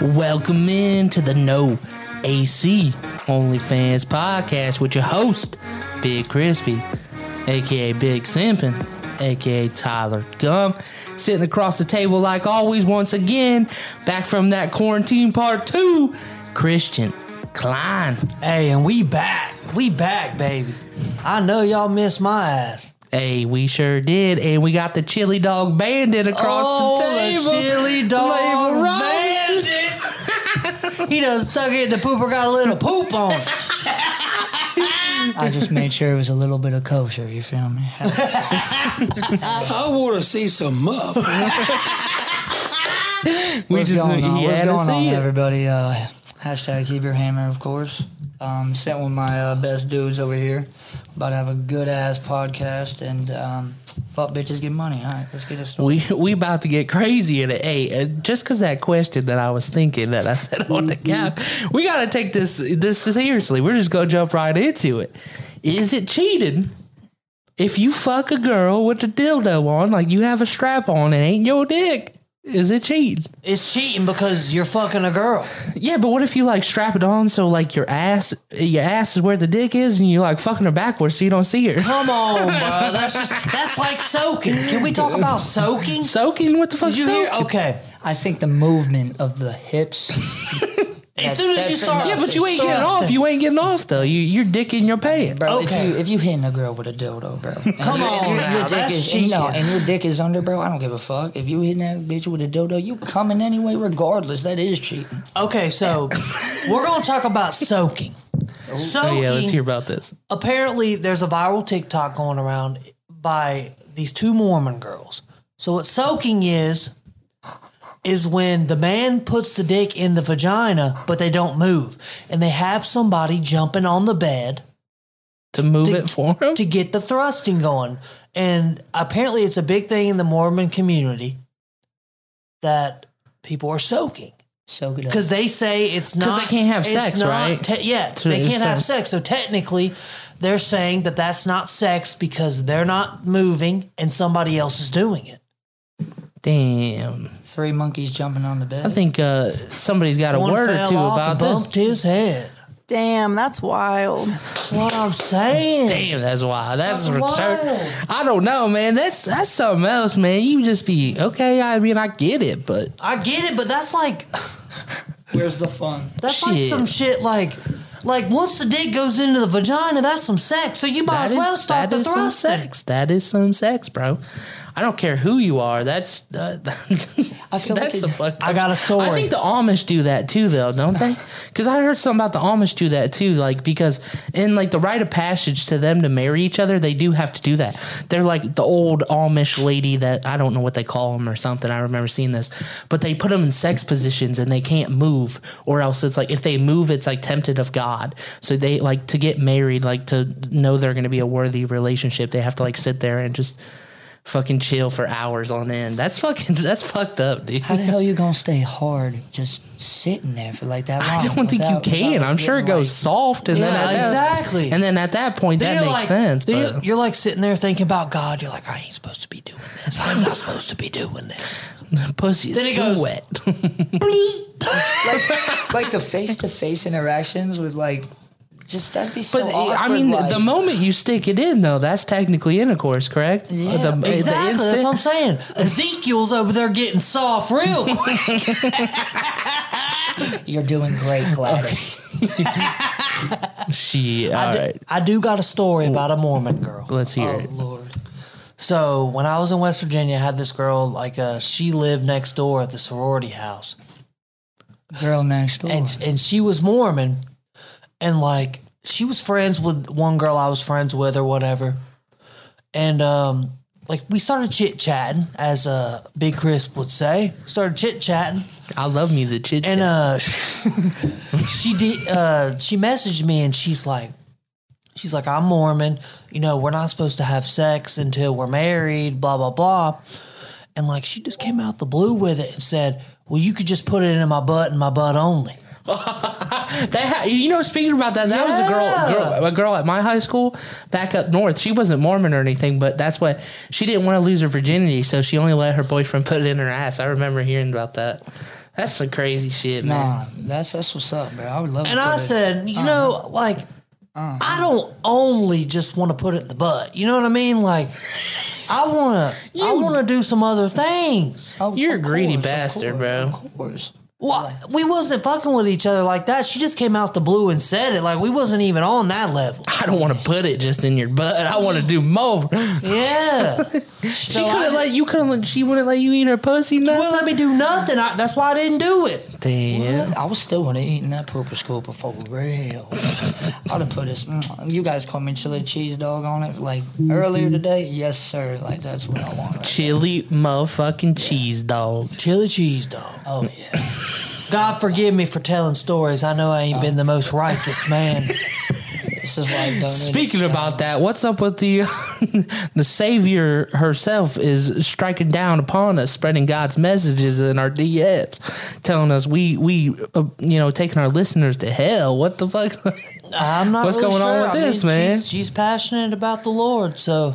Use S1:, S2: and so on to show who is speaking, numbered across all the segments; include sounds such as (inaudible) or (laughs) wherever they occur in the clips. S1: Welcome in to the No AC OnlyFans podcast with your host, Big Crispy, aka Big Simpin, aka Tyler Gum. Sitting across the table, like always, once again, back from that quarantine part two, Christian Klein.
S2: Hey, and we back. We back, baby. I know y'all miss my ass.
S1: Hey, we sure did, and we got the chili dog bandit across
S2: Oh,
S1: the
S2: the
S1: table.
S2: chili dog
S1: Label Ryan.
S2: He done stuck it in the pooper, got a little poop on it.
S3: I just made sure it was a little bit of kosher. You feel
S2: (laughs)
S3: me?
S4: I want to see some muff.
S1: We
S3: What's
S1: just
S3: going
S1: knew
S3: on?
S1: he
S3: What's
S1: had to
S3: going on,
S1: see it.
S3: everybody? Uh, hashtag keep your hammer, of course. Um, sent with my uh, best dudes over here. About to have a good ass podcast and um, fuck bitches get money. All right, let's get this started.
S1: We we about to get crazy in it. Hey, uh, just because that question that I was thinking that I said on the couch, we got to take this this seriously. We're just gonna jump right into it. Is it cheating if you fuck a girl with a dildo on, like you have a strap on, and ain't your dick? Is it cheating?
S2: It's cheating because you're fucking a girl.
S1: Yeah, but what if you like strap it on so like your ass your ass is where the dick is, and you like fucking her backwards so you don't see her.
S2: Come on, bro. That's just that's like soaking. Can we talk about soaking?
S1: Soaking? What the fuck?
S2: Did you hear?
S1: soaking?
S2: Okay.
S3: I think the movement of the hips.
S2: As soon as you
S3: that's
S2: start,
S3: enough.
S1: Yeah, but you ain't
S3: It's
S1: getting off.
S3: disgusting.
S1: You ain't getting off though. You you're dick in your pants.
S3: Bro,
S2: Okay.
S3: if you if you hitting a girl with a dildo,
S1: (laughs)
S3: bro, and
S2: Come
S3: your-
S2: on
S3: and your,
S2: now,
S3: your dick
S2: that's
S3: is and, no,
S2: cheating.
S3: and your dick is under, bro. I don't give a fuck if you hitting that bitch with a dildo. You coming anyway, regardless. That is cheating.
S2: okay, so we're gonna talk about soaking. Soaking.
S1: Oh, yeah, let's hear about this.
S2: apparently there's a viral TikTok going around by these two Mormon girls. So what soaking is is when the man puts the dick in the vagina, but they don't move, and they have somebody jumping on the bed
S1: To move it for him?
S2: to get the thrusting going. And apparently, it's a big thing in the Mormon community that people are soaking
S3: So good.
S2: because they say it's not
S1: 'Cause they can't have
S2: it's
S1: sex,
S2: not
S1: right?
S2: te- yeah,
S1: To-
S2: they can't
S1: so-
S2: have sex. So technically, they're saying that that's not sex because they're not moving and somebody else is doing it.
S1: Damn.
S3: Three monkeys jumping on the bed.
S1: I think uh, somebody's got a
S2: One
S1: word or
S2: fell
S1: two
S2: off
S1: about
S2: and
S1: this.
S2: bumped his head.
S5: Damn, that's wild.
S2: That's what I'm saying.
S1: Damn, that's wild. That's,
S2: That's
S1: absurd.
S2: wild.
S1: I don't know, man. That's that's something else, man. You just be okay. I mean, I get it, but
S2: I get it, but that's like
S3: Where's the fun?
S2: that's like
S1: Shit.
S2: some shit like. Like once the dick goes into the vagina, that's some sex. So you might
S1: that
S2: as
S1: is
S2: well start
S1: that
S2: the
S1: is some
S2: thrusting.
S1: sex. That is some sex, bro. I don't care who you are. That's uh, (laughs)
S3: I feel
S1: that's
S3: like
S1: a
S3: it-
S1: fucked
S2: I
S1: up-
S2: got a story.
S1: I think the Amish do that too, though, don't they? Because I heard something about the Amish do that too, like because in like the rite of passage to them to marry each other, they do have to do that. They're like the old Amish lady that I don't know what they call them or something. I remember seeing this, but they put them in sex positions and they can't move, or else it's like if they move, it's like tempted of God. So they like to get married, like to know they're going to be a worthy relationship. They have to like sit there and just. Fucking chill for hours on end. That's fucking. (laughs) That's fucked up, dude.
S3: How the hell you gonna stay hard just sitting there for like that long?
S1: I
S2: Um,
S1: don't think you
S3: without-
S1: can.
S3: without
S1: I'm sure it
S3: getting,
S1: goes
S3: like-
S1: soft, and
S2: Yeah,
S1: then at
S2: exactly.
S1: That, and then at that point,
S2: Then
S1: that
S2: you're
S1: makes
S2: like-
S1: sense.
S2: then
S1: But
S2: You're, you're like sitting there thinking about God. You're like, I ain't supposed to be doing this. I'm not supposed to be
S1: (laughs)
S2: doing this.
S1: pussy is
S2: Then it
S1: too
S2: goes-
S1: wet. (laughs)
S3: like, (laughs) like the face to face interactions with like just that'd be so.
S1: But I
S3: awkward,
S1: mean,
S3: like,
S1: the moment you stick it in, though, that's technically intercourse, correct?
S3: Yeah,
S1: The- the
S2: Exactly. That's what I'm
S1: instant-
S2: saying. Ezekiel's over there getting soft real
S1: (laughs)
S2: quick.
S3: you're doing
S1: (laughs)
S3: great, Gladys.
S1: She. All
S2: I, do,
S1: right.
S2: I do got a story about a Mormon girl.
S1: Let's hear it.
S2: Lord. So when I was in West Virginia, I had this girl. Like uh, she lived next door at the sorority house,
S3: Girl next door.
S2: and and she was Mormon, and like she was friends with one girl I was friends with or whatever, and um like we started chit chatting as uh, Big Chris would say, started chit chatting,
S1: I love me the chit
S2: And
S1: chat.
S2: uh, (laughs) she did. Uh, she messaged me, and she's like, she's like, I'm Mormon. You know, we're not supposed to have sex until we're married. Blah blah blah. And like, she just came out the blue with it and said, "Well, you could just put it in my butt and my butt only." uh,
S1: That ha- you know, speaking about that, that was a girl, girl, a girl at my high school back up north. She wasn't Mormon or anything, but that's what she didn't want to lose her virginity, so she only let her boyfriend put it in her ass. I remember hearing about that. That's some crazy shit, man.
S3: Nah, that's that's what's up, bro. I would love.
S2: And
S3: to
S2: I
S3: put it-
S2: said, you know, like, I don't only just want to put it in the butt. You know what I mean? Like, I want to, I want to do some other things.
S3: Oh,
S1: You're
S3: of
S1: a greedy
S3: course, of
S1: bastard,
S3: course,
S1: bro.
S3: Of course.
S2: Well, we wasn't fucking with each other like that. She just came out the blue and said it. Like, we wasn't even on that level.
S1: I don't want to put it just in your butt. I want to do
S3: (laughs)
S1: more.
S2: Yeah.
S1: she couldn't let you couldn't. Let, she wouldn't let you eat her pussy. Nothing.
S2: Well, let me do nothing. I, that's why I didn't do it.
S1: Damn.
S3: I was still want to eating that pooper scoop for real. (laughs) I'd have put this. mm, You guys call me chili cheese dog on it like
S1: Mm-hmm.
S3: earlier today. Yes, sir. Like that's what I want. Right?
S1: Chili motherfucking cheese dog.
S2: Chili cheese dog.
S3: Oh yeah.
S2: God forgive me for telling stories. I know I ain't been the most righteous man.
S3: This is why I donated.
S1: Speaking
S3: stuff.
S1: about that, what's up with the (laughs) the savior herself is striking down upon us, spreading God's messages in our DMs, telling us we we uh, you know taking our listeners to hell. What the fuck? (laughs)
S2: I'm not.
S1: What's
S2: really
S1: going on
S2: sure.
S1: with
S2: I
S1: this,
S2: mean,
S1: man?
S2: She's, she's passionate about the Lord, so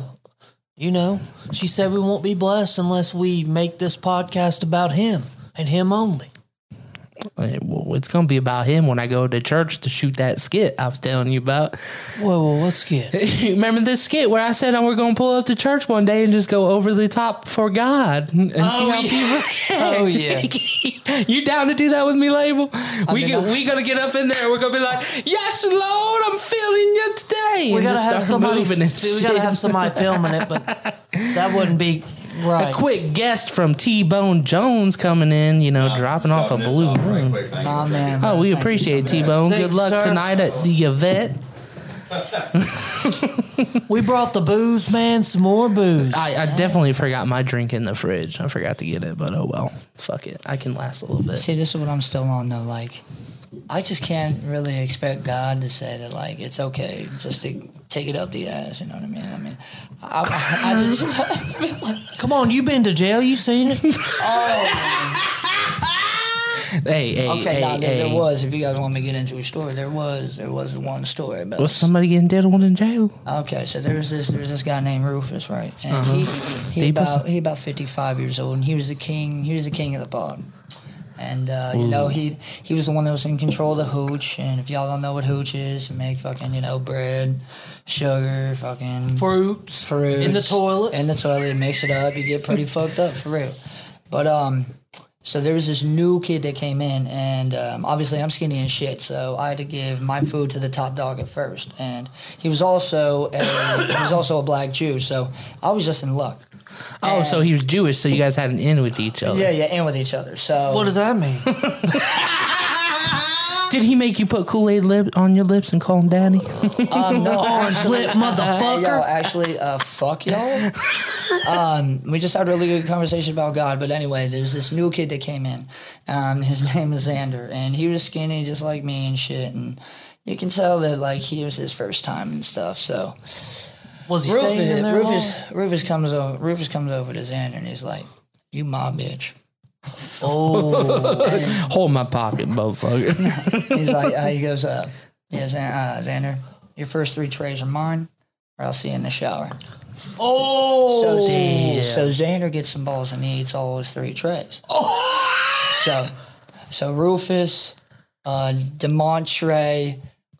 S2: you know, she said we won't be blessed unless we make this podcast about Him and Him only.
S1: Like, well, it's gonna be about him when I go to church to shoot that skit I was telling you about. (laughs)
S2: Whoa, whoa, what's good?
S1: Remember this skit where I said oh, we're gonna pull up to church one day and just go over the top for God and see how (laughs)
S3: Oh
S1: people
S3: yeah.
S1: (laughs) you down to do that with me, label? we
S3: mean,
S1: go-
S3: I-
S1: we gonna get up in there. We're gonna be like, yes, Lord, I'm feeling you today.
S2: We
S1: and
S2: gotta
S1: just
S2: have
S1: start
S2: somebody.
S1: moving and
S2: We gotta
S1: shit.
S2: have somebody filming it, but that wouldn't be
S1: a
S2: right.
S1: quick guest from T Bone Jones coming in. You know, dropping off a blue moon.
S3: My man.
S1: Oh,
S3: man.
S1: we
S3: Thank you
S1: appreciate
S3: so
S1: T
S3: much.
S1: Bone.
S2: Thanks,
S1: Good luck
S2: sir.
S1: tonight at the event.
S2: We brought the booze, man. Some more booze.
S1: I, I definitely forgot my drink in the fridge. I forgot to get it, but oh well. Fuck it. I can last a little bit.
S3: See, this is what I'm still on though. Like, I just can't really expect God to say that like it's okay just to take it up the ass. You know what I mean? I mean, I, I, I just.
S2: Come on, you been to jail? You seen
S1: (laughs)
S2: it?
S1: Hey, hey,
S3: Okay,
S1: hey,
S3: nah, there, there
S1: hey.
S3: was. If you guys want me to get into a story, there was. There was one story about.
S1: Was somebody getting diddled in jail?
S3: Okay, so there's this there's this guy named Rufus, right? And
S1: Uh-huh.
S3: he, he
S1: Deep as-
S3: about he about fifty five years old, and he was the king. He was the king of the pod. And uh, you know he he was the one that was in control of the hooch. And if y'all don't know what hooch is, you make fucking you know bread, sugar, fucking
S2: Fruits.
S3: fruit
S2: In the toilet.
S3: in the toilet. Mix it up, you get
S2: (laughs)
S3: pretty fucked up for real. But um, so there was this new kid that came in, and um, obviously I'm skinny and shit, so I had to give my food to the top dog at first. And he was also a, he was also a black Jew, so I was just in luck.
S1: Oh, so he was Jewish, so you guys had an in with each other.
S3: Yeah, yeah, in with each other. So
S2: What does that mean?
S1: Did he make you put Kool Aid lip on your lips and call him
S3: (laughs)
S1: daddy?
S3: um, no,
S2: Orange
S3: actually-
S2: lip,
S3: Hey, y'all,
S2: motherfucker.
S3: actually, uh, fuck y'all.
S2: (laughs)
S3: um, we just had a really good conversation about God, but anyway, there's this new kid that came in. Um, his (laughs) name is Xander, and he was skinny just like me and shit, and you can tell that like he was his first time and stuff. So
S2: Was he staying in
S3: Rufus,
S2: there
S3: Rufus, Rufus comes over. Rufus comes over to Xander, and he's like, "You my bitch." Oh,
S1: Hold my pocket, motherfucker.
S3: (laughs) He's like, uh, he goes, (laughs) uh, yeah, Xan- uh, Xander, your first three trays are mine, or I'll see you in the shower. Oh, so, so Xander gets some balls and he eats all his three trays. Oh, so so Rufus, uh, Demontre,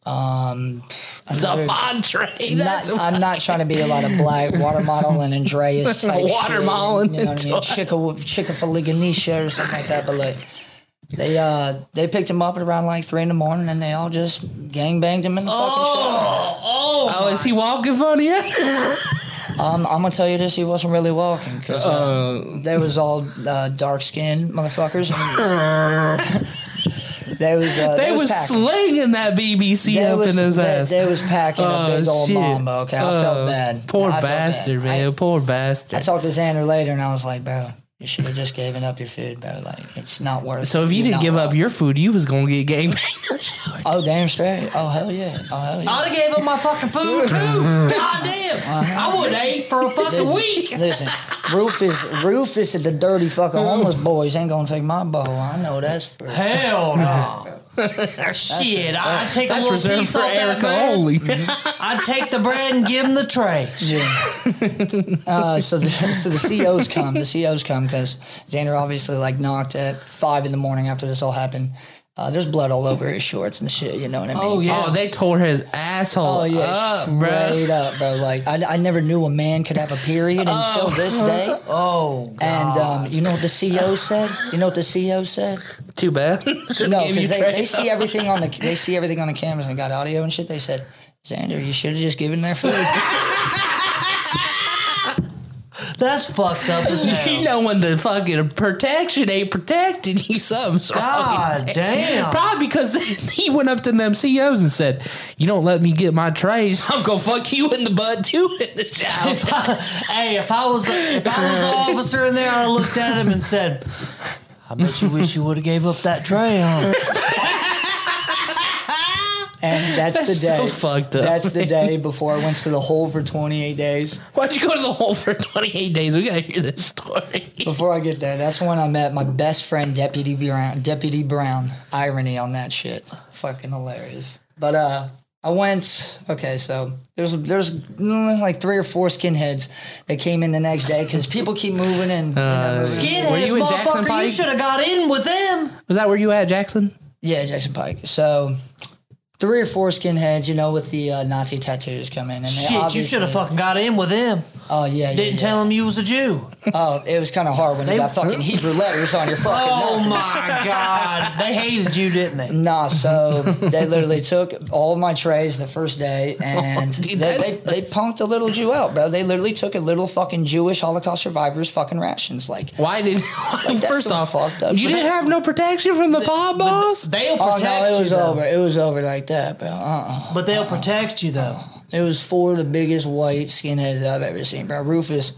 S3: um, another-
S1: (laughs) the entree.
S3: not,
S1: That's
S3: I'm not trying to be a lot of black watermelon and
S1: (laughs)
S3: Andreas type
S1: Watermelon
S3: shit. You know what I mean? Chicka Chicka Feliganisha or something like that. But like they uh they picked him up at around like three in the morning and they all just gang banged him in the
S1: oh, is he walking funny? (laughs)
S3: fucking show. Um, I'm gonna tell you this, he wasn't really walking because uh, they was all uh, dark skinned motherfuckers.
S1: (laughs)
S3: And they was uh,
S1: they was
S3: packing.
S1: slinging that BBC
S3: They
S1: up
S3: was-
S1: in his
S3: they-
S1: ass.
S3: They was packing
S1: Oh,
S3: a big old
S1: shit.
S3: mamba. Okay, I
S1: Oh,
S3: felt bad.
S1: Poor
S3: I felt bad.
S1: bastard,
S3: I-
S1: man. poor
S3: I
S1: bastard.
S3: talked to Xander later, and I was like, "Bro, You should have just given up your food, bro. Like it's not worth.
S1: So if you
S3: you're
S1: didn't
S3: not
S1: give up
S3: wrong.
S1: your food, you was gonna get (laughs) gang banged.
S3: oh damn straight. Oh hell yeah. Oh hell yeah.
S2: I'd have gave up my fucking food too.
S1: (laughs)
S2: God damn. I would have ate for a fucking week.
S3: Listen, Rufus, Rufus and the dirty fucking homeless boys ain't gonna take my bowl. I know that's
S1: (laughs)
S3: for
S2: Hell (laughs) no. Shit, I'd take a
S1: That's
S2: little
S1: reserved
S2: piece
S1: for
S2: off that
S1: Erica
S2: bread.
S1: only.
S2: I'd take the bread and give him the tray.
S3: Uh, so the so the CEOs come. The CEOs come because Xander obviously like knocked at five in the morning after this all happened. Uh, there's blood all over his shorts and shit. You know what I mean?
S2: Oh, yeah.
S1: (laughs) Oh, they tore his asshole
S3: Oh yeah,
S2: uh,
S1: up, bro.
S3: straight up, bro. Like I, I never knew a man could have a period until
S2: (laughs)
S3: this day.
S2: Oh,
S3: And um, you know what the CEO said? You know what the CEO
S2: (laughs)
S3: said?
S1: Too
S3: (laughs)
S1: bad. Should've
S3: No,
S1: gave you
S3: because they,
S1: trade.
S3: they see everything on the they
S2: (laughs)
S3: see everything on the cameras and got audio and shit. They said, Xander, you should have just given their food.
S2: that's fucked up
S3: (laughs)
S2: as
S1: (laughs) You
S2: hell.
S1: know when the fucking protection ain't protecting you, something's wrong.
S2: God damn.
S1: Probably because (laughs) he went up to them CEOs and said, "You don't let me get my trays. I'm gonna fuck you in the butt too in the
S2: If
S1: shower."
S2: I, hey, if I was if I was
S3: (laughs)
S2: an officer in there, I looked at him and said, "I bet you (laughs) wish you would have gave up that tray." Huh?
S3: And that's,
S1: That's
S3: the
S1: so
S3: day.
S1: fucked up,
S3: That's
S2: (laughs)
S3: the day before I went to the hole for 28 days.
S1: (laughs) Why'd you go to the hole (laughs) for 28 days? We gotta hear this story.
S3: Before I get there, that's when I met my best friend Deputy Brown. Deputy Brown. Irony on that shit. Fucking hilarious. But uh, I went. Okay, so there's there's mm, like three or four skinheads that came in the next day because people keep moving and.
S2: Uh, Skinheads,
S1: Were you in Jackson,
S2: motherfucker,
S1: Pike?
S2: you should have got in with them.
S1: Was that where you at, Jackson?
S3: Yeah, Jackson Pike. So three or four skinheads, you know, with the uh, Nazi tattoos come in, and they
S2: Shit, you
S3: obviously-
S2: should have fucking got in with them.
S3: Oh yeah, yeah,
S2: Didn't
S3: yeah.
S2: tell him you was a Jew.
S3: Oh, it was kind of hard when they got fucking Hebrew letters on your fucking.
S2: Oh
S3: knuckles.
S2: my god, they hated you, didn't they?
S3: Nah,
S2: (laughs)
S3: so they literally took all my trays the first day
S2: Oh,
S3: and
S1: dude,
S3: they, they,
S1: that's-
S3: they punked a little Jew out, bro. They literally took a little fucking Jewish Holocaust survivor's fucking rations. Like,
S1: Why did? (laughs)
S3: that's
S1: first
S3: so
S1: off,
S3: fucked up.
S1: you didn't have no protection from the mob boss.
S2: They'll
S3: oh
S2: protect
S3: no, it
S2: you,
S3: was
S2: though.
S3: over. It was over like that, bro. Uh-uh.
S2: but they'll protect you though.
S3: It was four of the biggest white skinheads I've ever seen, bro. Rufus,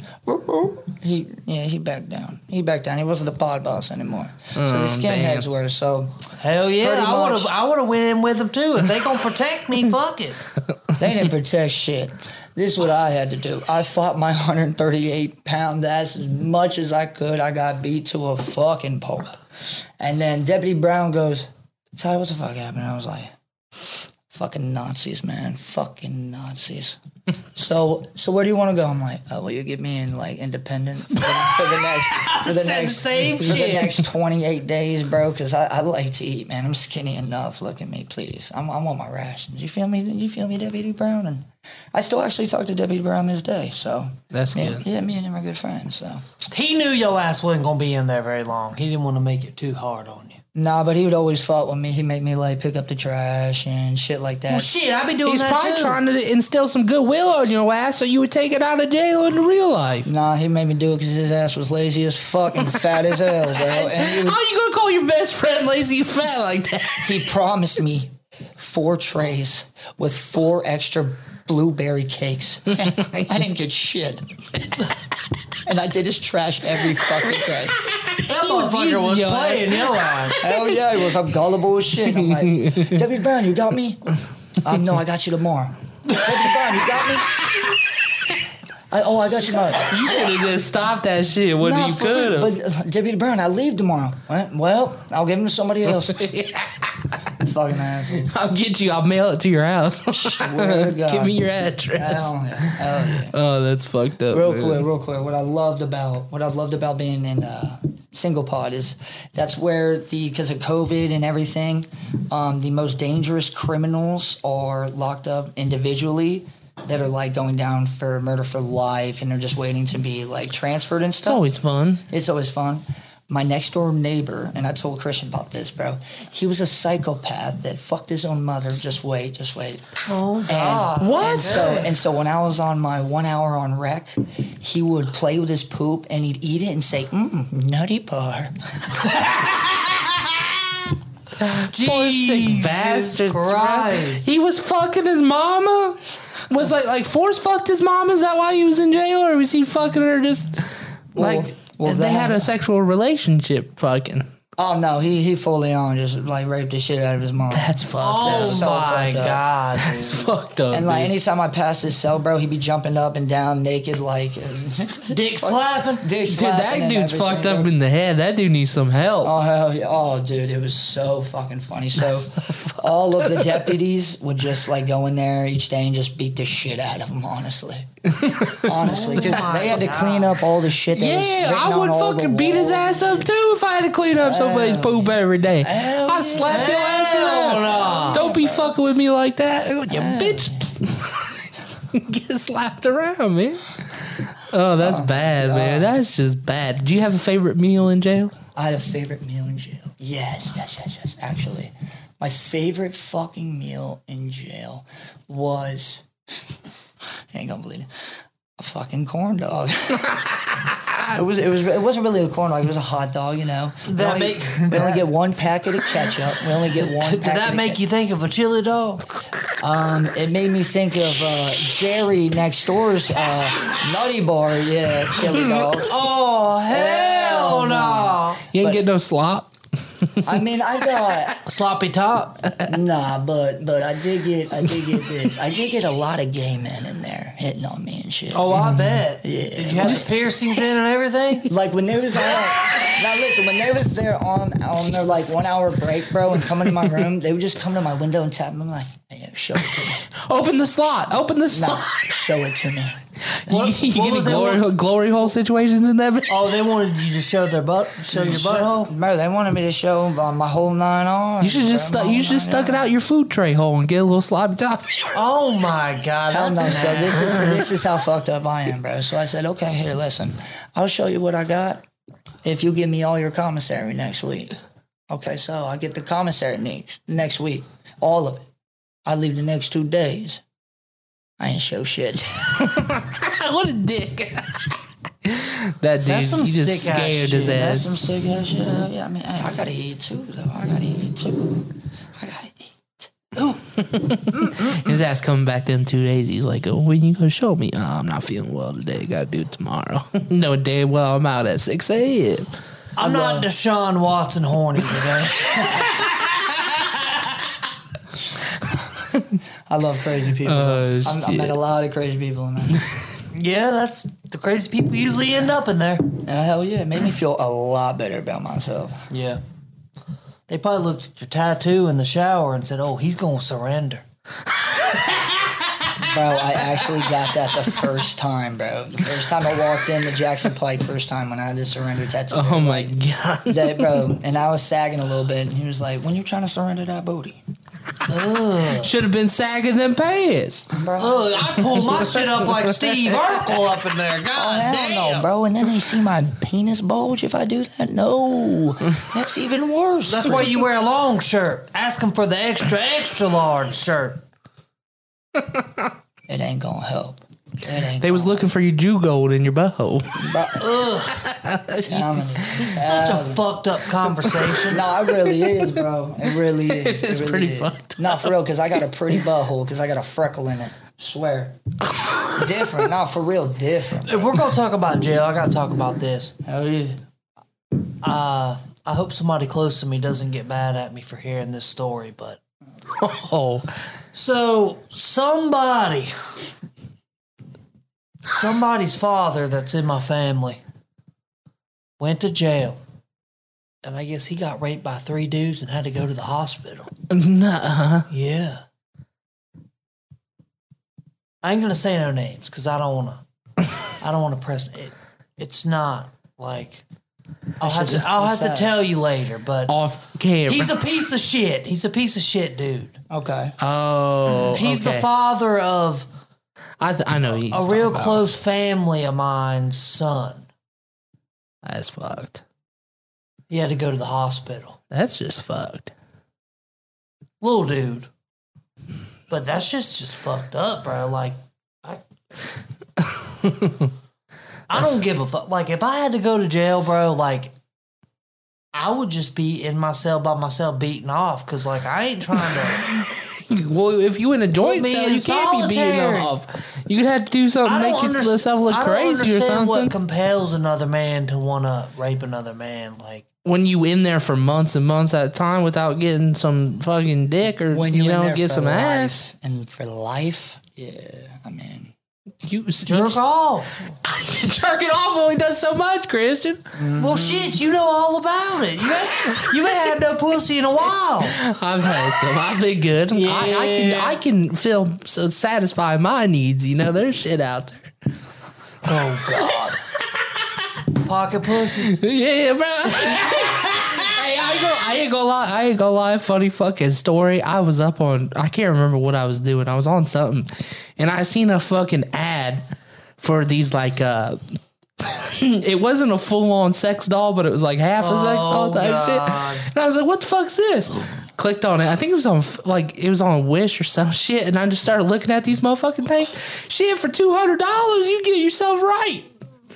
S3: he yeah, he backed down. He backed down. He wasn't the pod boss anymore. so
S2: Mm,
S3: the skinheads were. So
S2: Hell
S3: Pretty
S2: yeah, I
S3: much.
S2: would have. I would have went in with them too. If they gonna protect (laughs) me, fuck it.
S3: They didn't protect shit. This is what I had to do. I fought my (laughs) 138 pound ass as much as I could. I got beat to a fucking pulp. And then Deputy Brown goes, Ty, what the fuck happened? I was like, fucking Nazis, man. Fucking Nazis. so so where do you want to go? I'm like, oh, will you get me in like independent for the, for the next for the
S2: Said
S3: next
S2: same
S3: for
S2: shit.
S3: the next 28 days, bro? Because I, I like to eat, man. I'm skinny enough. Look at me, please. I'm, I want my rations. You feel me? You feel me, Deputy Brown? And I still actually talk to Deputy Brown this day. So
S1: That's
S3: yeah,
S1: good.
S3: yeah, me and him are good friends. So.
S2: He knew your ass wasn't gonna be in there very long. He didn't want to make it too hard on you.
S3: Nah, but he would always fought with me. He made me like pick up the trash and shit like that.
S2: Well, shit, I be doing
S1: He's
S2: that
S1: probably
S2: too.
S1: trying to instill some goodwill on your ass so you would take it out of jail into real life.
S3: Nah, he made me do it because his ass was lazy as fuck and fat as hell, bro.
S2: (laughs)
S3: And he,
S1: How
S3: was,
S1: you gonna call your best friend lazy and fat like that?
S3: he promised me four trays with four extra blueberry cakes. (laughs) I didn't get shit. and I did his trash every fucking day.
S2: That motherfucker was
S1: your ass.
S2: playing your (laughs) ass.
S3: Hell yeah, he was. I'm gullible as shit. I'm like, Debbie Brown, you got me? Um, no, I got you tomorrow. Debbie Brown, you got me? I, oh, I got you tomorrow.
S1: You could
S3: (laughs)
S1: have just stopped that shit. What
S3: Nah,
S1: you
S3: for
S1: could
S3: real.
S1: have?
S3: But uh, Deputy Brown, I leave tomorrow. What? Well, I'll give him to
S1: (laughs)
S3: somebody else. Fucking asshole.
S1: I'll get you. I'll mail it to your house.
S3: Swear to God.
S1: (laughs) Give me your
S3: Hell
S1: address.
S3: yeah. Hell yeah.
S1: Oh, that's fucked up.
S3: Real
S1: man.
S3: quick, real quick. What I loved about what I loved about being in uh, single pod is that's where the because of COVID and everything, um, the most dangerous criminals are locked up individually that are like going down for murder for life and they're just waiting to be like transferred and
S1: It's
S3: stuff.
S1: always fun.
S3: It's always fun. My next door neighbor, and I told Christian about this, bro. He was a psychopath that fucked his own mother. Just wait, just wait.
S2: Oh
S3: And,
S2: god.
S1: What?
S3: And so and so when I was on my one hour on rec, he would play with his poop and he'd eat it and say, mm, "Nutty bar."
S1: Poor sick
S2: Jesus
S1: bastard.
S2: Christ.
S1: He was fucking his mama. Was like like Force fucked his mom. Is that why he was in jail, or was he fucking her just like?
S3: Well, Well,
S1: they had a sexual relationship. Fucking.
S3: Oh no, he he fully on just like raped the shit out of his mom.
S1: That's fucked.
S2: Oh
S3: so
S2: my
S3: fucked up.
S2: god. (laughs)
S1: That's fucked up.
S3: and like
S1: dude.
S3: anytime I pass his cell, bro, he be jumping up and down naked, like (laughs)
S2: Dick slapping.
S3: Dick
S1: dude, that dude's fucked up in the head. That dude needs some help.
S3: Oh hell yeah! Oh dude, it was so fucking
S1: (laughs)
S3: funny. So all of the deputies would just like go in there each day and just beat the shit out of
S1: (laughs)
S3: them. Honestly, honestly, because they had to clean up all the shit. That was
S1: Yeah,
S3: written
S1: I
S3: on
S1: would
S3: all the
S1: fucking beat his
S3: walls.
S1: ass up too if I had to clean up somebody's poop every day.
S3: Hell
S1: I slap your ass
S2: Hell
S1: around. Don't be fucking with me like that, you bitch. (laughs) Get slapped around, man. Oh, that's bad, man. That's just bad. Do you have a favorite meal in jail?
S3: I had a favorite meal in jail. Yes, yes, yes, yes. Actually, my favorite fucking meal in jail was. (laughs) I ain't gonna believe it. A fucking corn dog. (laughs) it was. It was. It wasn't really a corn dog. It was a hot dog. You know. We
S2: That
S3: only,
S2: make-
S3: we only get one packet of ketchup. We only get one.
S2: (laughs) Did
S3: packet
S2: that
S3: of
S2: make you think of a chili dog?
S3: um, it made me think of uh, Jerry next door's uh, Nutty Bar. Yeah, chili
S2: (laughs)
S3: dog.
S2: Oh hell no!
S1: You ain't get no slop.
S3: I mean, I got.
S2: Sloppy top.
S3: Nah, but but I did get I did get this. I did get a lot of gay men in there hitting on me and shit.
S2: Oh, I bet. Did you have the piercings in and everything?
S3: Like when they was on now listen, when they was there on on their like one hour break, bro, and coming to my room, they would just come to my window and tap me I'm like, hey, show it to
S1: Open the slot. Open the
S3: me.
S1: slot.
S3: Nah, show it to me.
S2: (laughs) (laughs) What-
S1: (laughs) you
S2: what
S1: get any
S2: was that
S1: glory,
S2: one?
S1: glory hole situations in that? (laughs)
S2: Oh, they wanted you to show their butt, show your butthole.
S3: Bro, they wanted me to show uh, my whole nine on.
S1: You should just stu- you should just stuck it out your food tray hole and get a little sloppy top. (laughs)
S2: Oh my god!
S3: Hell no,
S2: that's
S3: so
S2: nasty.
S3: this is this is how fucked up I am, bro. So I said, okay, here, listen, I'll show you what I got if you give me all your commissary next week. Okay, so I get the commissary next next week, all of it. I leave the next two days. I ain't show shit. (laughs)
S1: what a dick. that dude,
S2: That's some
S1: he just
S2: sick-ass
S1: scared his
S2: shit.
S3: That's some
S1: ass.
S3: sick ass shit. Hell yeah, I mean, hey, I gotta eat too, though. I gotta eat too. I gotta eat.
S1: His ass coming back them two days. He's like, oh, when you gonna show me? Oh, I'm not feeling well today. Gotta do it tomorrow. (laughs) no day. Well, I'm out at 6 a.m.
S2: I'm not Deshaun Watson horny today.
S3: I love crazy people.
S1: Oh,
S3: I'm, I met
S1: shit.
S3: a lot of crazy people, man.
S2: (laughs) yeah, that's the crazy people usually end up in there.
S3: and hell yeah, it made me feel a lot better about myself.
S2: Yeah. They probably looked at your tattoo in the shower and said, "Oh, he's gonna surrender."
S3: Bro, I actually got that the first time, bro. The first time I walked in the Jackson Pike, first time when I had the surrender tattoo.
S1: Oh my (laughs) god.
S3: That, bro, and I was sagging a little bit, and he was like, "When you trying to surrender that booty,
S1: Should have been sagging them pants.
S3: bro?"
S2: Ugh, I pulled my shit up like Steve Urkel up in there. God
S3: Hell
S2: Oh, damn.
S3: no, bro. And then they see my penis bulge if I do that. No, that's even worse.
S2: That's why you wear a long shirt. Ask him for the extra, extra large shirt.
S3: It ain't gonna help. It ain't.
S1: They was looking for your Jew gold in your butthole. (laughs)
S3: Gonna
S2: Such a fucked up conversation.
S3: no, it really is, bro. It really
S1: (laughs)
S3: is. It
S1: is
S3: really
S1: pretty
S3: is.
S1: fucked
S3: Not for real, because I got a pretty butthole, because I got a freckle in it.
S1: (laughs)
S3: Swear. different. Not for real. Different.
S2: if we're gonna talk about jail, I gotta talk about this.
S3: Hell yeah.
S2: Uh, I hope somebody close to me doesn't get mad at me for hearing this story, but
S1: Oh,
S2: so somebody, somebody's father that's in my family went to jail, and I guess he got raped by three dudes and had to go to the hospital.
S1: nah.
S2: Yeah. I ain't gonna say no names because I don't wanna. I don't wanna press it. It's not like I'll have to.
S3: just-
S2: I'll have
S3: that's
S2: to
S3: sad.
S2: tell you later. But
S1: Off camera.
S2: he's a piece of shit. He's a piece of shit, dude.
S3: Okay.
S1: oh,
S2: He's
S1: okay.
S2: the father of
S1: I, th- I know he's
S2: a real close family of mine's son.
S1: That's fucked.
S2: He had to go to the hospital.
S1: That's just fucked.
S2: Little dude. But that's just just fucked up, bro. Like
S1: (laughs)
S2: I I don't give a fuck. Like if I had to go to jail, bro, like I would just be in my cell by myself beating off because like I ain't trying to
S1: (laughs) well, if you in a joint
S2: me
S1: cell,
S2: in
S1: you can't be beating them
S2: solitary.
S1: up. You'd have to do something
S2: I
S1: to
S2: don't
S1: make you-
S2: underst-
S1: yourself look
S2: I don't
S1: crazy or
S2: understand
S1: something.
S2: What compels another man to want to rape another man? Like
S1: when you in there for months and months at a time without getting some fucking dick or
S3: When
S1: you
S3: you're in
S1: know
S3: there
S1: get
S3: for
S1: some
S3: life,
S1: ass,
S3: and for life, yeah, I mean,
S1: you
S2: jerk
S1: (laughs) jerk,
S2: off.
S1: jerk it off only does so much, Christian. Mm-hmm.
S2: Well, shit, you know all about it. You ain't, you ain't had no pussy in a
S1: (laughs)
S2: while.
S1: I've had some. I've been good. I, I can I can feel so satisfy my needs. You know, there's shit out there. Oh,
S2: Pocket pussies.
S1: Yeah, bro. hey, I ain't gonna, I ain't gonna lie. I ain't gonna lie. Funny fucking story. I was up on. I can't remember what I was doing. I was on something, and I seen a fucking ad for these like. uh (laughs) It wasn't a full on sex doll, but it was like half a sex doll type
S2: Oh, God.
S1: shit. And I was like, "What the fuck's this?" Clicked on it. I think it was on f- like it was on Wish or some shit. And I just started looking at these motherfucking things. Shit, for two hundred dollars, you get yourself right.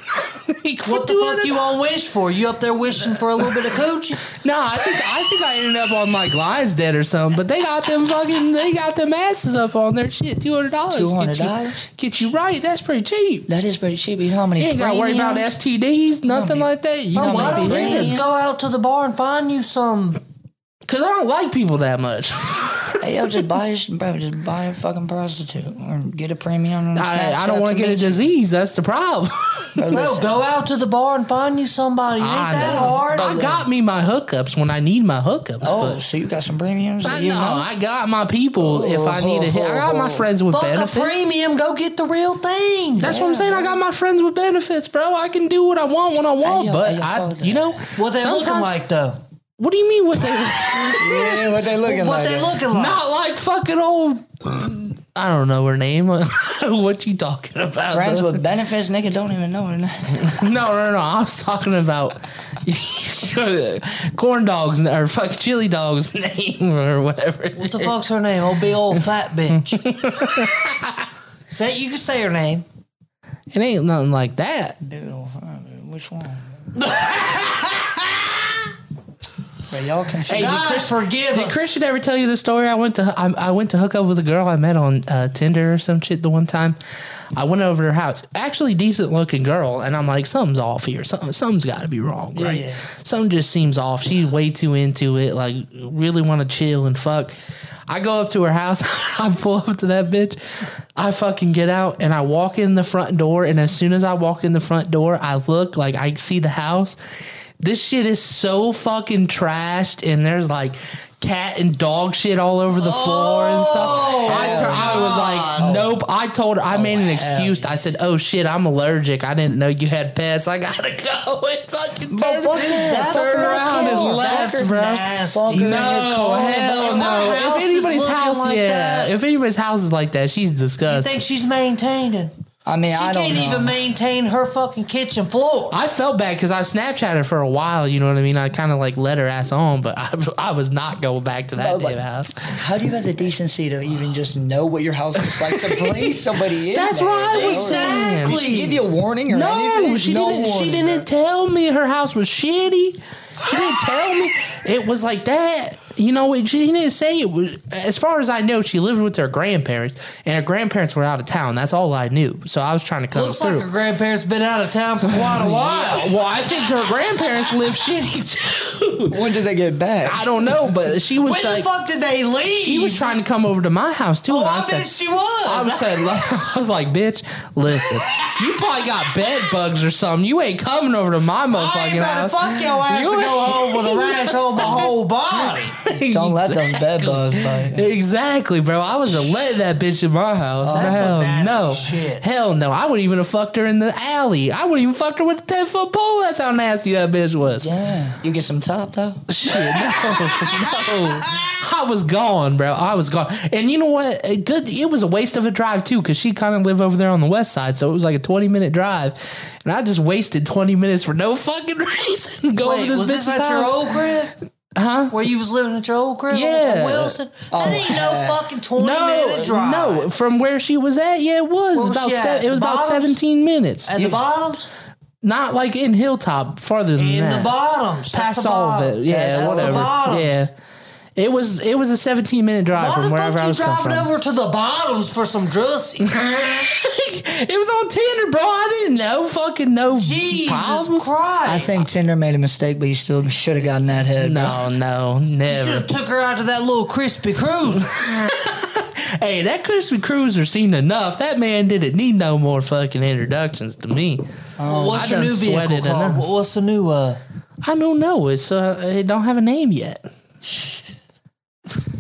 S1: (laughs)
S2: What the fuck you on wish for? You up there wishing for a little bit
S1: (laughs)
S2: of coochie?
S1: No, I think I think I ended up on like Lions Dead or something. But they got them fucking they got them asses up on their shit. Two hundred dollars.
S3: $200?
S1: Get you right. That's pretty cheap.
S3: that is pretty cheap. You know how many
S1: You ain't got to worry about
S3: premiums-
S1: STDs, nothing like that. You
S3: Oh,
S1: know,
S2: Why
S3: Maybe
S2: don't you
S3: bring
S2: just
S3: it.
S2: go out to the bar and find you some?
S1: because I don't like people that much. (laughs)
S3: Hey, yo, just buy, a- bro, just buy a fucking prostitute or get a premium. On
S1: I, I
S3: Snapchat
S1: don't want to get a
S3: meet you.
S1: disease. That's the problem. (laughs)
S3: Bro,
S2: No,
S3: listen,
S2: go out to the bar and find you somebody. It ain't
S1: I
S2: that
S1: know.
S2: hard.
S1: I got me my hookups when I need my hookups.
S3: Oh,
S1: but-
S3: so you got some premiums?
S1: I
S3: that
S1: know.
S3: you
S1: I got my people if I need a hit. I got my friends with
S2: Fuck a
S1: benefits.
S2: premium. Go get the real thing.
S1: That's what I'm saying. I got my friends with benefits, bro. I can do what I want when I want,
S3: yo,
S1: but
S3: hey, yo,
S1: I,
S3: fuck
S1: you know,
S2: what they looking
S1: sometimes-
S2: like though.
S1: What do you mean? What they
S2: (laughs)
S3: yeah, what they looking
S2: What they looking like?
S1: not like fucking old? I don't know her name. (laughs) what you talking about?
S3: Friends with benefits, nigga, don't even know her name.
S1: no, no, no. I was talking about (laughs) corn dogs or fuck chili dogs (laughs) name or whatever.
S2: What the fuck's her name? Old
S1: (laughs)
S2: big old fat bitch. Say you can say her name.
S1: It ain't nothing like that.
S3: Dude, oh, fuck, dude, which (laughs) one? But y'all can see.
S1: Hey, did,
S2: God
S1: Chris,
S2: forgive
S1: did
S2: us.
S1: Christian ever tell you the story? I went to I, I went to hook up with a girl I met on uh, Tinder or some shit the one time. I went over to her house, actually decent looking girl, and I'm like, something's off here. Something something's got to be wrong, right?
S3: yeah.
S1: Something just seems off. She's way too into it. Like really want to chill and fuck. I go up to her house. (laughs) I pull up to that bitch. I fucking get out and I walk in the front door. And as soon as I walk in the front door, I look like I see the house. This shit is so fucking trashed, and there's like cat and dog shit all over the floor and
S2: Oh,
S1: stuff. I, tur- I was like, nope. I told her, I made an excuse. I said, oh shit, I'm allergic. I didn't know you had pets. I gotta (laughs) go and fucking turn,
S3: fuck
S1: (laughs)
S3: that.
S1: turn
S3: Fuck
S1: around
S3: that.
S1: and
S3: Fuck
S1: left,
S3: that.
S1: bro.
S3: Fuck her in your
S1: No,
S3: car,
S1: hell
S3: but-
S1: no.
S2: house
S1: If
S2: is
S1: anybody's
S2: looking
S1: house,
S2: like
S1: yeah.
S2: that.
S1: If anybody's house is like that, she's
S2: You
S1: disgusting.
S2: think she's maintaining?
S3: I mean,
S2: She
S3: I don't
S2: can't
S3: know.
S2: even maintain her fucking kitchen floor.
S1: I felt bad because I Snapchatted for a while. You know what I mean? I kind of like let her ass on, but I, (laughs) I was not going back to that damn
S3: was like-
S1: house.
S3: How do you have the decency to even just know what your house looks like
S1: (laughs)
S3: to bring somebody in?
S1: That's
S3: there,
S1: why I
S3: bro?
S1: was saying.
S3: Did she give you a warning or
S1: No,
S3: anything?
S1: she
S3: No
S1: didn't. she
S3: warning, bro.
S1: didn't tell me her house was shitty. She didn't tell me it was like that. You know, it- she didn't say it was. As far as I know, she lived with her grandparents, and her grandparents were out of town. That's all I knew. So I was trying to come
S2: Looks
S1: through. Uh,
S2: like her grandparents been out of town for quite
S1: (laughs)
S2: a while.
S1: well, I think her grandparents live shitty too.
S3: When did they get back?
S1: I don't know, but she was
S2: When the
S1: like,
S2: fuck did they leave?
S1: she was trying to come over to my house too,
S2: Oh,
S1: and I,
S2: I,
S1: said,
S2: bet she
S1: I was
S2: was.
S1: said, (laughs) I was like, bitch, listen, you probably got bed bugs or something. You ain't coming over to my
S2: I ain't
S1: motherfucking
S2: about to
S1: house.
S2: fuck your
S1: (laughs)
S2: ass
S1: You
S2: to go
S1: ain't-
S2: home
S1: (laughs)
S2: with a rash on my whole body.
S3: Don't let those bed bugs bite.
S1: Exactly, bro. I was a let that bitch in my house.
S2: Oh, that's
S1: Hell
S2: some nasty
S1: no.
S2: shit.
S1: Hell no. I wouldn't even have fucked her in the alley. I wouldn't even fucked her with a 10 foot pole. That's how nasty that bitch was.
S3: Yeah. You get some top though?
S1: Shit, (laughs) no, no. I was gone, bro. I was gone. And you know what? A good. It was a waste of a drive too, because she kind of lived over there on the west side, so it was like a twenty minute drive, and I just wasted twenty minutes for no fucking (laughs) reason. Go over
S2: Wait,
S1: this
S2: was
S1: bitch's
S2: this at
S1: house.
S2: your old crib? Huh? Where you was living at your old crib?
S1: Yeah. Oh,
S2: On Wilson? That ain't no fucking 20
S1: no,
S2: minute drive.
S1: no, from where she was at, yeah, it was
S2: Where was
S1: about
S2: she
S1: se-
S2: at?
S1: it was about
S2: Bottoms?
S1: seventeen minutes.
S2: And the bottoms?
S1: Not like in Hilltop, farther than
S2: In
S1: that.
S2: the bottoms. That's
S1: past
S2: the
S1: all of
S2: bottom.
S1: it, yeah,
S2: That's the
S1: whatever,
S2: bottoms.
S1: yeah. It was it was a 17 minute drive
S2: Why
S1: from
S2: the
S1: wherever
S2: fuck
S1: I
S2: you
S1: was coming
S2: driving
S1: from.
S2: over to the bottoms for some
S1: (laughs)
S2: drussy?
S1: it was on Tinder, bro. I didn't know fucking no
S2: Jesus
S1: problems.
S2: Christ!
S3: I think Tinder made a mistake, but you still should have gotten that head. bro.
S1: No, no,
S2: should
S1: never.
S2: have took her out to that little crispy cruise.
S1: Hey, that Krispy Cruiser's seen enough. That man didn't need no more fucking introductions to me.
S2: What's
S1: Oh, I
S2: your
S1: done
S2: new vehicle
S1: sweated
S2: called?
S1: enough.
S2: What's the new? uh
S1: I don't know. It's uh, it don't have a name
S2: (laughs)
S1: yet.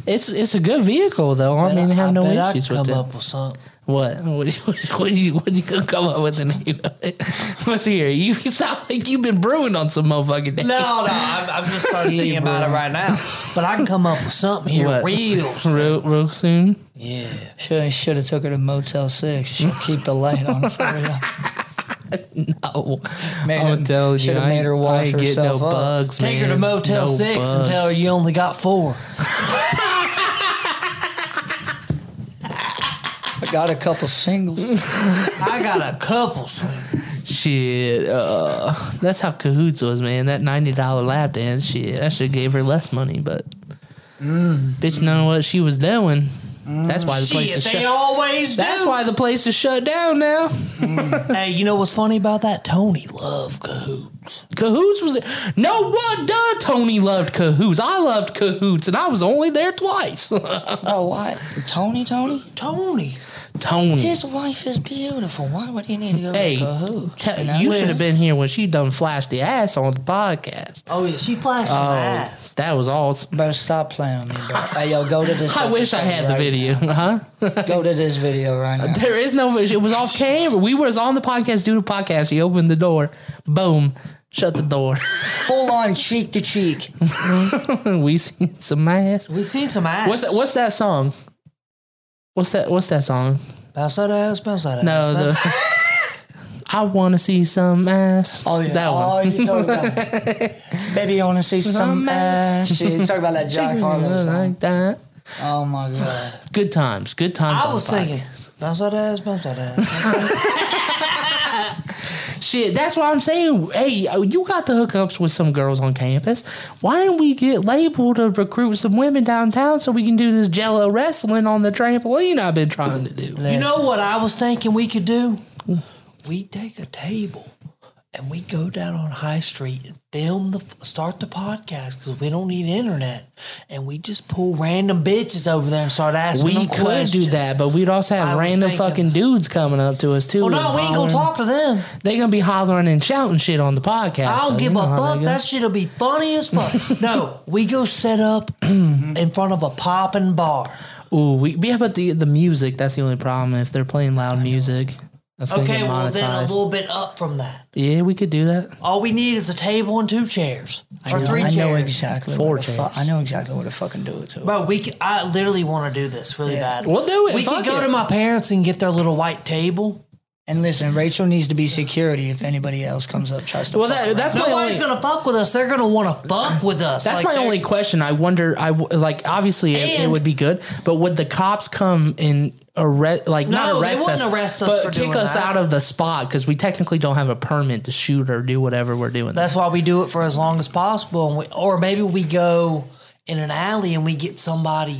S1: It's it's a good vehicle though. I mean, I have no
S2: bet I
S1: issues
S2: could
S1: with
S2: come
S1: it.
S2: up with something.
S1: What? (laughs) What do you, what do you, what do you gonna come up with a
S2: (laughs)
S1: name? of it? Let's hear. it. You (laughs) sound like you've been brewing on some motherfucking day.
S2: No, no, I'm, I'm just starting thinking about it right now. But I can come up with something here
S1: What?
S2: real.
S1: (laughs)
S2: soon.
S1: Real, real soon.
S2: Yeah.
S3: Should should have took her to Motel Six. She'll keep the light
S1: (laughs)
S3: on for you.
S2: Uh,
S1: No,
S3: Man,
S2: oh,
S1: I'm telling you,
S3: should've
S1: I
S3: made
S1: ain't,
S3: her
S1: I
S3: wash
S1: ain't get no
S3: herself up.
S1: bugs,
S2: Take her to
S1: man.
S2: Motel
S1: No
S2: 6 and
S1: bugs.
S2: tell her you only got four.
S3: I got a couple singles.
S2: I got a couple. son.
S1: Shit, uh, that's how cahoots was, man. That ninety dollar lap dance, shit, that should gave her less money, but bitch, knowing what she was doing, that's why the place
S2: Mm. Shit,
S1: is
S2: they
S1: shut.
S2: always
S1: that's
S2: do.
S1: why the place is shut down now.
S2: Hey, you know what's funny about that? Tony loved cahoots.
S1: Cahoots was no wonder Tony loved Cahoots. I loved Cahoots, and I was only there twice. (laughs)
S3: oh, what? Tony, Tony?
S2: Tony.
S1: Tony,
S3: His wife is beautiful. Why would he need to go
S1: hey,
S3: to Kahoot?
S1: te-
S3: know?
S1: you should have been here when she done flashed the ass on the podcast.
S2: Oh yeah, she flashed some ass.
S1: That was awesome.
S3: Bro, stop playing with me, bro. Hey, yo, go to
S1: (laughs)
S3: this.
S1: I wish I
S3: episode
S1: had the Uh,
S3: right
S1: video, (laughs) huh?
S3: now. Go to this video right now.
S1: There is no video. It was off camera. We was on the podcast doing a podcast. He opened the door. Boom. Shut the door. (laughs)
S3: Full on cheek to cheek.
S1: we seen some ass.
S2: We seen some ass.
S1: What's that what's that song? What's that what's that song?
S2: Bounce that ass, bounce that ass.
S1: No,
S2: bounce-
S1: the (laughs) I wanna see some ass.
S3: Oh yeah.
S1: That
S3: Oh,
S1: one.
S3: you talking about?
S1: (laughs)
S3: Baby, you wanna see some ass? Shit, talk about that Jack Harlow song.
S1: like that.
S3: Oh my god.
S1: Good times. Good times.
S2: I
S1: on
S2: was
S1: the podcast.
S2: thinking, bounce that ass, bounce that ass.
S1: Shit, that's what I'm saying. Hey, uh, you got the hookups with some girls on campus. Why don't we get labeled to recruit some women downtown so we can do this jello wrestling on the trampoline I've been trying to do?
S2: you know what I was thinking we could do? We take a table and we go down on High Street and film the start the podcast because we don't need internet, and we just pull random bitches over there and start asking
S1: We
S2: them
S1: could
S2: questions.
S1: do that, but we'd also
S2: I
S1: have
S2: was
S1: random
S2: thinking-
S1: fucking dudes coming up to us too.
S2: Well, Oh, no,
S1: and
S2: we ain't gonna
S1: hollering.
S2: talk to them.
S1: They gonna be hollering and shouting shit on the podcast.
S2: I
S1: though.
S2: don't
S1: You
S2: give
S1: know
S2: a
S1: how
S2: fuck.
S1: they go.
S2: That shit'll be funny
S1: (laughs)
S2: as fuck. no, we go
S1: (clears throat)
S2: set up in front of a poppin' bar.
S1: Ooh, we yeah, but the the music. That's the only problem. If they're playing loud music, that's gonna
S2: Okay,
S1: get
S2: well
S1: monetized.
S2: then a little bit up from that.
S1: yeah, we could do that.
S2: All we need is a table and two chairs
S3: I
S2: or
S3: know,
S2: three
S3: I know
S2: chairs.
S3: exactly.
S1: Four
S3: where the fu-
S1: chairs.
S3: I know exactly where to fucking do it to.
S2: Bro, we c I I literally want to do this really bad.
S1: We'll do it.
S2: We
S1: Fuck
S2: could go
S1: it.
S2: to my parents and get their little white table.
S3: And listen, Rachel needs to be security if anybody else comes up tries to.
S1: Well,
S3: fuck
S1: that, that's my only.
S2: Nobody's gonna fuck with us. They're gonna want to fuck with us.
S1: That's
S2: Like,
S1: my
S2: they're-
S1: only question. I wonder. I w- like obviously it, it
S2: And-
S1: would be good, but would the cops come and arrest? Like
S2: No,
S1: not
S2: they
S1: arrest
S2: wouldn't
S1: us,
S2: arrest us
S1: but
S2: for
S1: kick
S2: doing
S1: us
S2: that.
S1: out of the spot because we technically don't have a permit to shoot or do whatever we're doing.
S2: That's why we do it for as long as possible. And we, or maybe we go in an alley and we get somebody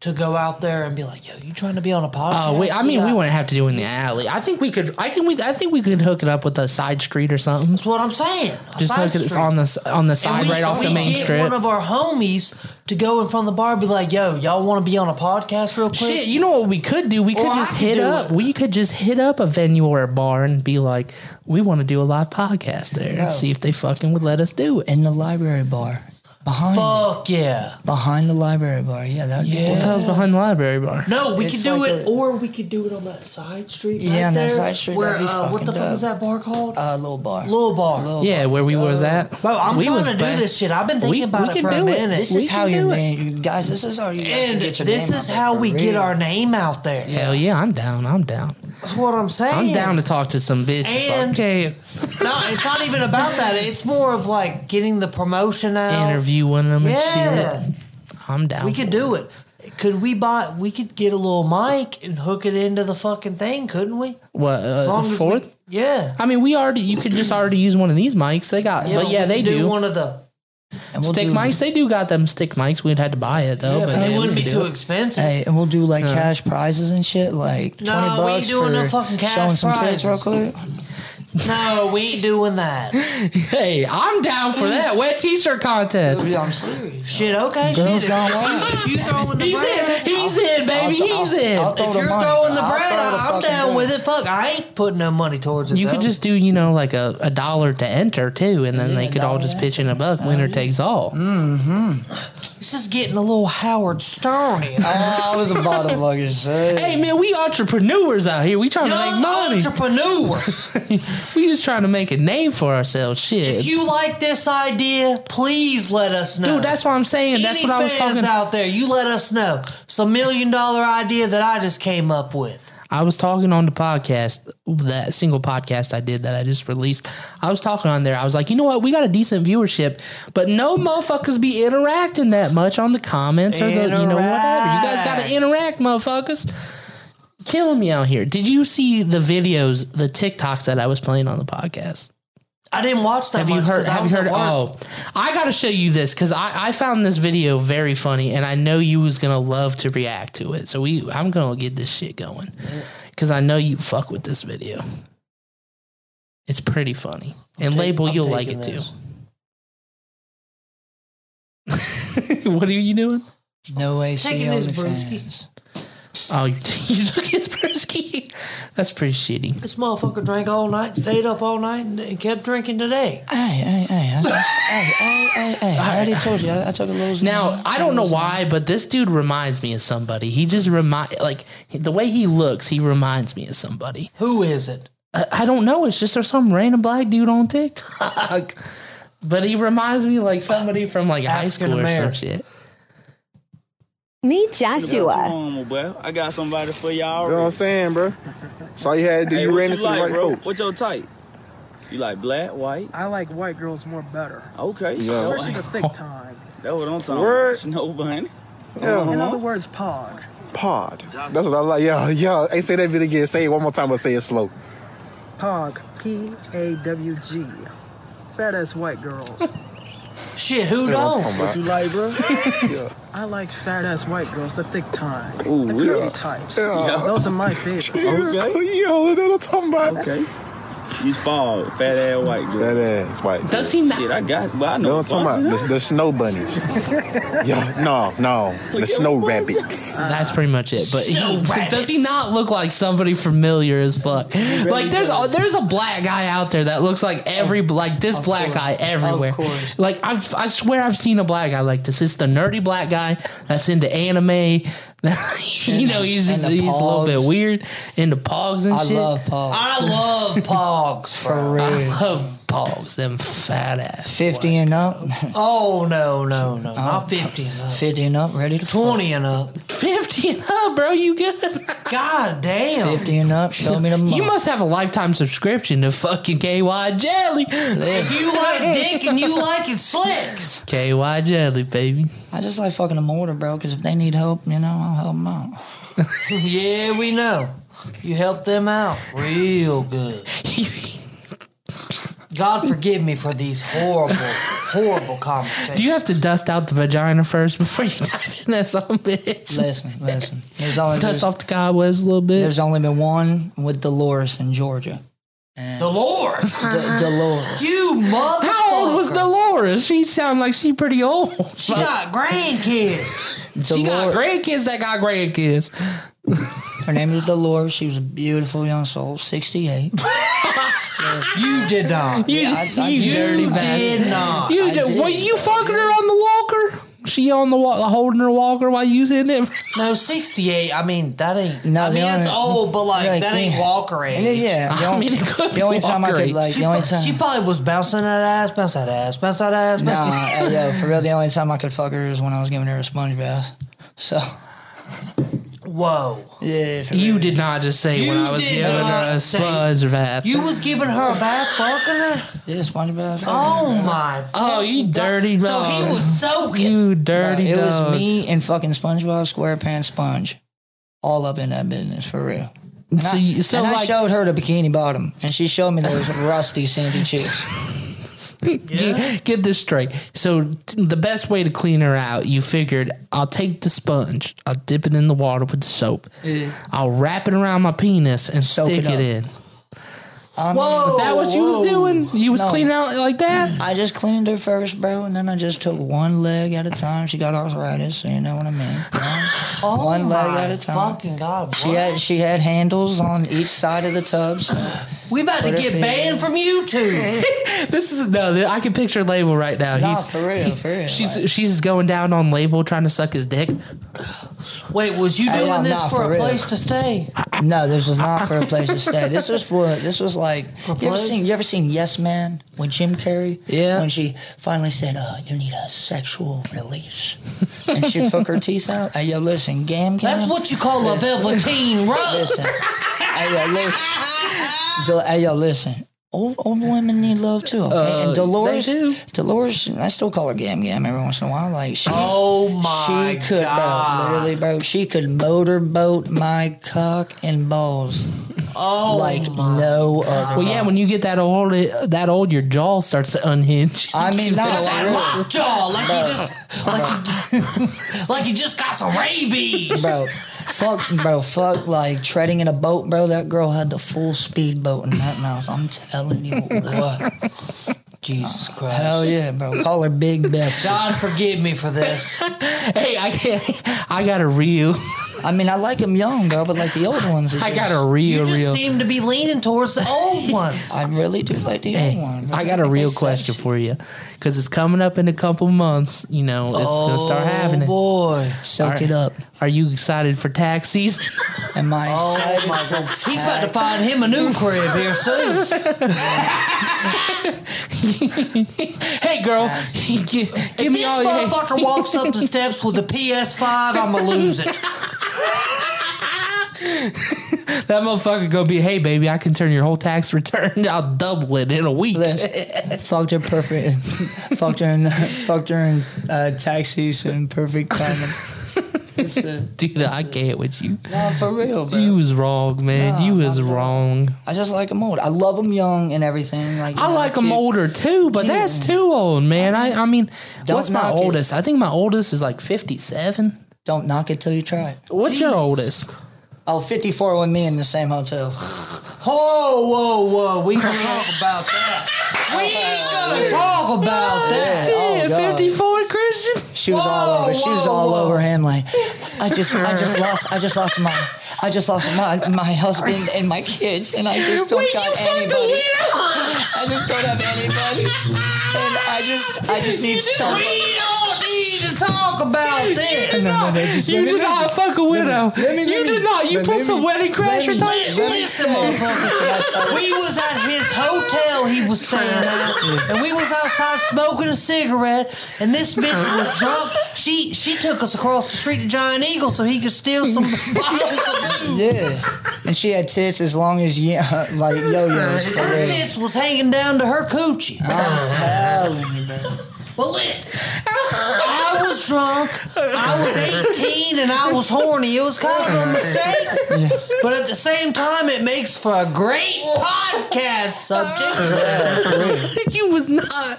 S2: to go out there and be like, "Yo, you trying to be on a podcast?"
S1: Uh, we, I mean, we
S2: got-
S1: wouldn't have to do it in the alley. I think we could. I can. We. I think we could hook it up with a side street or something.
S2: That's what I'm saying. A
S1: Just
S2: side
S1: hook it
S2: street.
S1: on the s- on the
S2: And
S1: side
S2: we-
S1: right off
S2: we
S1: the main
S2: get
S1: strip.
S2: One of our homies to go in front of the bar, and be like, "Yo, y'all want to be on a podcast real quick?"
S1: Shit, you know what we could do? We could
S2: Or I
S1: just
S2: could
S1: hit
S2: do
S1: up.
S2: it.
S1: We could just hit up a venue or a bar and be like, "We want to do a live podcast there and see if they fucking would let us do it."
S3: in the library bar behind
S2: Fuck yeah!
S3: behind the library bar. Yeah, that would be
S1: What the hell's behind the library bar?
S2: No, we
S3: It's
S2: could do
S3: like
S2: it,
S3: a-
S2: or we could do it on that side street.
S3: Yeah,
S2: right
S3: on that
S2: there,
S3: side street,
S2: Where
S3: that'd be
S2: uh, what
S3: fucking
S2: the fuck
S3: dope.
S2: is that bar called?
S3: a little bar.
S2: Little bar.
S3: Little
S1: Yeah, where we was at.
S2: Bro, I'm
S1: we
S2: trying
S1: was
S2: to do
S1: back-
S2: this shit. I've been thinking
S1: We-
S2: about
S1: we
S2: it
S1: can
S2: for a
S1: do it.
S2: minute.
S3: This
S1: We
S3: is how
S1: can
S3: your
S1: do it.
S3: name, you guys. This is how you guys should
S2: And
S3: get your
S2: this
S3: name
S2: is
S3: out there
S2: how
S3: for
S2: we get
S3: real.
S2: our name out there.
S1: Hell yeah, I'm down. I'm down.
S2: That's what I'm saying.
S1: I'm down to talk to some bitches.
S2: And-
S1: okay,
S2: (laughs) No, it's not even about that. It's more of like getting the promotion out.
S1: interviewing them
S2: Yeah,
S1: and shit. I'm down.
S2: we could do it. Could we buy? We could get a little mic and hook it into the fucking thing, couldn't we?
S1: what
S2: As
S1: uh,
S2: long as
S1: fourth.
S2: we, yeah.
S1: I mean, we already. You could just already use one of these mics. They got, but yeah,
S2: we
S1: they
S2: could
S1: do.
S2: one of the.
S3: And And we'll
S1: stick
S3: do-
S1: mics, they do got them stick mics. We'd had to buy it though. but
S2: It
S1: yeah, we
S2: wouldn't
S1: could
S2: be
S1: do
S2: too
S1: it.
S2: expensive.
S3: Hey, and we'll do like cash prizes and shit, like twenty
S2: No, we ain't
S3: bucks
S2: doing
S3: for
S2: no fucking cash
S3: showing some tits real
S2: prizes.
S3: quick.
S2: No, we ain't doing that.
S1: (laughs) Hey, I'm down for that wet T-shirt contest.
S3: Yeah, I'm (laughs) serious.
S2: Shit, okay.
S3: Girls
S2: shit.
S3: gone wild.
S2: If you throwing the
S1: He's in,
S2: bread,
S1: he's in, baby,
S3: I'll-
S1: he's
S3: I'll-
S1: in.
S3: I'll throw
S2: if
S3: the
S2: you're
S3: money.
S2: throwing the
S3: I'll
S2: bread,
S3: throw the
S2: I'm
S3: fucking
S2: down
S3: bread.
S2: with it. Fuck, I ain't putting no money towards it.
S1: you could
S2: though.
S1: just do, you know, like a, a dollar to enter too, and then they could all just pitch in a buck. Winner
S3: Mm.
S1: takes all.
S2: This is getting a little Howard Stern here.
S3: Ah, I was about to fucking say.
S1: Hey man, we entrepreneurs out here. We trying to
S2: Young
S1: make money.
S3: (laughs)
S2: entrepreneurs.
S1: we just trying to make a name for ourselves. Shit,
S2: if you like this idea, please let us know.
S1: dude. That's what I'm saying.
S2: Any
S1: that's what I was
S2: fans
S1: talking.
S2: out there, you let us know. It's a million dollar idea that I just came up with.
S1: I was talking on the podcast, that single podcast I did that I just released. I was talking on there. I was like, you know what? We got a decent viewership, but no motherfuckers be interacting that much on the comments or the, you know, whatever. You guys got to interact, motherfuckers. Killing me out here. Did you see the videos, the TikToks that I was playing on the podcast?
S2: I didn't watch that
S1: Have
S2: much
S1: you heard?
S2: 'cause I
S1: Have you
S2: was at
S1: heard?
S2: work.
S1: Oh, I got to show you this because I, I found this video very funny, and I know you was gonna love to react to it. So we, I'm gonna get this shit going because I know you fuck with this video. It's pretty funny, and label
S2: I'm
S1: you'll like it
S2: taking this.
S1: too. (laughs) what are you doing?
S3: No way. she
S2: Taking his
S3: owned the
S2: brewski.
S3: fans.
S1: Oh, (laughs) you took his (laughs) brisket. That's pretty shitty.
S2: This motherfucker drank all night, stayed up all night, and- and kept drinking today.
S3: Hey, hey, hey,
S1: (laughs)
S3: I just- hey, hey, hey, hey, I already told you. I, I took a little.
S1: Now I don't know why, but this dude reminds me of somebody. He just remind like the way he looks. He reminds me of somebody.
S2: Who is it?
S1: I- I don't know. It's just there's some random black dude on TikTok. (laughs) But he reminds me like somebody from like high school or some
S2: African-American.
S1: shit.
S6: Meet Joshua.
S7: Normal, bro. I got somebody for y'all.
S8: You know what I'm saying, bro? That's all you had to do.
S7: Hey,
S8: you
S7: what
S8: ran into
S7: like,
S8: the right
S7: bro?
S8: folks.
S7: What your type? You like black, white?
S9: I like white girls more better.
S7: Okay.
S8: Yeah.
S9: Especially the thick time.
S7: That what I'm talking
S8: Word.
S7: about. Snow bunny.
S8: Yeah,
S9: In other words, pod.
S8: pod. That's what I like. Yeah, yeah. Hey, say that bit again. Say it one more time, but say it slow.
S7: (laughs)
S9: Pog. P A W G. Fat ass white girls.
S2: Shit, who don't?
S7: What you
S8: (laughs)
S7: like, bro?
S9: I like fat ass white girls, the thick time.
S7: Ooh,
S9: the
S7: yeah.
S9: curvy types.
S8: Yeah.
S9: Those are my favorite.
S8: (laughs)
S7: Okay.
S8: Yo, you know what I'm talking about.
S7: Okay. You fall, fat ass white girl.
S8: That ass white. You
S1: Does he not?
S7: Shit, I got. Well, I
S8: know
S7: know.
S8: what I'm talking about? The, the snow
S7: (laughs)
S8: bunnies. yeah, no, no. The snow rabbits.
S1: That's pretty much it. (laughs) But he, does he not look like somebody familiar as fuck? like there's a, there's a black guy out there that looks like every like this black
S3: course.
S1: guy everywhere.
S3: Of course.
S1: Like I've I swear I've seen a black guy like this. It's the nerdy black guy that's into anime. (laughs) you know he's
S3: and
S1: just,
S3: the
S1: he's a little
S3: pogs.
S1: bit weird into pogs and
S3: I
S1: shit.
S3: love Paul.
S2: I love Pogs.
S3: For
S1: I
S3: real.
S1: love pogs. Them fat ass.
S3: Fifty and up. (laughs)
S2: Oh no, no, no, not fifty and up.
S3: Fifty and up. Ready to fuck.
S2: Twenty and up.
S1: 50 and up, bro. You good?
S2: God damn.
S3: Fifty and up. Show me the money.
S1: You must have a lifetime subscription to fucking KY Jelly.
S2: If you like dick and you like it slick,
S1: KY Jelly, baby. (laughs)
S3: I just like fucking them older, bro. Because if they need help, you know, I'll help them out.
S2: yeah, we know. You help them out real good. God forgive me for these horrible, horrible conversations.
S1: Do you have to dust out the vagina first before you (laughs) dive in that some bitch?
S3: Listen, listen. There's only
S1: Dust
S3: there's,
S1: off the cobwebs a little bit.
S3: there's only been one with Dolores in Georgia.
S2: Dolores,
S3: D-
S1: Ah,
S3: Dolores.
S2: you mother.
S1: How old was Dolores? She sounded like she pretty
S3: (laughs)
S1: old.
S2: She got grandkids.
S1: She got
S3: Dolores-
S1: grandkids that got grandkids.
S3: Her name is Dolores. She was a beautiful young
S1: (laughs)
S3: soul, 68.
S2: You did not.
S1: You,
S3: I- I
S1: you
S3: did.
S1: (laughs) dirty
S3: You
S1: bastard.
S2: Did not.
S1: You
S3: I
S1: just,
S3: did.
S1: were you fucking her on the walker? She on the wa- holding her walker while you was in it. (laughs)
S2: No, sixty-eight. I mean, that ain't.
S3: No,
S2: I mean,
S3: the only-
S2: that's old, but like
S3: Like,
S2: that ain't
S3: yeah.
S2: Walker
S3: And then,
S2: age.
S3: yeah, the
S1: I
S3: only,
S1: mean, it could be
S3: the only time I
S1: Walker (laughs)
S3: could
S1: age.
S3: like the only
S2: She
S3: time.
S2: probably was bouncing that ass, bounce that ass, bounce that ass, bounce
S3: Nah, hey, yo, for real, the only time I could fuck her is when I was giving her a sponge bath. So
S2: Whoa.
S3: yeah, for
S1: You
S3: real.
S1: did not just say when
S2: You
S1: I was
S2: did
S1: giving her
S2: not
S1: a
S2: say-
S1: sponge bath.
S2: You was giving her a bath fucking her?
S3: did a sponge bath. fuck her,
S2: Oh
S3: bro.
S2: my.
S1: oh, you dirty
S2: So
S1: dog.
S2: he was soaking.
S1: you dirty
S3: It
S1: dog.
S3: was me and fucking SpongeBob SquarePants sponge, all up in that business for real. And,
S1: So
S3: I,
S1: you- so
S3: and I
S1: like- (laughs)
S3: showed her the bikini bottom, and she showed me those rusty sandy cheeks.
S1: ass. get, get this straight. So t- the best way to clean her out, you figured I'll take the sponge, I'll dip it in the water with the soap, I'll wrap it around my penis and
S3: Soak
S1: stick
S3: it
S1: it, in.
S3: up. I mean,
S1: Is that what you was doing? You was
S3: No. Mm.
S1: cleaning out like that?
S3: I just cleaned her first, bro, and then I just took one leg at a time. She got arthritis, so you know what I mean.
S1: (laughs)
S2: Oh
S3: One leg
S2: my
S3: at a time.
S2: Fucking god!
S3: She had she had handles on each side of the tub. So
S2: we about to
S3: What if
S2: get
S3: he-
S2: banned
S3: (laughs)
S2: from YouTube.
S1: This is no. th- I can picture label right now.
S3: Nah,
S1: He's
S3: for real,
S1: he-
S3: for real,
S1: She's
S3: like-
S1: she's going down on label trying to suck his dick.
S2: Wait, was you
S3: Hey,
S2: doing
S3: nah,
S2: this
S3: nah,
S2: for,
S3: for
S2: a
S3: real.
S2: place to stay?
S3: no, this was not for a place to stay. This was for this was like you ever
S2: play?
S3: seen you ever seen Yes Man with Jim Carrey?
S1: Yeah.
S3: When she finally said, "Uh, you need a sexual release," and she took her teeth out. Hey, yo, listen, gam cam.
S2: That's what you call a
S3: (laughs)
S2: velveteen rug.
S3: Listen, hey, yo, listen. Del- hey, yo, listen. Old, old women need love too, okay?
S1: Uh,
S3: and Dolores,
S1: they do.
S3: Dolores, I still call her Gam Gam every once in a while. Like she,
S2: Oh my
S3: she could,
S2: god!
S3: bro, literally, bro, she could motorboat my cock and balls
S2: oh,
S3: like no other.
S1: Well, yeah, when you get that old, it- that old, your jaw starts to unhinge.
S3: I mean, not
S2: that
S3: really,
S2: lockjaw, like you just,
S3: (laughs)
S2: like you, like you just got some rabies.
S3: bro. Fuck, bro, fuck, like treading in a boat, bro. That girl had the full speed boat in that mouth. I'm telling
S1: (laughs)
S3: you what.
S2: Jesus Christ!
S3: Hell yeah, bro. Call her Big Betsy.
S2: God forgive me
S3: (laughs)
S2: for this.
S1: hey, (laughs) I can't. I got a real.
S3: I mean, I like them young, bro, but like the old ones. is
S1: I
S3: just-
S1: got a real,
S2: You just
S1: real.
S2: seem to be leaning towards the
S3: (laughs)
S2: old ones.
S3: I really do like the
S1: Hey,
S3: old ones. bro.
S1: I got a
S3: think
S1: real
S3: they
S1: question
S3: sexy.
S1: for you, because it's coming up in a couple months. You know, it's gonna
S3: Oh,
S1: start happening.
S2: Oh, boy.
S3: Soak
S1: Alright.
S3: it up.
S1: Are you excited for tax season? (laughs)
S3: Am I
S2: Oh
S3: excited?
S2: my god. He's about
S3: (laughs)
S2: to find him a new crib here soon.
S1: hey, girl, (laughs) give, give me
S2: This
S1: all your.
S2: motherfucker walks up (laughs) the steps with a PS5, I'ma lose it.
S1: That motherfucker gonna be, hey baby, I can turn your whole tax return. (laughs) I'll double it in a week.
S3: Listen, fucked her perfect. (laughs) fucked her (laughs) in. Fucked her in uh, taxis
S1: (laughs)
S3: and perfect timing. It's uh,
S1: (laughs) Dude, I can't with you.
S3: no, for real, bro.
S1: You was wrong, man. you was wrong.
S3: I just like them old. I love them young and everything. Like you
S1: I
S3: know,
S1: like them
S3: cute.
S1: older too, but
S3: cute.
S1: that's too old, man. I, I mean,
S3: Don't
S1: what's my
S3: knock it.
S1: oldest? I think my oldest is like 57.
S3: Don't knock it till you try it.
S1: What's your oldest?
S3: Oh, 54 with me in the same hotel.
S2: Whoa, whoa, whoa. We can talk about that. We ain't gonna talk about that.
S3: oh,
S1: Shit,
S3: God.
S1: 54 Christian?
S3: She was all
S2: Whoa,
S3: over. She was
S2: whoa,
S3: all
S2: whoa.
S3: over him. Like, I just, I just
S1: (laughs)
S3: lost, I just lost my, I just lost my, my husband and my kids, and I just don't
S1: Wait, you
S3: got
S1: fucked the
S3: anybody.
S1: widow!
S3: I just don't have anybody, and I just, I just need someone.
S2: We don't need to talk about this.
S3: No, no, no, just
S1: You
S3: let me
S1: did not fuck a widow.
S3: let me-
S1: You
S3: let me-
S1: did not. You
S3: let
S1: put
S3: me-
S1: some wedding
S3: let
S1: crasher
S3: me-
S1: type
S3: let me
S1: shit.
S2: Listen, motherfucker. We was at his hotel he was staying at, and we was outside smoking a cigarette, and this bitch was drunk. She she took us across the street to Giant Eagle so he could steal some (laughs) bottles of booze.
S3: Yeah, and she had tits as long as yeah, (laughs) like yo-yos for
S2: Her
S3: real.
S2: tits was hanging down to her coochie.
S3: I'm telling you, bro.
S2: Well, listen, I was drunk. I was 18 and I was horny. It was kind of a mistake. But at the same time, it makes for a great podcast subject. (laughs)
S1: you was not. oh,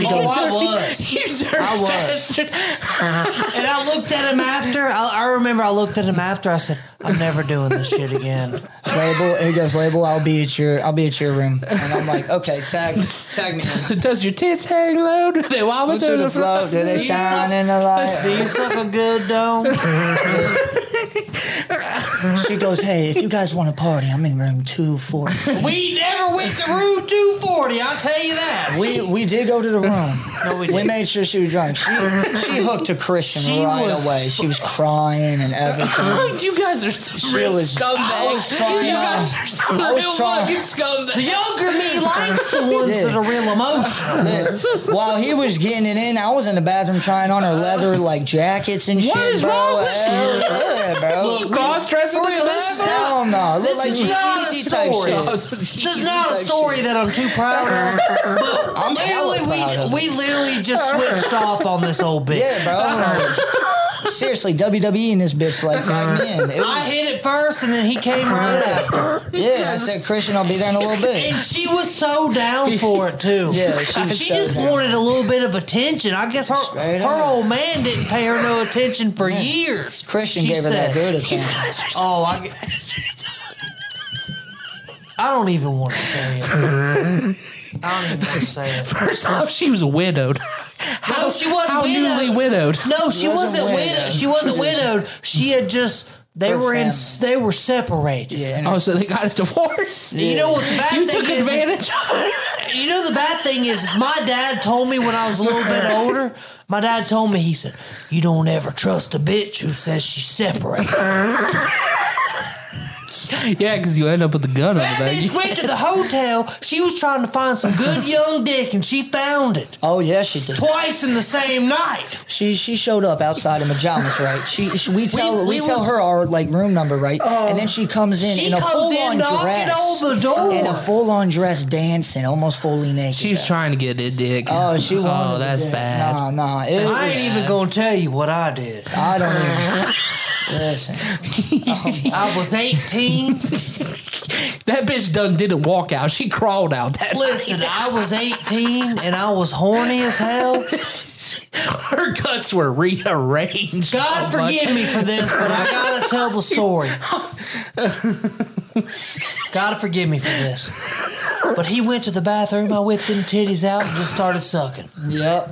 S1: you
S2: Oh, I
S1: dirty-
S2: was.
S1: You dirty
S2: I (laughs) was.
S1: bastard.
S2: And I looked at him after. I, I remember I looked at him after. I said, I'm never doing this shit again.
S3: Label, he goes, label. I'll be at your, I'll be at your room, and I'm like, okay, tag, tag me.
S1: (laughs)
S3: in.
S1: Does your tits hang low? (laughs) Do they wobble
S3: To the flow, do they shine in the light?
S2: Do you suck a good dome?
S3: She goes, "Hey, if you guys want a party, I'm in room 240."
S2: We never went to room 240, I'll tell you that.
S3: We we did go to the room. we, made sure she was drunk. She she hooked a Christian
S2: She
S3: right
S2: was-
S3: away. She was crying and everything.
S1: (laughs) You guys are some
S3: She
S1: real
S3: was-
S1: scumbags.
S3: I was trying
S1: you
S3: not-
S1: guys are some
S3: I
S1: real
S3: was trying-
S1: fucking scumbags.
S2: The younger me likes the ones that are real emotional.
S3: While he was getting it in, I was in the bathroom trying on her leather like jackets and shit.
S1: is
S3: bro.
S1: wrong with
S3: Hell yeah, bro.
S1: You cross-dressing
S3: for
S1: with
S3: real,
S1: leather? Oh,
S3: Hell no. It looked like
S2: is not
S3: GCC
S2: a
S3: type
S2: story.
S3: shit.
S1: This
S2: This is not a story that I'm too proud of.
S3: (laughs)
S2: But
S3: I'm hella proud of
S2: literally, we, we literally just switched off on this old bitch. (laughs)
S3: Yeah, bro. Seriously, WWE in this E bitch like tagged me in. It
S2: I
S3: was,
S2: hit it first, and then he came right after.
S3: Yeah, I said Christian, I'll be there in a little
S2: And (laughs)
S3: bit.
S2: she was so down for it too.
S3: (laughs) Yeah, she was
S2: she
S3: so
S2: just
S3: down.
S2: wanted a little bit of attention. I guess her
S3: Straight
S2: her
S3: up.
S2: old man didn't pay her no attention for years.
S3: Christian
S2: She
S3: gave her that
S2: said-
S3: good
S2: (laughs)
S3: attention.
S2: Oh, I, get- I don't even want to
S3: (laughs)
S2: say it. I don't even want to say it.
S1: First off, she was widowed.
S2: No, she wasn't
S1: How
S2: widowed.
S1: newly widowed?
S2: No, she
S3: wasn't
S2: wasn't
S3: widowed.
S2: widowed. She
S3: (laughs)
S2: wasn't widowed. She had just they
S3: Her
S2: were in
S3: family.
S2: they were separated.
S3: Yeah, and
S1: Oh, so they got a divorce.
S2: You know what the bad
S1: You
S2: thing
S1: took
S2: is, is-
S1: advantage of her.
S2: You know the bad thing is, is my dad told me when I was a
S3: (laughs)
S2: little bit older. My dad told me he said, "You don't ever trust a bitch who says she's
S3: (laughs)
S2: separated."
S1: (laughs) Yeah, because you end up with a gun on the
S2: that bitch
S1: back.
S2: went to the hotel. She was trying to find some good young dick, and she found it
S3: oh yeah, she did.
S2: twice in the same night.
S3: She she showed up outside in pajamas, right? She, she we tell we,
S1: we
S3: tell
S1: was-
S3: her our like room number, right? and then she comes in
S2: She
S3: in a
S2: comes
S3: full
S2: in
S3: on
S2: knocking
S3: dress,
S2: on the door.
S3: in a full on dress, dancing, almost fully naked.
S1: She was
S3: though.
S1: trying to get a dick.
S3: Oh, she wanted.
S1: Oh, that's
S3: it.
S1: bad.
S3: Nah, nah. It was,
S2: I ain't even gonna tell you what I did.
S3: I don't even. Listen,
S2: I
S3: (laughs)
S2: was eighteen.
S1: That bitch done didn't walk out. She crawled out. That
S2: Listen, I was eighteen, and I was horny
S1: (laughs)
S2: as hell.
S1: her guts were rearranged.
S2: God
S1: Oh, my-
S2: forgive me for this, but I gotta tell
S1: (laughs)
S2: the story. God forgive me for this. But he went to the bathroom, I whipped them titties out and just started sucking.
S3: yep.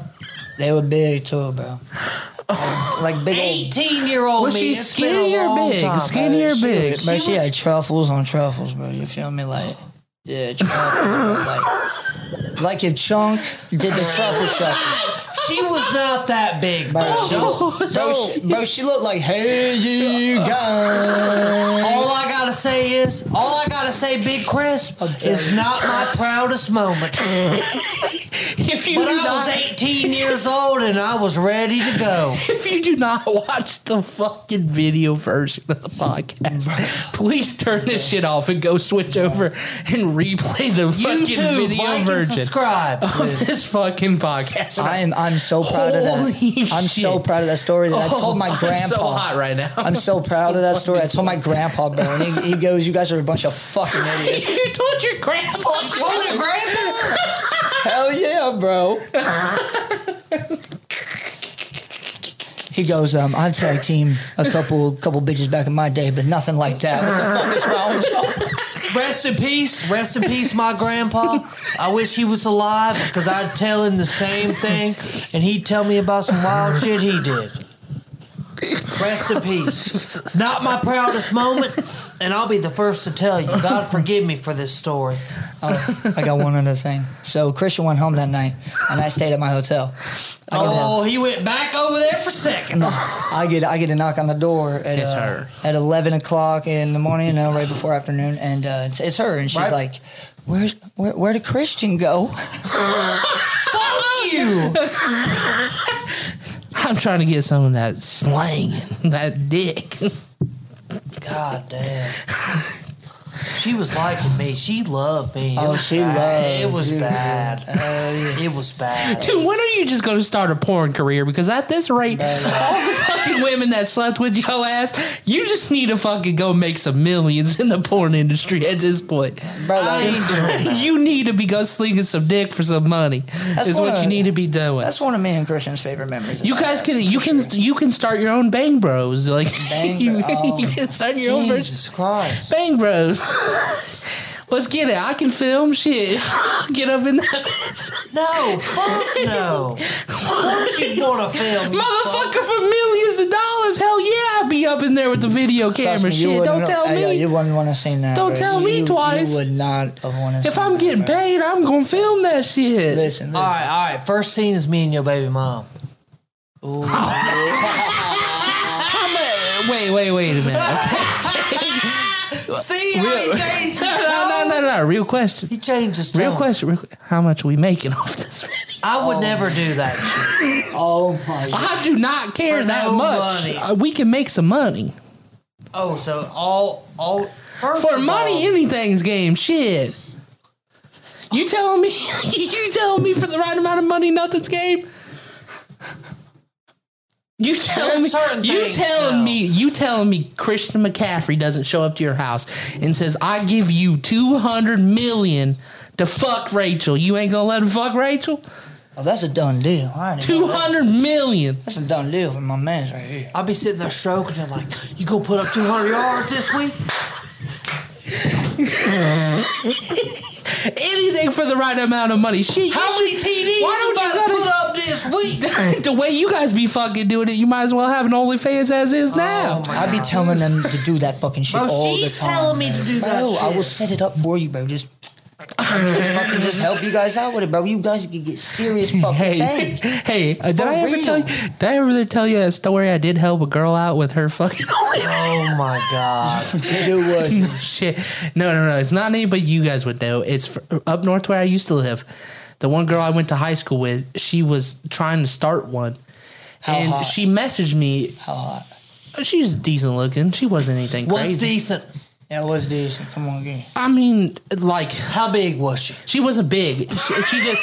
S3: They were big too, bro. Like, like big old.
S2: 18 year old
S1: Was
S2: me.
S1: she
S2: it's been a
S1: skinny or
S2: long
S1: big?
S2: time.
S1: Skinny or big?
S3: But
S2: She
S3: she
S2: was-
S3: had truffles on truffles, bro. You feel me? Like, yeah, truffles. bro. like, like if Chunk did the truffle shuffle.
S2: She was not that big,
S3: Bro,
S2: but
S3: she, was- bro, she, bro, she looked like, hey, you guys.
S2: all I gotta say is, all I gotta say, Big Crisp, is not my
S1: (laughs)
S2: proudest moment.
S1: If you
S2: But
S1: do
S2: I was
S1: not,
S2: 18 years old and I was ready to go.
S1: if you do not watch the fucking video version of the podcast, please turn this shit off and go switch over and replay the fucking
S2: YouTube,
S1: video
S2: like and
S1: version
S2: (laughs) subscribe.
S1: of this fucking podcast.
S3: I am. I'm so proud of that.
S1: Holy
S3: I'm so
S1: shit.
S3: proud of that story that I told (laughs) my grandpa.
S1: Oh, I'm so hot right now. (laughs)
S3: I'm (laughs) so proud of that story. I told my grandpa, bro, and he, he goes, "You guys are a bunch of fucking (laughs) idiots."
S1: you told your grandpa.
S3: grandpa? Hell yeah, bro. he goes, um, "I've tag team a couple couple bitches back in my day, but nothing like that." What the fuck is wrong with you?
S2: Rest in peace. Rest in peace, my grandpa. I wish he was alive because I'd tell him the same thing and he'd tell me about some wild shit he did. Rest in peace. Not my proudest moment, and I'll be the first to tell you. God forgive me for this story.
S3: (laughs) Oh, I got one other thing. So Christian went home that night, and I stayed at my hotel. I got home.
S2: Oh, he went back over there for seconds.
S3: No, I get I get a knock on the door at
S1: It's
S3: uh,
S1: her.
S3: at eleven o'clock in the morning, you know, right before afternoon, and uh, it's, it's her, and she's
S2: Right.
S3: like, "Where's where, where did Christian
S2: (laughs)
S3: go?"
S2: Fuck you.
S1: I'm trying to get some of that slang, that dick.
S2: God damn. She was liking me. She loved me. It
S3: Oh,
S2: was
S3: she
S2: bad.
S3: loved
S2: It was
S3: you.
S2: bad. Oh, It was bad.
S1: Dude, when are you just going to start a porn career? Because at this rate, all the fucking women that slept with your ass, you just need to fucking go make some millions in the porn industry at this point.
S3: Bro,
S2: I
S3: like,
S2: ain't doing that.
S1: You need to be go slinging some dick for some money.
S3: That's
S1: is what
S3: what I-
S1: you need to be doing.
S3: that's one of me and Christian's favorite memories.
S1: You guys can you can you can start your own Bang Bros. Like
S3: Bang
S1: you,
S3: Bro-
S1: (laughs)
S3: oh.
S1: you can start your own version.
S2: Jesus Christ.
S1: Bang Bros. (laughs) Let's get it. I can film shit. (laughs) get up in that
S2: No, fuck
S1: (laughs)
S2: no. Of course you'd want to film. you fuck.
S1: motherfucker for millions of dollars. Hell yeah, I'd be up in there with the video
S3: Trust
S1: camera
S3: me, you
S1: shit.
S3: wouldn't-
S1: Don't tell
S3: hey, yo,
S1: me.
S3: you wouldn't want to see that.
S1: Don't
S3: bro.
S1: tell
S3: You-
S1: me
S3: you-
S1: twice.
S3: You would not have wanted.
S1: if I'm getting paid, I'm gonna film that shit.
S3: listen, listen.
S2: All right, all right. First scene is me and your baby mom.
S1: I'm a- wait, wait, wait a minute.
S2: See, how he changed his
S1: (laughs) (laughs) no,
S2: tone.
S1: no, no, no. Real question.
S2: He changed his tone.
S1: Real question. Real, que- how much we making off this video?
S2: I would never do that shit. (laughs)
S3: Oh my. God.
S1: I do not care
S2: For
S1: that
S2: no
S1: much.
S2: money.
S1: Uh, we can make some money.
S2: Oh, so all, all. First
S1: For
S2: of
S1: money,
S2: all,
S1: anything's game. Shit. You telling me? (laughs) you telling me for the right amount of money, nothing's game? You telling me?
S2: There's certain
S1: You
S2: things,
S1: telling
S2: though.
S1: me? You telling me? Christian McCaffrey doesn't show up to your house and says, "I give you two hundred million to fuck Rachel." You ain't gonna let him fuck Rachel?
S3: Oh, that's a done deal. I ain't even
S1: Two
S3: gonna-
S1: hundred million.
S3: That's a done deal for my man's right here.
S2: I'll be sitting there stroking him like, you gonna put up 200 yards this week?
S1: Anything for the right amount of money. Shit.
S2: How
S1: you
S2: many
S1: should-
S2: TDs
S1: Why
S2: you
S1: don't you
S2: about
S1: gotta-
S2: to put up this week?
S1: (laughs) the way you guys be fucking doing it, you might as well have an OnlyFans as
S2: Oh
S1: is now.
S3: I be telling them to do that fucking shit
S2: Bro,
S3: all
S2: she's
S3: the time.
S2: telling me
S3: man.
S2: to do that
S3: Bro, I will
S2: shit.
S3: set it up for you, bro. Just, just fucking just help you guys out with it, bro. You guys can get serious fucking
S1: (laughs) Hey,
S3: hey.
S1: hey! Uh, did
S3: For
S1: I ever
S3: real.
S1: tell you? Did I ever tell you a story? I did help a girl out with her fucking (laughs)
S2: Oh my god.
S3: It was
S1: shit. No, no, no. It's not anybody you guys would know. It's fr up north where I used to live. The one girl I went to high school with, she was trying to start one.
S3: How
S1: and
S3: hot?
S1: she messaged me.
S3: how hot.
S1: She's decent looking. She wasn't anything
S2: What's
S1: crazy.
S2: decent?
S3: Yeah, it was decent. Come on, again.
S1: I mean, like
S2: How big was she?
S1: she wasn't big. She, she just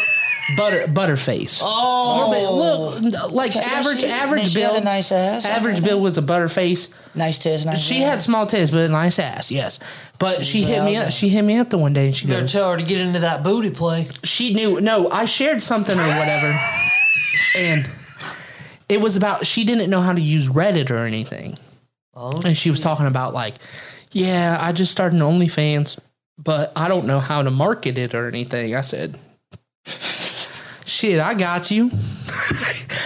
S1: butter butterface.
S3: Oh,
S1: Look, like
S3: Yeah,
S1: average
S3: she-
S1: average
S3: she
S1: build.
S3: had a nice ass.
S1: Average
S3: Okay.
S1: build with a butterface.
S3: nice test, nice.
S1: She
S3: ass.
S1: had small tits, but a nice ass. Yes, but she hit me up. She hit me up the one day, and she
S2: You better
S1: goes,
S2: tell her to get into that booty play.
S1: she knew no i shared something or whatever and it was about she didn't know how to use reddit or anything
S2: Oh,
S1: and she was talking about like yeah i just started an onlyfans but i don't know how to market it or anything i said shit i got you (laughs)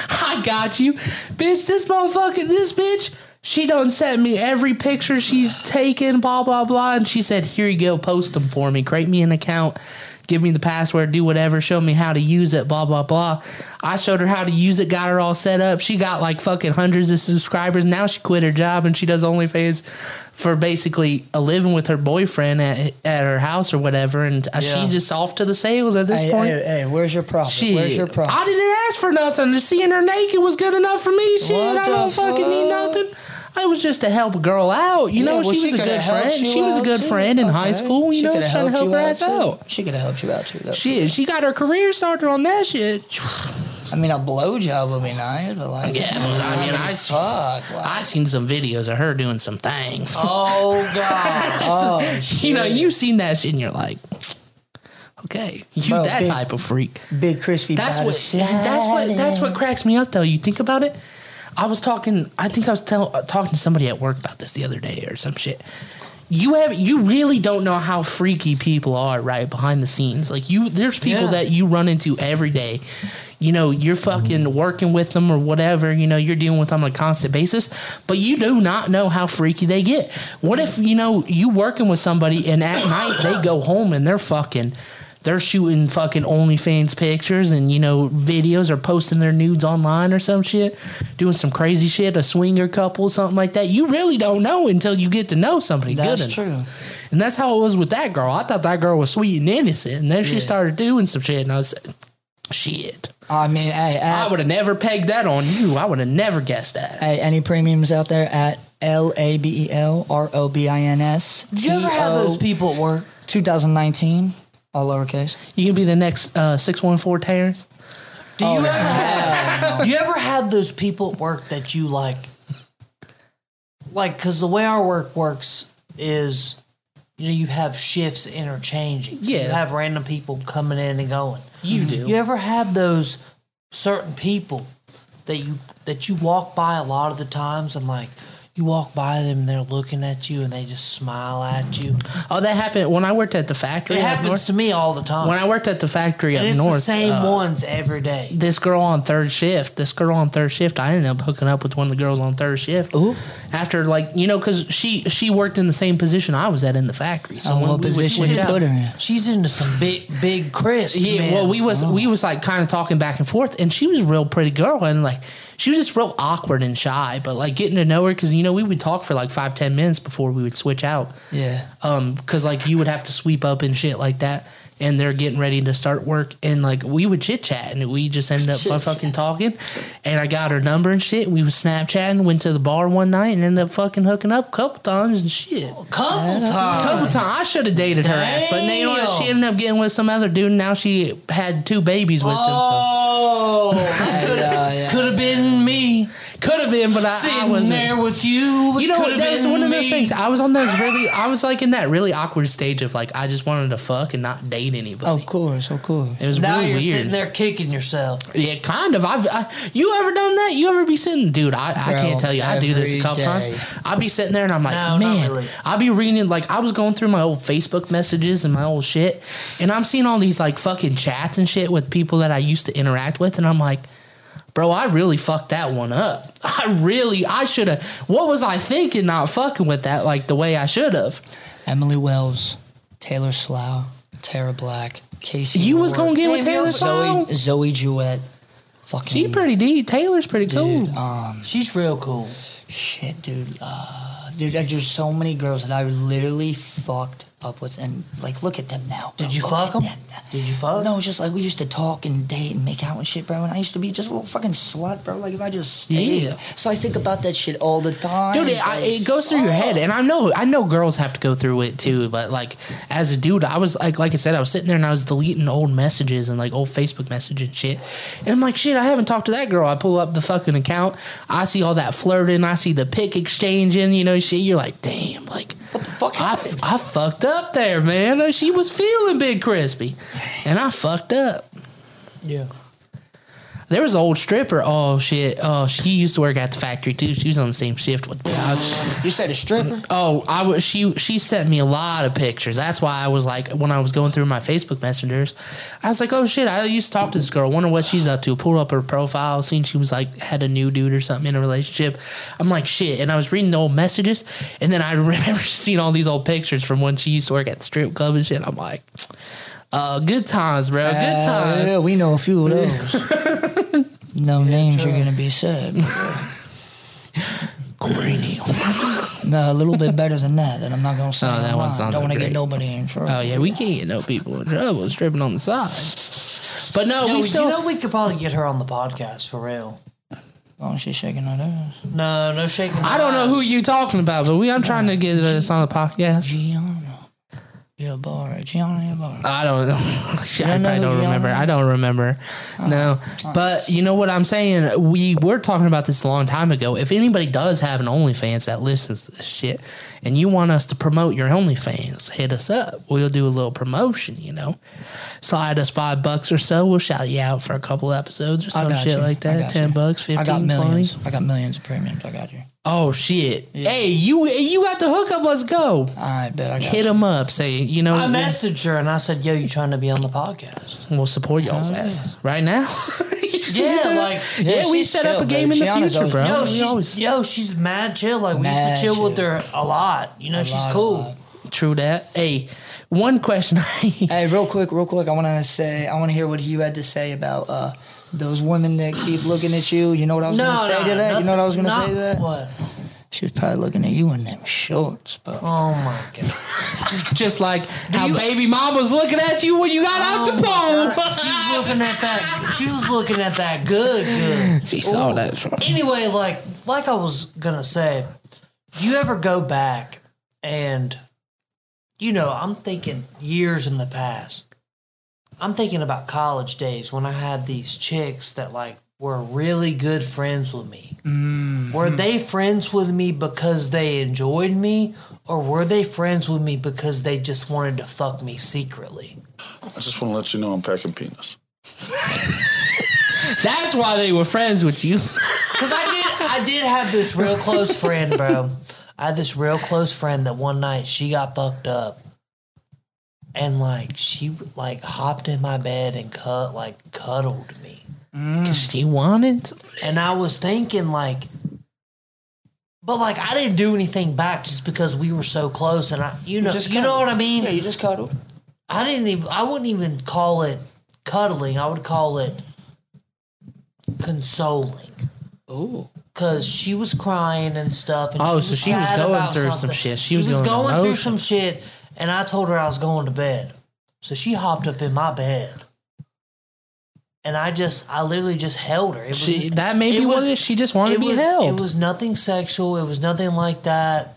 S1: i got you bitch this motherfucker this bitch she done sent me every picture she's taken blah blah blah and she said here you go post them for me create me an account give me the password do whatever show me how to use it blah blah blah i showed her how to use it got her all set up she got like fucking hundreds of subscribers now she quit her job and she does onlyfans for basically a living with her boyfriend at, at her house or whatever and uh she
S2: Yeah.
S1: just off to the sales at this
S3: Hey,
S1: point
S3: hey, hey, where's your profit?
S1: Shit.
S3: Where's your profit?
S1: I didn't ask for nothing. Just Seeing her naked was good enough for me. Shit,
S3: What
S1: I
S3: the
S1: don't fucking need
S3: fuck?
S1: nothing. It was just to help a girl out. You know,
S3: Yeah, well,
S1: she, was a
S3: coulda
S1: good
S3: helped
S1: friend.
S3: you
S1: She was a
S3: out,
S1: good
S3: too.
S1: friend in high
S3: Okay.
S1: school. You know,
S3: coulda
S1: she trying to help
S3: helped
S1: her
S3: you
S1: ass out.
S3: too. She could have helped you out too. Though.
S1: Shit, she got her career started on that shit.
S3: I mean, a blowjob would be nice, but like,
S1: Yeah, well, I mean, I-
S3: fuck. Like,
S1: I seen some videos of her doing some (laughs) things.
S2: oh god.
S3: Oh,
S1: (laughs) you know, you seen that shit, and you're like, okay, you
S3: Bro,
S1: that
S3: big-
S1: type of freak.
S3: Big crispy.
S1: That's
S3: body
S1: what that's what that's what cracks me up though. You think about it. I was talking. I think I was tell, uh, talking to somebody at work about this the other day or some shit. You have you really don't know how freaky people are right behind the scenes. Like you, there's people
S2: Yeah.
S1: that you run into every day. You know, you're fucking working with them or whatever. You know, you're dealing with them on a constant basis, but you do not know how freaky they get. What if you know you working with somebody and at (coughs) night they go home and they're fucking they're shooting fucking OnlyFans pictures and you know videos or posting their nudes online or some shit, doing some crazy shit, a swinger couple, something like that. You really don't know until you get to know somebody
S3: That's
S1: good. enough.
S3: true.
S1: And that's how it was with that girl. I thought that girl was sweet and innocent, and then she
S3: Yeah.
S1: started doing some shit, and I was like, shit.
S3: I mean, hey,
S1: I
S3: at,
S1: would have never pegged that on you. I would have never guessed that.
S3: hey, any premiums out there at L A B E L R O B I N S
S2: Do
S3: T
S2: you ever have
S1: Oh.
S2: those
S3: O
S2: people at work?
S3: 2019, all lowercase.
S1: You can be the next uh, 614 Terrence.
S2: Do
S1: Oh,
S2: you ever have? you ever had those people at work that you like? Like, because the way our work works is, you know, you have shifts interchanging. So you
S1: Yeah.
S2: have random people coming in and going.
S1: You do.
S2: You ever have those certain people that you that you walk by a lot of the times and like you walk by them and they're looking at you and they just smile at you.
S1: Oh, that happened when I worked at the factory.
S2: It
S1: up
S2: happens
S1: north-
S2: to me all the time.
S1: when I worked at the factory up
S2: and it's
S1: north.
S2: the same
S1: uh,
S2: ones every day.
S1: this girl on third shift, this girl on third shift, I ended up hooking up with one of the girls on third shift. After like you know, because she she worked in the same position I was at in the factory. So
S3: Oh,
S1: when
S3: what
S1: we would
S3: position
S1: switch
S3: you
S1: out-
S3: put her in?
S2: She's into some big big Chris.
S1: Yeah,
S2: man.
S1: well, we was we was like kind of talking back and forth, and she was a real pretty girl, and like she was just real awkward and shy. But like getting to know her, because you know we would talk for like five ten minutes before we would switch out.
S3: Yeah.
S1: Um, because like you would have to sweep up and shit like that, and they're getting ready to start work, and like we would chit chat, and we just ended up fu- fucking talking, and I got her number and shit. And we was Snapchatting, went to the bar one night, and ended up fucking hooking up a couple times and shit.
S2: couple times.
S1: Couple times I should have dated her ass, but now you know what? She
S2: Uh, Damn.
S1: ended up getting with some other dude. And now she had two babies with
S2: Oh,
S3: Hey, uh,
S1: (laughs)
S3: yeah.
S2: could have been me.
S1: him. So could have been, but I, I
S2: Sitting
S1: wasn't.
S2: there with you.
S1: You know,
S2: could've
S1: that was
S2: been
S1: one of those
S2: me.
S1: things. I was on those really, I was like in that really awkward stage of like, I just wanted to fuck and not date anybody.
S3: Of course, of course.
S1: It was
S2: Oh, Now
S1: really
S2: you're
S1: weird.
S2: sitting there kicking yourself.
S1: Yeah, kind of. I've I, you ever done that? You ever be sitting, dude? I, I
S3: Bro,
S1: can't tell you. I do this a
S3: every
S1: couple
S3: day.
S1: times. I'll be sitting there and I'm like,
S2: No, not
S1: man,
S2: really.
S1: I'll be reading like I was going through my old Facebook messages and my old shit, and I'm seeing all these like fucking chats and shit with people that I used to interact with, and I'm like. Bro, I really fucked that one up. (laughs) I really, I should have. What was I thinking? Not fucking with that like the way I should have.
S3: Emily Wells, Taylor Slough, Tara Black, Casey.
S1: You was gonna
S3: Ward,
S1: get with
S2: Hey,
S1: Taylor
S2: Bill,
S1: Sloan.
S3: Zoe, Zoe Jewett. Fucking.
S1: She pretty deep. Taylor's pretty cool.
S3: Mm. Dude, um,
S2: She's real cool.
S3: shit, dude. Uh, dude, there's just so many girls that I literally fucked up with, and like, look at them now. bro.
S2: Did you
S3: Look
S2: fuck
S3: at
S2: 'em?
S3: them now.
S2: Did you fuck?
S3: No, it's just like we used to talk and date and make out and shit, bro. And I used to be just a little fucking slut, bro. Like if I just stayed.
S1: Yeah.
S3: So I think about that shit all the time.
S1: dude it, I,
S3: bro.
S1: it goes through your head
S3: Suck.
S1: and i know i know girls have to go through it too but like as a dude i was like like i said i was sitting there and i was deleting old messages and like old facebook messages and shit and i'm like shit i haven't talked to that girl i pull up the fucking account i see all that flirting i see the pic exchanging you know shit you're like damn like
S3: (laughs) What the fuck
S1: I,
S3: happened?
S1: I fucked up there man Uh, she was feeling big crispy and i fucked up
S2: Yeah.
S1: there was an old stripper. Oh shit! Oh, she used to work at the factory too. She was on the same shift with. I was-
S3: you said a stripper?
S1: Oh, I was she she sent me a lot of pictures. That's why I was like when I was going through my Facebook messengers, I was like, "Oh shit, I used to talk to this girl. Wonder what she's up to." Pulled up her profile, seen she was like had a new dude or something in a relationship. I'm like, "Shit." And I was reading the old messages, and then I (laughs) remember seeing all these old pictures from when she used to work at the strip club and shit. I'm like, "Uh, good times, bro. Good
S3: Uh,
S1: times."
S3: yeah, we know a few of those.
S1: (laughs)
S3: no names are gonna be said.
S1: Corey Neal.
S3: No, a little bit better than that. That I'm not gonna say.
S1: No, that
S3: online.
S1: one's not
S3: Don't want to
S1: great.
S3: get nobody in trouble.
S1: Oh yeah, we can't get no people in trouble stripping on the side. But no,
S2: No,
S1: we still.
S2: you know we could probably get her on the podcast for real.
S3: Oh, she's shaking her ass.
S2: No, no shaking.
S1: I don't know who you talking about, but we I'm trying to get this on the podcast.
S3: Gianna. Ibarra. Gianna Ibarra.
S1: I don't know. (laughs) I
S3: don't
S1: probably
S3: know who Uh-huh.
S1: don't
S3: Gianna
S1: remember.
S3: is?
S1: I don't remember. No. But you know what I'm saying? We were talking about this a long time ago. If anybody does have an OnlyFans that listens to this shit and you want us to promote your OnlyFans, hit us up. We'll do a little promotion, you know. Slide us five bucks or so. We'll shout you out for a couple episodes or
S3: I
S1: some
S3: got
S1: shit
S3: you.
S1: like
S3: I
S1: that.
S3: got
S1: Ten
S3: you.
S1: bucks, fifteen,
S3: I got millions.
S1: 20.
S3: I got millions of premiums. I got you.
S1: Oh shit. Hey, you you got the hookup, let's go.
S3: I bet I got
S1: Hit
S3: you.
S1: them up. Say, you know,
S2: I
S1: we'll-
S2: messaged her and I said, "Yo, you trying to be on the podcast?"
S1: We'll support y'all's asses right (laughs) now. (laughs)
S2: Yeah, like
S1: Oh, yeah,
S3: Yeah,
S1: we
S3: she's
S1: set up
S3: chill,
S1: a game
S3: babe.
S1: in the
S3: Gianna's
S1: future,
S3: always-
S1: bro.
S2: yo,
S1: We
S2: she's
S1: always-
S2: yo, she's mad chill. Like we used
S3: Mad
S2: to chill with
S3: chill.
S2: her a lot. You know, she's
S3: lot, a
S2: cool.
S3: lot.
S1: true that. Hey, one question. (laughs)
S3: Hey, real quick, real quick. I want to say, I want to hear what you had to say about uh, those women that keep looking at you. You know what I was going to say to that? You know what I was going to say
S2: nothing-
S3: to that?
S2: What?
S3: She was probably looking at you in them shorts, but
S2: Oh my god!
S1: Just like how baby mama's looking at you when you got out the
S2: She's
S1: pole.
S2: looking at that. She was looking at that good, good.
S1: she saw that. Trump.
S2: Anyway, like like I was gonna say, do you ever go back and you know, I'm thinking years in the past. I'm thinking about college days when I had these chicks that like were really good friends with me. Were they friends with me because they enjoyed me, or were they friends with me because they just wanted to fuck me secretly?
S6: I just want to let you know I'm packing penis.
S1: (laughs) That's why they were friends with you.
S2: Because I did, I did have this real close friend, bro. I had this real close friend that one night she got fucked up, and like she like hopped in my bed and cut like cuddled me,
S1: Cause (laughs) she wanted.
S2: and I was thinking like, but like I didn't do anything back just because we were so close, and I you know
S3: just
S2: you know
S3: cuddled.
S2: what I mean.
S3: yeah, you just cuddled.
S2: I didn't even. I wouldn't even call it cuddling. I would call it consoling.
S3: Ooh.
S2: Cause she was crying and stuff. And
S1: Oh, so she was
S2: sad
S1: going
S2: about
S1: through some
S2: something.
S1: shit. She
S2: She
S1: was
S2: was,
S1: going
S2: going,
S1: through
S2: through some shit, and I told her I was going to bed. So she hopped up in my bed, and I just, I literally just held her. It was,
S1: She, that may be what it is. She just wanted to be
S2: was,
S1: held.
S2: It was nothing sexual. It was nothing like that.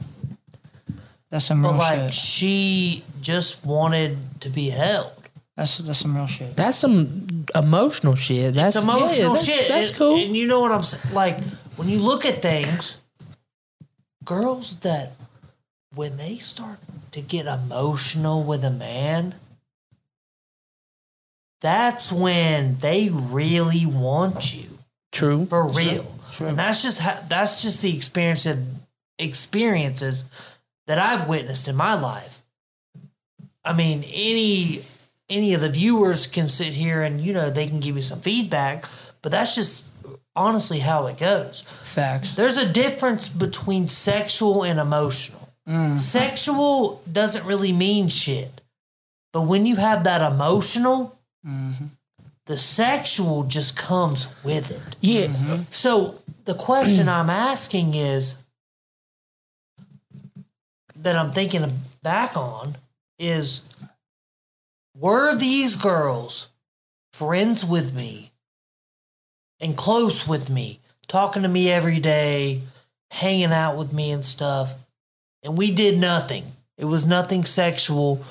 S3: That's some
S2: But
S3: real
S2: like
S3: shit.
S2: she just wanted to be held.
S3: That's that's some real shit.
S1: that's some emotional shit. That's
S2: It's emotional
S1: yeah, that's,
S2: shit.
S1: That's
S2: and,
S1: cool.
S2: And you know what I'm saying? Like, when you look at things, girls that when they start to get emotional with a man, that's when they really want you.
S1: True.
S2: For real. And that's just how, that's just the experience that, experiences that I've witnessed in my life. I mean, any any of the viewers can sit here and you know they can give you some feedback, but that's just honestly how it goes.
S3: Facts.
S2: There's a difference between sexual and emotional. Sexual doesn't really mean shit. But when you have that emotional, the sexual just comes with it. Mm-hmm.
S1: Yeah.
S2: So the question I'm asking is that I'm thinking back on is were these girls friends with me and close with me, talking to me every day, hanging out with me and stuff, and we did nothing. It was nothing sexual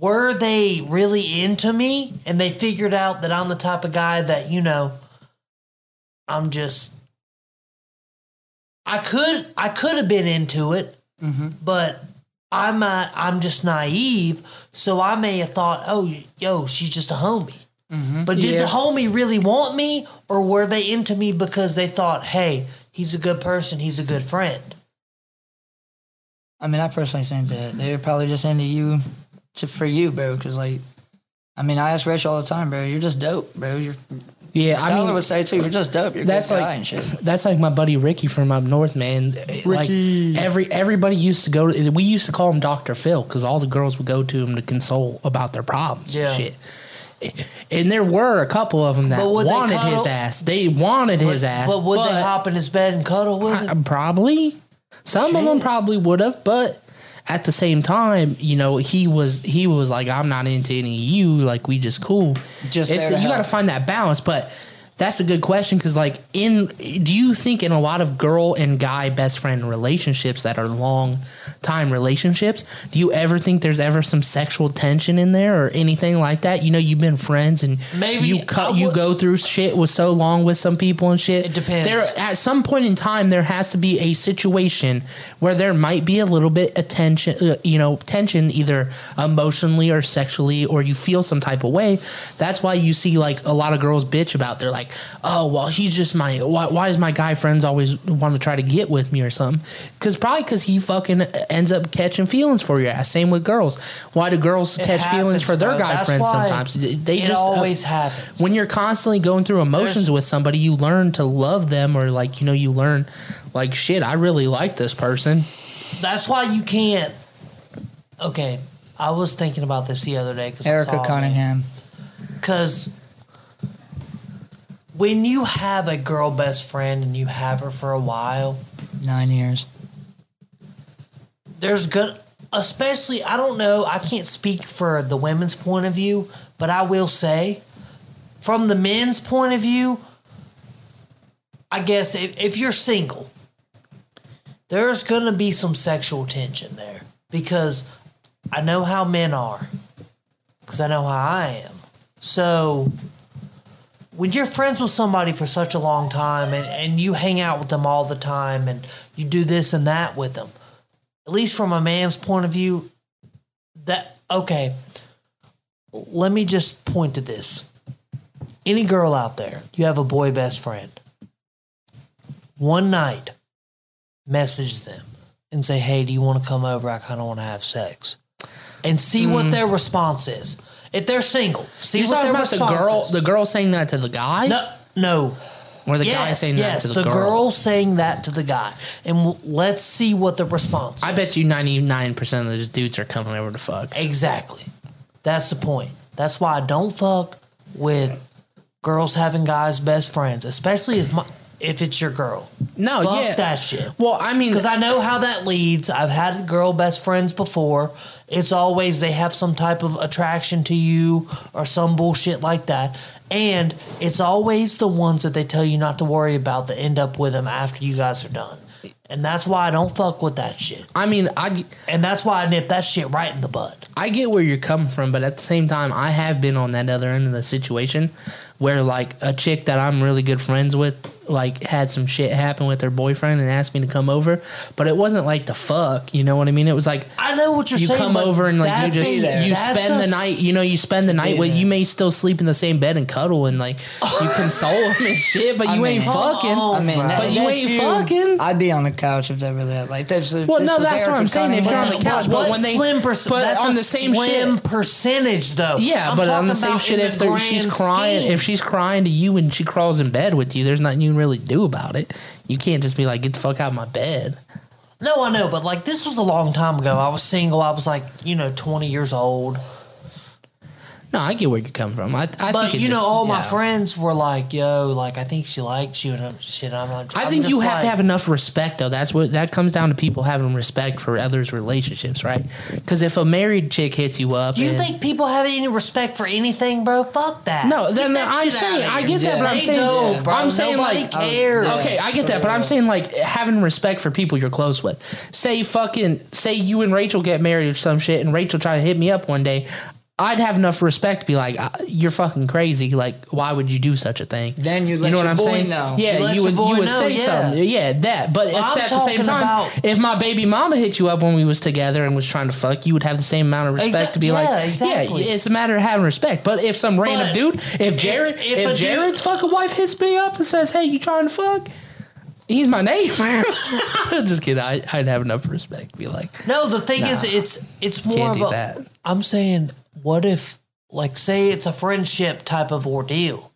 S2: were they really into me and they figured out that I'm the type of guy that, you know, I'm just I could I could have been into it, but I might I'm just naive, so I may have thought, "Oh, yo, she's just a homie." But did the
S1: Yeah.
S2: homie really want me or were they into me because they thought, "Hey, he's a good person, he's a good friend."
S3: I mean, I personally think that they're probably just into you to for you, bro. Because like, I mean, I ask Rachel all the time, bro. You're just dope, bro. You're
S1: Yeah, I
S3: Tyler
S1: mean,
S3: would say too. You're just dope. You're a
S1: that's
S3: good guy
S1: like- (laughs)
S3: and shit.
S1: that's like my buddy Ricky from up north, man.
S3: Ricky.
S1: Like every everybody used to go. To, we used to call him Doctor Phil because all the girls would go to him to console about their problems.
S2: Yeah.
S1: and shit. And there were a couple of them that
S2: But would they
S1: wanted his
S2: cuddle?
S1: ass. They wanted his ass.
S2: but would they hop in his bed and cuddle with him?
S1: I- probably some of them
S2: Shit.
S1: probably would have, but at the same time, you know, he was he was like, I'm not into any of you. Like we just cool.
S3: Just
S1: It's-
S3: there to
S1: you got to
S3: help.
S1: find that balance, but. That's a good question because, like, in do you think in a lot of girl and guy best friend relationships that are long time relationships, do you ever think there's ever some sexual tension in there or anything like that? You know, you've been friends and
S2: Maybe
S1: you
S2: I
S1: cut, you
S2: would-
S1: go through shit with so long with some people and shit.
S2: It depends.
S1: There, at some point in time there has to be a situation where there might be a little bit of tension uh, you know tension either emotionally or sexually or you feel some type of way that's why you see like a lot of girls bitch about they're like oh well he's just my why, why does my guy friends always want to try to get with me or something because probably because he fucking ends up catching feelings for your ass same with girls why do girls
S2: It
S1: catch feelings
S2: happens,
S1: for their
S2: bro.
S1: guy
S2: That's
S1: friends
S2: why
S1: sometimes they they
S2: it
S1: just uh,
S2: always happens.
S1: when you're constantly going through emotions
S2: There's-
S1: with somebody, you learn to love them, or like you know, you learn like shit. I really like this person.
S2: That's why you can't. Okay, I was thinking about this the other day because
S3: Erica Cunningham.
S2: Because when you have a girl best friend and you have her for a while,
S3: Nine years.
S2: there's good. Especially, I don't know. I can't speak for the women's point of view, but I will say, from the men's point of view, I guess if, if you're single, there's going to be some sexual tension there because I know how men are, because I know how I am. So when you're friends with somebody for such a long time and, and you hang out with them all the time and you do this and that with them, at least from a man's point of view, that, okay, let me just point to this. Any girl out there, you have a boy best friend. One night, message them and say, "Hey, do you want to come over? I kind of want to have sex," and see what their response is. If they're single,
S1: Mm.
S2: see
S1: You're
S2: what
S1: talking
S2: their
S1: about the
S2: response
S1: girl,
S2: is.
S1: the girl saying that to the guy,
S2: no, no,
S1: or the guy
S2: yes,
S1: saying
S2: yes,
S1: that to
S2: the,
S1: the,
S2: girl.
S1: girl.
S2: saying that to the guy, and w- let's see what the response. Is.
S1: I bet you ninety nine percent of those dudes are coming over to fuck.
S2: Exactly. That's the point. That's why I don't fuck with girls having guys best friends, especially if my, if it's your girl.
S1: No,
S2: Fuck
S1: yeah,
S2: that shit.
S1: Well, I mean,
S2: Because I know how that leads. I've had girl best friends before. It's always they have some type of attraction to you or some bullshit like that. And it's always the ones that they tell you not to worry about that end up with them after you guys are done. And that's why I don't fuck with that shit.
S1: I mean, I
S2: And that's why I nip that shit right in the bud.
S1: I get where you're coming from, but at the same time, I have been on that other end of the situation where like a chick that I'm really good friends with like had some shit happen with her boyfriend and asked me to come over, but it wasn't like the fuck, you know what I mean? It was like
S2: I know what you're
S1: you
S2: saying.
S1: come
S2: but
S1: over and like you
S2: that's
S1: just
S2: a-
S1: you
S2: that's
S1: spend
S2: a
S1: the night, you know, you spend the night with you may still sleep in the same bed and cuddle and like you console him and shit, but
S3: I
S1: you
S3: mean,
S1: ain't fucking.
S3: I mean, that-
S1: Oh but you
S3: that's
S1: ain't fucking.
S3: I'd be on the couch if they really had like. This,
S1: Well, no, that's what I'm saying. If you're on the
S2: But
S1: couch, but
S2: what
S1: when they
S2: slim perc-
S1: but
S2: that's
S1: on
S2: a
S1: the same
S2: slim
S1: shit,
S2: percentage though.
S1: Yeah,
S2: I'm
S1: but on the
S2: talking
S1: same shit,
S2: about in
S1: if
S2: the
S1: they're- she's
S2: grand
S1: crying,
S2: scheme.
S1: if she's crying to you and she crawls in bed with you, there's nothing you can really do about it. You can't just be like, get the fuck out of my bed.
S2: no, I know, but like this was a long time ago. I was single. I was like you know twenty years old.
S1: No, I get where you come from. I, I
S2: but
S1: think it
S2: you know,
S1: just-
S2: all my
S1: yeah.
S2: friends were like, "Yo, like I think she likes you," and I'm, shit. I'm like,
S1: I
S2: I'm
S1: think
S2: just
S1: you have to
S2: like-
S1: have enough respect, though. That's what that comes down to people having respect for others' relationships, right? Because if a married chick hits you up,
S2: Do you
S1: and-
S2: think people have any respect for anything, bro? Fuck that.
S1: No, then
S2: Get that
S1: I'm
S2: shit
S1: saying
S2: outta
S1: I
S2: here.
S1: get that, but I'm
S2: They
S1: saying
S2: don't, bro.
S1: I'm saying
S2: Nobody
S1: like uh,
S2: cares.
S1: Okay, I get that, but I'm saying like having respect for people you're close with. Say fucking say you and Rachel get married or some shit, and Rachel try to hit me up one day. I'd have enough respect to be like, "Uh, you're fucking crazy. Like, why would you do such a thing?
S3: Then you'd let your boy know.
S1: Yeah,
S2: You
S1: you,
S2: let your
S1: would.
S2: boy
S1: You would
S2: know,
S1: say
S2: yeah.
S1: something. Yeah, that. But it's
S2: I'm
S1: at the same
S2: talking
S1: time,
S2: about-
S1: if my baby mama hit you up when we was together and was trying to fuck, you would have the same amount of respect
S2: Exac-
S1: to be
S2: yeah,
S1: like,
S2: exactly.
S1: yeah, it's a matter of having respect. But if some random
S2: But
S1: dude, if Jared,
S2: if
S1: if,
S2: a dude-
S1: Jared's fucking wife hits me up and says, "Hey, you trying to fuck?" He's my neighbor. (laughs) Just kidding. I, I'd have enough respect. to Be like,
S2: No, the thing
S1: Nah.
S2: is, it's it's more
S1: can't
S2: of
S1: do
S2: a.
S1: that.
S2: am saying, what if, like, say it's a friendship type of ordeal?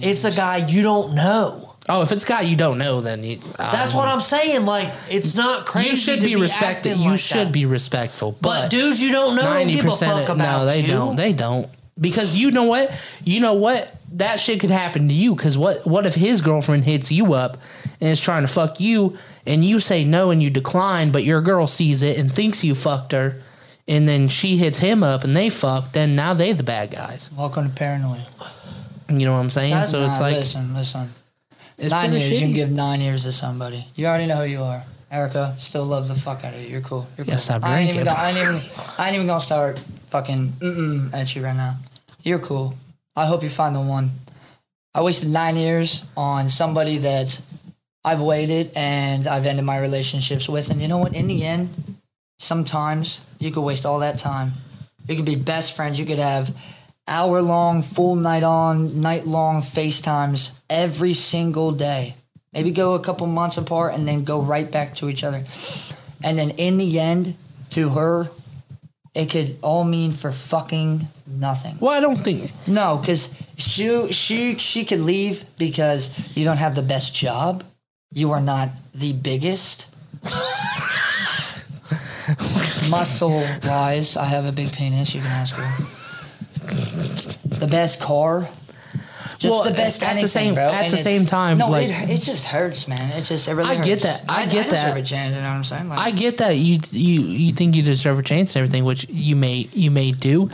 S2: It's a guy you don't know.
S1: Oh, if it's a guy you don't know, then you,
S2: That's what I'm saying. Like, it's not crazy.
S1: Um, You should
S2: to
S1: be respected.
S2: acting
S1: You
S2: like
S1: should
S2: that.
S1: be respectful.
S2: But
S1: But,
S2: dudes you don't know don't give a fuck
S1: of-
S2: about
S1: no, they
S2: you.
S1: don't. They don't because you know what? You know what? That shit could happen to you. Because what? What if his girlfriend hits you up and is trying to fuck you, and you say no and you decline, but your girl sees it and thinks you fucked her, and then she hits him up and they fuck. Then now they the bad guys.
S3: Welcome to paranoia.
S1: You know what I'm saying? so it's
S3: Nah,
S1: like
S3: listen, listen.
S1: it's
S3: nine
S1: pretty
S3: years. You can
S1: shitty.
S3: give nine years to somebody. You already know who you are. Erica still loves the fuck out of you. You're cool. You're
S1: Yeah,
S3: cool.
S1: stop
S3: I ain't even.
S1: drinking.
S3: Gonna, I ain't even. I ain't even gonna start fucking mm-mm at you right now. You're cool. I hope you find the one. I wasted nine years on somebody that I've waited and I've ended my relationships with, and you know what? In the end, sometimes you could waste all that time. You could be best friends. You could have hour long, full night on, night long FaceTimes every single day. Maybe go a couple months apart and then go right back to each other. And then in the end, to her, it could all mean for fucking nothing.
S1: Well, I don't think.
S3: No, because she she she could leave because you don't have the best job. You are not
S1: (laughs)
S3: the biggest. Muscle wise, I have a big penis. You can ask her. The best car. Just
S1: Well,
S3: the best
S1: at the
S3: anything,
S1: same-
S3: bro,
S1: at
S3: and
S1: the
S3: it's-
S1: same time,
S3: No,
S1: like-
S3: it, it just hurts, man. It just it really.
S1: I get
S3: hurts.
S1: that. I get
S3: I
S1: that.
S3: deserve a chance, you know what I'm saying? Like,
S1: I get that you you you think you deserve a chance and everything, which you may you may do.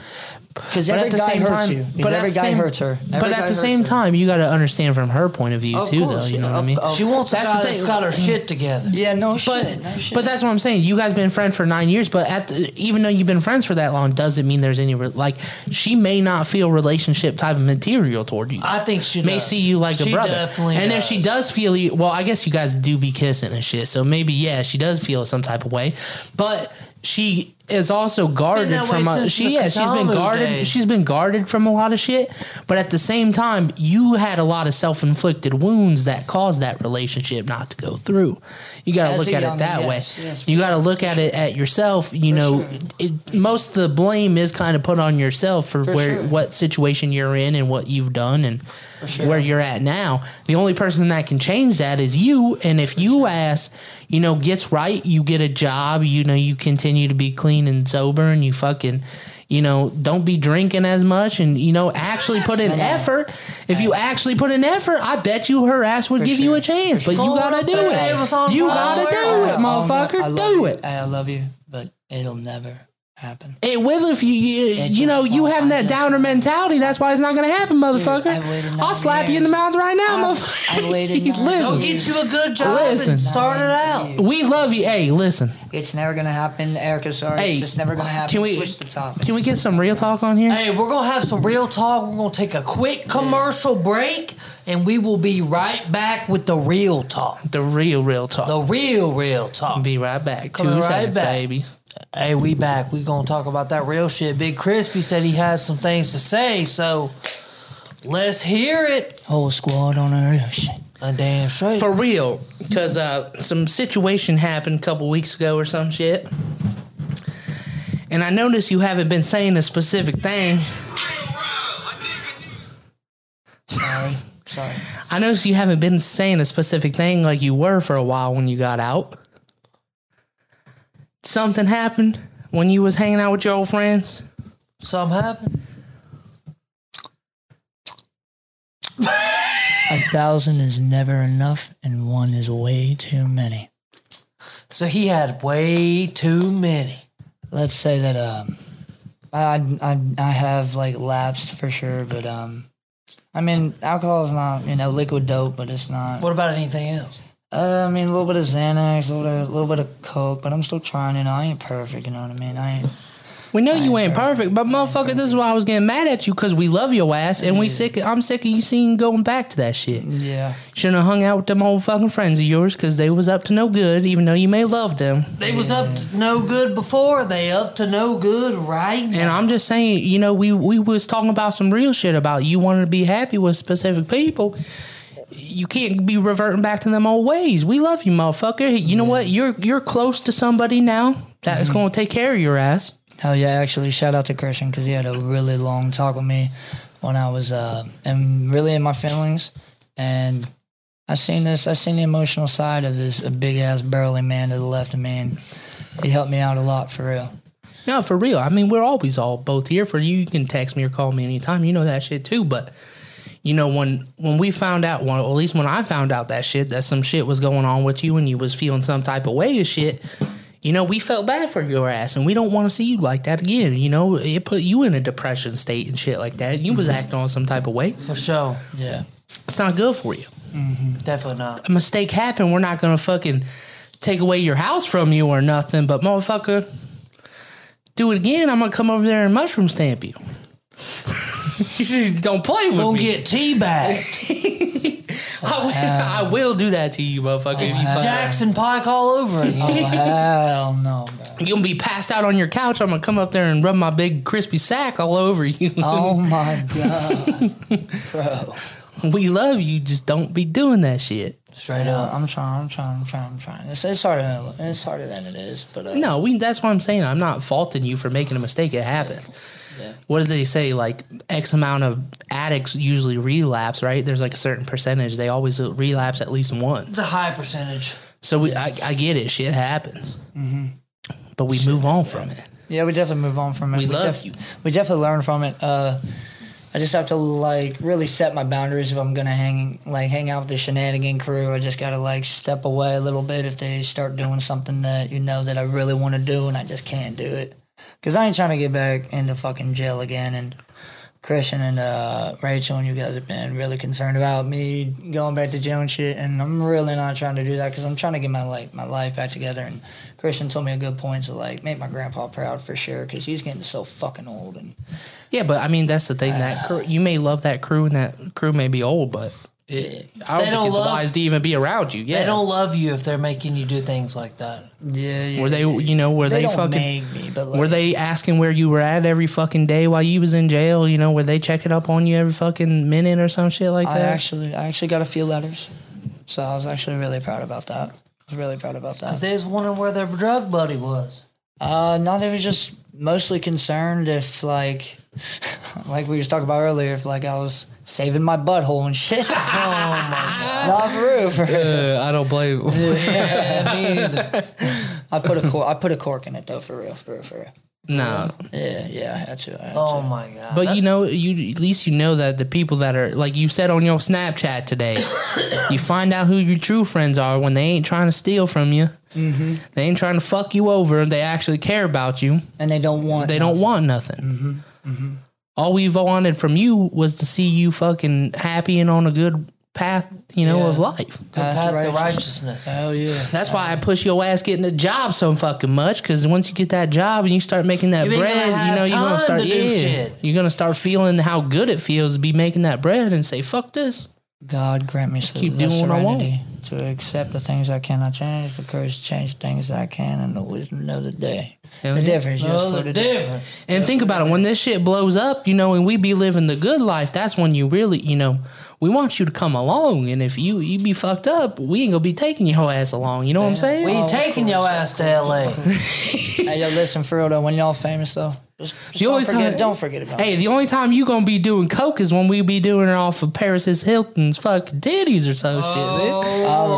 S3: because
S1: But
S3: every
S1: at the
S3: guy
S1: same
S3: hurts
S1: time,
S3: you.
S1: but
S3: But
S1: at
S3: every
S1: the
S3: guy
S1: same-
S3: hurts her. Every
S1: but
S3: guy
S1: at the
S3: hurts
S1: same
S3: her.
S1: time, you got to understand from her point of view
S3: Of
S1: too,
S3: course,
S1: though. You know
S3: yeah,
S1: what I
S3: of-
S1: mean?
S3: of-
S2: She wants
S1: That's
S2: a guy
S1: the
S2: that's
S1: thing.
S2: got her shit together.
S3: yeah, no
S1: but
S3: shit, no shit.
S1: but that's what I'm saying. You guys been friends for nine years, but at the, even though you've been friends for that long, doesn't mean there's any re- like she may not feel relationship type of material toward you.
S2: I think she
S1: may
S2: does.
S1: see you like
S2: She
S1: a brother,
S2: definitely
S1: and if she
S2: does.
S1: does feel you, well, I guess you guys do be kissing and shit. So maybe yeah, she does feel some type of way, but she is also guarded
S2: that way
S1: from a,
S2: since the
S1: she yeah she's been
S2: Katamu
S1: guarded
S2: days.
S1: she's been guarded from a lot of shit. But at the same time, you had a lot of self inflicted wounds that caused that relationship not to go through. You got to
S3: As
S1: look
S3: a
S1: at
S3: young-
S1: it that
S3: yes,
S1: way.
S3: yes,
S1: you got to look at it at yourself. You know, it, most of the blame is kind of put on yourself for, where
S3: sure.
S1: what situation you're in and what you've done and where you're at now. The only person that can change that is you. And if you ask, you know, gets right, you get a job. You know, you continue to be clean and sober, and you fucking. You know, don't be drinking as much and, you know, actually put in effort. If you actually put in effort, I bet you her ass would give you a chance. But you
S2: Going
S1: gotta
S2: up
S1: do
S2: there, it was on
S1: it. You
S2: fire.
S3: Oh,
S1: gotta do it,
S3: I'm not-
S1: motherfucker.
S3: I love
S1: Do
S3: you.
S1: it.
S3: I love you, but it'll never happen.
S1: It will if you you, you know you having that downer mentality. That's why it's not gonna happen, motherfucker. I'll slap you in the mouth right now, motherfucker. I (laughs) waited.
S2: Go get you a good job and start it out.
S1: We love you. Hey, listen.
S3: It's never gonna happen, Erica. Sorry,
S1: Hey,
S3: it's just never gonna happen.
S1: can we-
S3: switch the topic?
S1: Can we get some real talk on here?
S2: Hey, we're gonna have some real talk. We're gonna take a quick commercial break, and we will be right back with the real talk.
S1: The real, real talk.
S2: The real, real talk.
S1: Be right back.
S2: Coming
S1: Two
S2: right
S1: seconds,
S2: back.
S1: baby.
S2: Hey, we back. We gonna talk about that real shit. Big Crispy said he has some things to say, so let's hear it.
S3: Whole squad on a real shit.
S2: A damn straight.
S1: For real, because uh, some situation happened a couple weeks ago or some shit, and I noticed you haven't been saying a specific thing.
S3: Sorry, sorry.
S1: I noticed you haven't been saying a specific thing like you were for a while when you got out. Something happened when you was hanging out with your old friends.
S2: Something happened.
S3: A thousand is never enough, and one is way too many.
S2: So he had way too many.
S3: Let's say that um, I I I have like lapsed for sure, but um, I mean alcohol is not you know liquid dope, but it's not.
S2: What about anything else?
S3: Uh, I mean, a little bit of Xanax, a little bit, a little bit of coke, but I'm still trying. You know, I ain't perfect. You know what I mean? I ain't.
S1: We know you ain't perfect, but motherfucker, this is why I was getting mad at you because we love your ass and we sick. I'm sick of you seeing going back to that shit.
S3: Yeah.
S1: Shouldn't have hung out with them old fucking friends of yours because they was up to no good, even though you may love them.
S2: They was up to no good before. They up to no good right now.
S1: And I'm just saying, you know, we we was talking about some real shit about you wanting to be happy with specific people. You can't be reverting back to them old ways. We love you, motherfucker. You know what? You're you're close to somebody now that is going to take care of your ass.
S3: Oh yeah, actually, shout out to Christian because he had a really long talk with me when I was uh and really in my feelings, and I seen this, I seen the emotional side of this big ass burly man to the left of me, and he helped me out a lot for
S2: (laughs)
S3: real.
S1: No, for real. I mean, we're always all both here for you. You can text me or call me anytime. You know that shit too. But you know when when we found out, well, at least when I found out that shit that some shit was going on with you and you was feeling some type of way of shit. You know, we felt bad for your ass, and we don't want to see you like that again. You know, it put you in a depression state and shit like that. You was acting on some type of way.
S2: For sure.
S3: Yeah,
S1: It's not good for you.
S2: Definitely not.
S1: A mistake happened. We're not gonna fucking take away your house from you or nothing. But motherfucker, do it again. I'm gonna come over there and mushroom stamp you. (laughs) you just don't play with
S2: Gonna
S1: me.
S3: (laughs)
S2: get teabagged.
S1: (laughs) I, will, I will do that to you, motherfucker. if you fuck around.
S2: Jackson Pike all over again.
S3: oh hell no, bro.
S1: You're gonna be passed out on your couch. I'm gonna come up there and rub my big crispy sack all over you. (laughs)
S3: oh my god,
S2: (laughs)
S3: bro.
S1: we love you. Just don't be doing that shit.
S2: Straight
S3: Yeah,
S2: up.
S3: I'm trying, I'm trying, I'm trying, I'm trying. It's, it's harder, than it- it's harder than it is, but uh,
S1: No, we. That's what I'm saying. I'm not faulting you for making a mistake. It happens. What did they say? Like X amount of addicts usually relapse, right? There's like a certain percentage. They always relapse at least once.
S2: It's a high percentage.
S1: So we, I, I get it. Shit happens.
S2: Mm-hmm.
S1: But we move on from it.
S3: Yeah, we definitely move on from it.
S1: We love
S3: def-
S1: you.
S3: We definitely learn from it. Uh, I just have to like really set my boundaries if I'm gonna hang like hang out with the shenanigan crew. I just gotta like step away a little bit if they start doing something that you know that I really want to do and I just can't do it. Cause I ain't trying to get back into fucking jail again. And Christian and uh, Rachel and you guys have been really concerned about me going back to jail and shit. And I'm really not trying to do that because I'm trying to get my like my life back together. And Christian told me a good point to like make my grandpa proud for sure because he's getting so fucking old. And
S1: Yeah, but I mean that's the thing. That crew, you may love that crew, and that crew may be old, but it, I don't
S2: They
S1: think
S2: don't
S1: it's
S2: love-
S1: wise to even be around you. Yeah.
S2: They don't love you if they're making you do things like that.
S3: yeah, yeah
S1: were they? You know, were
S3: They,
S1: they,
S3: don't
S1: fucking?
S3: make me, but like,
S1: Were they asking where you were at every fucking day while you was in jail? You know, were they checking up on you every fucking minute or some shit like
S3: I
S1: that?
S3: actually I actually got a few letters, so I was actually really proud about that. I was really proud about that.
S2: Because they was wondering where their drug buddy was.
S3: Uh, no, they were just mostly concerned if like, (laughs) like we was talking about earlier, if like I was saving my butthole and
S1: (laughs)
S3: shit. oh (laughs) my god! Not for real. For real.
S1: uh, I don't blame. (laughs)
S3: I put a cork. I put a cork in it though. For real. For real. For real.
S1: no,
S3: Yeah. Yeah. I had to. I had
S2: Oh
S3: to.
S2: my god.
S1: but you know, you at least you know that the people that are like you said on your (coughs) Snapchat today, you find out who your true friends are when they ain't trying to steal from you. Mm-hmm. They ain't trying to fuck you over. They actually care about you,
S3: and they don't want.
S1: They don't want nothing. Mm-hmm. Mm-hmm. All we wanted from you was to see you fucking happy and on a good path, you know,
S3: Yeah.
S1: of life.
S2: Good path to righteousness.
S3: Hell yeah.
S1: That's why I push your ass getting a job so fucking much. Because once you get that job and you start making that
S2: You ain't
S1: bread,
S2: gonna
S1: you know
S2: have
S1: you're gonna
S2: time
S1: start
S2: to do shit.
S1: You're gonna start feeling how good it feels to be making that bread and say fuck this.
S3: God grant me
S1: Keep
S3: the
S1: doing what I want.
S3: serenity to accept the things I cannot change, the courage to change things I can, and the wisdom of the day.
S1: Hell
S3: the
S1: yeah.
S3: difference, just
S2: Oh,
S3: for
S2: the
S3: the day.
S2: difference.
S1: And think about it. When this shit blows up, you know, and we be living the good life, that's when you really, you know, we want you to come along. And if you you be fucked up, we ain't gonna be taking your ass along. You know what I'm saying?
S3: Oh,
S2: We ain't taking your ass
S3: (laughs)
S2: to L.A.
S3: hey, yo, listen, for real though, when y'all famous though, just, just
S1: The only
S3: don't, forget,
S1: time-
S3: don't forget about
S1: Hey,
S3: it.
S1: the only time you gonna be doing coke is when we be doing it off of Paris Hilton's fucking titties or some shit. Man.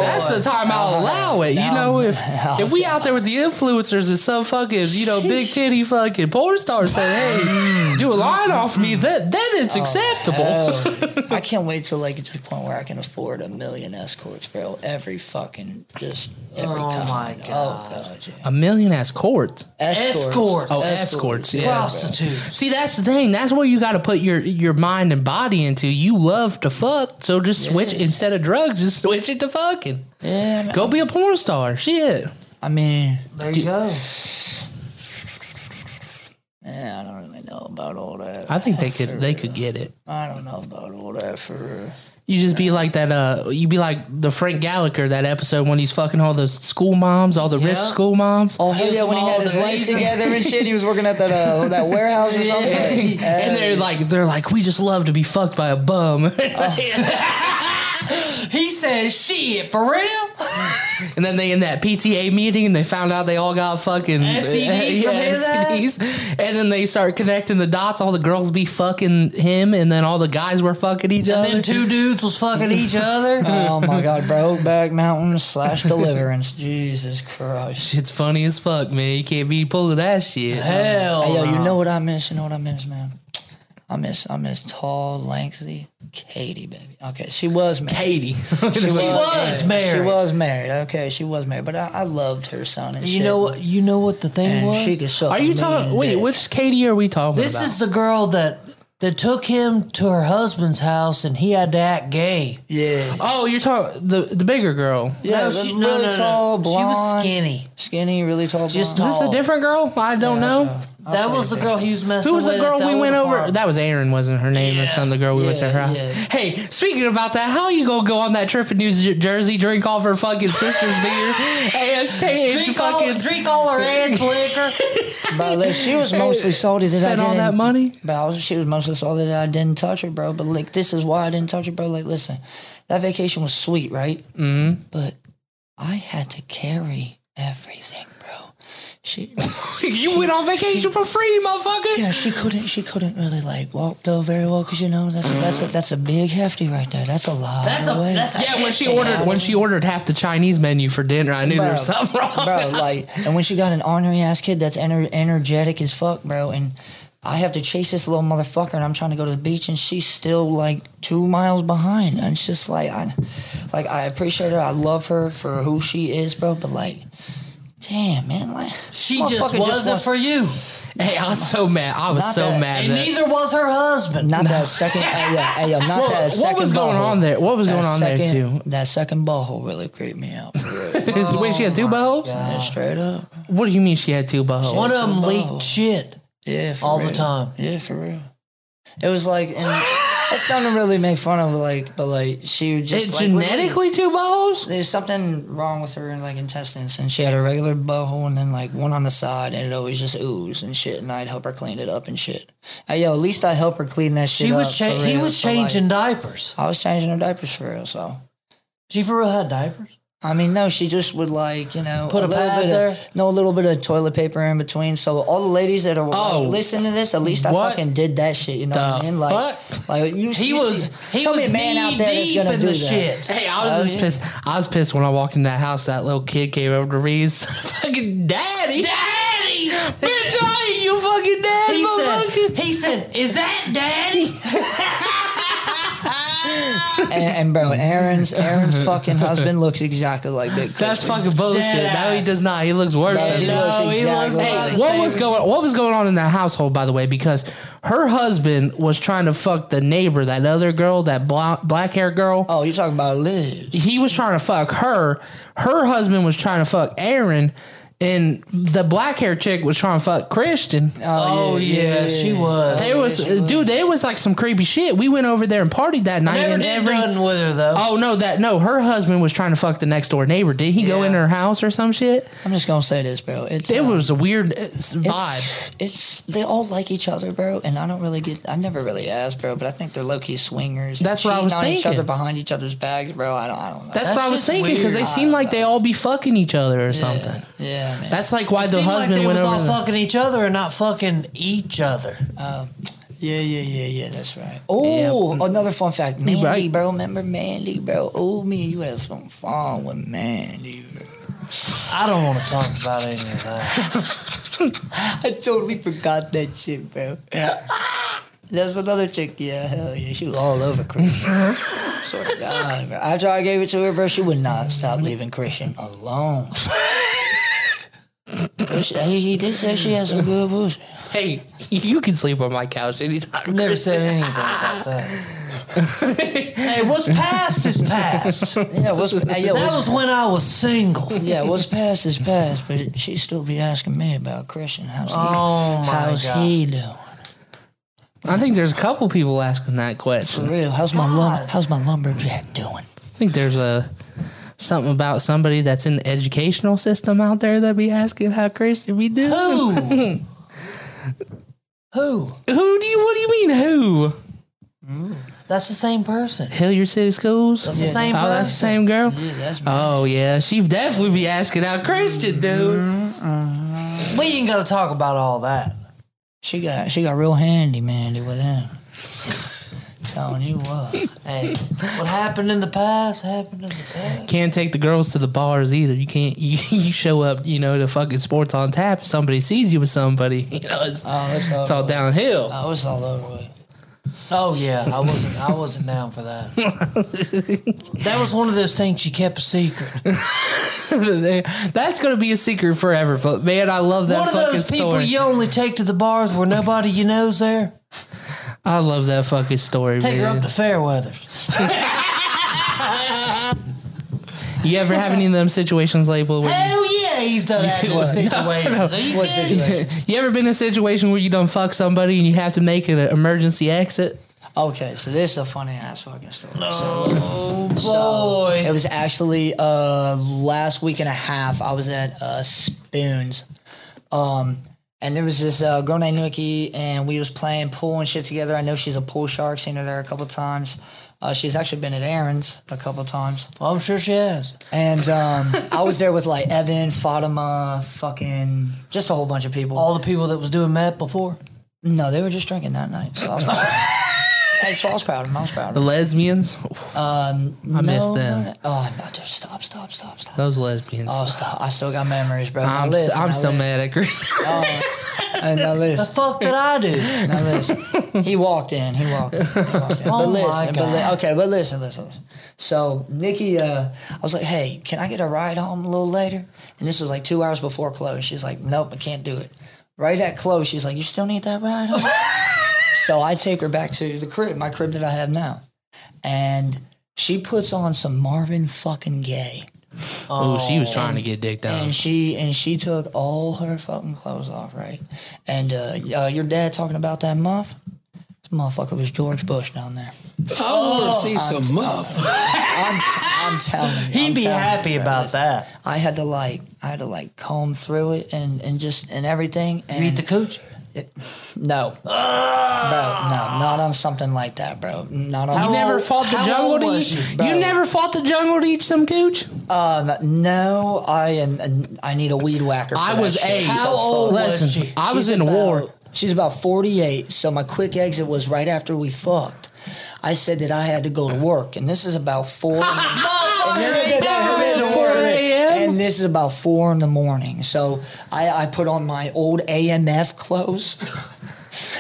S1: That's the time I'll allow it. You know, if if we out there with the influencers and some fucking you know big titty fucking porn star say, hey, do a line off me, that then it's acceptable.
S3: Oh, I can't wait till like it's the point where I can afford a million escorts, bro. Every fucking just every
S2: Oh,
S3: kind.
S2: my
S3: Oh god, yeah.
S1: A million ass court.
S2: Escorts.
S1: Oh, escorts, yeah.
S2: Prostitutes.
S1: See, that's the thing. That's where you got to put your your mind and body into. You love to fuck, so just switch instead of drugs. Just switch it to fucking.
S3: Yeah, man.
S1: Go be a porn star. Shit.
S3: I mean,
S2: There you go.
S3: yeah, I don't really know about all that.
S1: I think they could they could get it.
S3: I don't know about all that for real.
S1: You just be like that. Uh, you be like the Frank Gallagher that episode when he's fucking all those school moms, all the rich
S2: Yeah.
S1: school moms.
S3: Oh hell
S2: Gives
S3: yeah! When he
S2: them
S3: had
S2: all
S3: his
S2: the
S3: legs
S2: reason. (laughs)
S3: together and shit, he was working at that (laughs) uh, that warehouse or something.
S1: and they're like, they're like, we just love to be fucked by a bum, (laughs)
S2: Oh. He says, shit, for real?
S1: and then they in that PTA meeting and they found out they all got fucking (laughs)
S2: STDs from his ass?
S1: STDs. and then they start connecting the dots. All the girls be fucking him, and then all the guys were fucking each
S2: And
S1: other.
S2: then two dudes was fucking each other.
S3: (laughs) oh my god, Brokeback Mountain slash Deliverance. Jesus (laughs) Christ.
S1: Shit's funny as fuck, man. You can't be pulling that shit.
S2: Hell.
S3: Hey, yo, you
S2: no.
S3: know what I miss? You know what I miss, man? I miss I miss tall, lengthy Katie, baby. Okay, she was married.
S1: Katie.
S2: She was married.
S3: She was married. Okay, she was married, but I, I loved her son and
S2: You
S3: shit.
S2: know what? You know what the thing
S3: And
S2: was.
S3: she could suck.
S1: Are
S3: a
S1: you
S3: mean
S1: talking? Wait,
S3: dick.
S1: which Katie are we talking
S2: this
S1: about?
S2: is the girl that that took him to her husband's house, and he had to act gay.
S3: Yeah,
S1: Oh, you're talking the the bigger girl.
S3: yeah,
S2: No,
S3: she,
S2: she-
S3: really
S2: no, no, no.
S3: tall,
S2: She was
S3: blonde.
S2: skinny.
S3: skinny, really tall, blonde.
S2: Just
S1: Is this a different girl? I don't know.
S3: I'll
S2: that
S3: show
S2: was
S3: you
S2: the
S3: a
S2: girl he was messing
S1: Who was
S2: with.
S1: the girl
S2: at
S1: we went over?
S2: apartment.
S1: That was Aaron, wasn't her name or
S2: Yeah,
S1: something? The girl we went to her
S3: yeah,
S1: house.
S3: yeah.
S1: Hey, speaking about that, how you gonna go on that trip in New Jer- Jersey, drink all of her fucking sister's beer, AST, and
S2: drink all,
S1: fucking
S2: drink all (laughs) her aunt's liquor.
S3: But like, she was mostly salty that I
S1: spend
S3: didn't.
S1: all that money?
S3: But I was, she was mostly salty that I didn't touch her, bro. But like, this is why I didn't touch her, bro. Like, listen, that vacation was sweet, right? Mm-hmm. But I had to carry everything, bro. She,
S1: You went on vacation for free, motherfucker.
S3: yeah, she couldn't, she couldn't really like walk though very well because you know that's that's a, that's a big hefty right there. That's a lot.
S2: That's a
S3: of weight.
S2: that's a
S1: Yeah, when she
S2: hefty-
S1: ordered when she ordered half the Chinese menu for dinner, I knew there was
S3: Bro.
S1: something wrong.
S3: (laughs) bro. Like, and when she got an ornery ass kid that's ener- energetic as fuck, bro, and I have to chase this little motherfucker, and I'm trying to go to the beach, and she's still like two miles behind, and it's just like I, like I appreciate her, I love her for who she is, bro, but like. Damn, man! Like
S2: She
S3: motherfucker
S2: just wasn't
S3: wants-
S2: for you,
S1: (laughs) Hey, I was so mad. I was
S3: Not
S1: so
S3: that-
S1: mad.
S2: and
S1: that-
S2: neither was her husband.
S3: not that second. Hey, yeah, hey, yeah, not
S1: Well,
S3: that
S1: what
S3: second.
S1: was going
S3: butthole.
S1: on there? What was
S3: That
S1: going on there,
S3: second- That second butthole really creeped me out. for
S2: (laughs)
S3: real.
S1: Is- (laughs) Wait, she had two buttholes?
S3: Yeah, straight up.
S1: What do you mean she had two buttholes?
S2: One of them
S3: Wow.
S2: leaked shit.
S3: Yeah, for
S2: All the
S3: real.
S2: time.
S3: Yeah, for real. It was like, and
S2: (laughs)
S3: that's not to really make fun of, like, but like she would just
S1: It
S3: like, really-
S1: genetically two buttholes?
S3: there's something wrong with her in like intestines, and she had a regular butthole and then like one on the side, and it always just oozed and shit. And I'd help her clean it up and shit. Hey, yo, at least I help her clean that shit.
S2: She
S3: up
S2: was
S3: for
S2: cha- he
S3: real,
S2: was
S3: but, like,
S2: changing diapers.
S3: I was changing her diapers for real, so.
S2: She for real had diapers.
S3: I mean, no, she just would like you know
S2: Put a
S3: little
S2: pad
S3: bit
S2: there?
S3: of no, a little bit of toilet paper in between. So all the ladies that are
S1: Oh.
S3: like, listening to this, at least I
S1: What
S3: fucking did that shit. You know what I
S1: the
S3: mean? Like,
S1: fuck?
S3: like you,
S2: He
S3: you
S2: was
S3: see-
S2: he
S3: tell
S2: was
S3: me a man
S2: knee
S3: out there that's
S2: deep
S3: gonna
S2: in
S3: do
S2: the
S3: that.
S2: shit.
S1: Hey, I was just pissed. I was pissed when I walked in that house. That little kid came over to me. He's (laughs) fucking daddy.
S2: Daddy,
S1: Bitch, I ain't your fucking daddy,
S2: He
S1: motherfucker.
S2: said, he said, is that daddy?
S3: and, and bro, Aaron's
S2: (laughs)
S3: Aaron's fucking husband looks exactly like Big Crispy.
S1: That's fucking bullshit. No, he does not. He looks worse.
S3: No,
S1: than
S3: he
S1: that.
S3: looks No, he exactly looks like
S1: Hey,
S3: the
S1: what
S3: same.
S1: was going? What was going on in that household, by the way? Because her husband was trying to fuck the neighbor, that other girl, that black black hair girl.
S3: Oh, you're talking about Liz.
S1: He was trying to fuck her. Her husband was trying to fuck Aaron, and the black hair chick was trying to fuck Christian.
S2: Oh, yeah, she was.
S1: There was, dude. There was like some creepy shit. We went over there and partied that night,
S2: Never
S1: and
S2: did
S1: every
S2: nothing with her though.
S1: oh no, that no, her husband was trying to fuck the next door neighbor. Did he go
S2: Yeah.
S1: in her house or some shit?
S3: I'm just gonna say this, bro. It's
S1: It
S3: uh,
S1: was a weird uh, vibe.
S3: It's, it's they all like each other, bro, and I don't really get. I never really asked, bro, but I think they're low key swingers. and
S1: That's what I
S3: cheating
S1: was
S3: on Each
S1: thinking.
S3: other behind each other's bags, bro. I don't. I don't know.
S1: That's, what I
S2: That's
S1: was
S2: just
S1: thinking because they
S2: weird.
S1: seem like they all be fucking each other or something.
S3: yeah, man.
S1: That's like why the
S2: Seemed
S1: husband
S2: like they
S1: went
S2: was
S1: over.
S2: all
S1: to the-
S2: fucking each other and not fucking each other.
S3: yeah, yeah, yeah, yeah. That's right. Oh, another fun fact, Mandy,
S1: right.
S3: bro. Remember Mandy, bro? Oh, me and you have some fun with Mandy. Bro.
S2: I don't want to talk about any of that.
S3: I totally forgot that shit, bro. Yeah. There's another chick, yeah, hell yeah, she was all over
S2: (laughs) Uh-huh.
S3: Christian. Swear to God, bro. After I gave it to her, bro, she would not stop leaving Christian alone. (laughs) But she- he, he did say she has some good pussy.
S1: Hey, you can sleep on my couch anytime.
S2: Never said anything (laughs) about that. hey, what's past is (laughs) past.
S3: Yeah, what's hey, yo,
S2: That
S3: what's,
S2: was when I was single.
S3: yeah, what's past is past, but she still be asking me about Christian. How's he,
S2: Oh my
S3: how's
S2: God.
S3: he doing?
S1: I think there's a couple people asking that
S3: For
S1: question.
S3: real, how's my lum- how's my lumberjack doing?
S1: I think there's a something about somebody that's in the educational system out there that be asking how Christian we do.
S2: Who? Who?
S1: Who do you? What do you mean who?
S2: That's the same person.
S1: Hilliard City Schools.
S2: That's the same
S1: Oh, that's the same girl.
S3: that's
S1: oh yeah, she definitely be asking how Christian dude.
S2: We ain't gotta talk about all that.
S3: She got she got real handy, Mandy, with him. Telling you what.
S2: Hey, what happened in the past happened in the past.
S1: Can't take the girls to the bars either. You can't. (laughs) You, you show up, you know, to fucking sports on tap. Somebody sees you with somebody. (laughs) You know, it's,
S3: Oh, it's all,
S1: it's all downhill. (laughs)
S3: oh, it's all over with.
S2: Oh yeah, I wasn't. I wasn't down for (laughs) that. that was one of those things you kept a secret.
S1: That's gonna be a secret forever, fo- man. I love that
S2: one of
S1: fucking
S2: those people
S1: story.
S2: you only take to the bars where nobody you know's there.
S1: I love that fucking story,
S2: Take her
S1: man.
S2: up to Fairweathers.
S1: you ever have any of them situations, label? Where you-
S2: Hell yeah, he's done that
S1: (laughs)
S2: in those situations. Are you
S3: What
S2: kidding?
S3: situation?
S1: you ever been in a situation where you done fuck somebody and you have to make an emergency exit?
S3: Okay, so this is a funny ass fucking story.
S2: Oh boy.
S3: So it was actually uh, last week and a half. I was at uh, Spoons, um, and there was this uh, girl named Nikki, and we was playing pool and shit together. I know she's a pool shark. Seen her there a couple times. Uh, she's actually been at Aaron's a couple times.
S2: I'm sure she has.
S3: And
S2: (laughs)
S3: um, I was there with like Evan, Fatima, fucking just a whole bunch of people.
S2: All the people that was doing meth before.
S3: no, they were just drinking that night. So I was proud.
S2: (laughs)
S3: hey, so I was proud of them. I was proud
S1: The
S3: of them.
S1: lesbians,
S3: Um, I
S1: miss them.
S3: Oh, no, dude, stop, stop, stop, stop.
S1: those lesbians.
S3: Oh, stop. I still got memories, bro. Now
S1: I'm,
S3: listen,
S1: I'm
S3: now
S1: still
S3: listen.
S1: mad at Chris. (laughs)
S3: And now listen,
S2: Fuck did I do?
S3: now listen. He walked in. He walked in. He
S1: (laughs)
S3: walked in.
S2: Oh
S3: but
S2: my
S3: listen, but li-
S2: God.
S3: okay, but listen, listen. listen. So Nikki, uh, I was like, "Hey, can I get a ride home a little later?" And this was like two hours before close. She's like, "Nope, I can't do it." Right at close, she's like, "You still need that
S1: (laughs)
S3: ride home?" so I take her back to the crib, my crib that I have now, and she puts on some Marvin fucking Gaye.
S1: oh, she was trying to get dick down.
S3: and she and she took all her fucking clothes off, right? And uh, uh, your dad talking about that muff? This motherfucker was George Bush down there. Oh,
S4: I want to see some muff.
S3: I'm, I'm telling you,
S2: He'd
S3: I'm
S2: be
S3: telling you,
S2: happy
S3: bro.
S2: about that.
S3: I had to like, I had to like comb through it and and just and everything. And
S2: You eat the cooch?
S3: no,
S1: Ah!
S3: bro, no, not on something like that, bro. Not on.
S1: you never fought the
S2: how
S1: jungle
S2: old
S1: to
S2: was
S1: eat.
S2: she,
S1: You
S3: bro?
S1: never fought the jungle to eat some gooch.
S3: Um, no, I am. and I need a weed whacker. For
S1: I
S3: that
S1: was
S3: shit.
S1: eight.
S3: So
S1: How
S3: fuck.
S1: old was Listen, she? I was in a
S3: about,
S1: war.
S3: She's about forty-eight. So my quick exit was right after we fucked. I said that I had to go to work, and this is about four. in the- And this is about four in the morning. So I, I put on my old AMF clothes.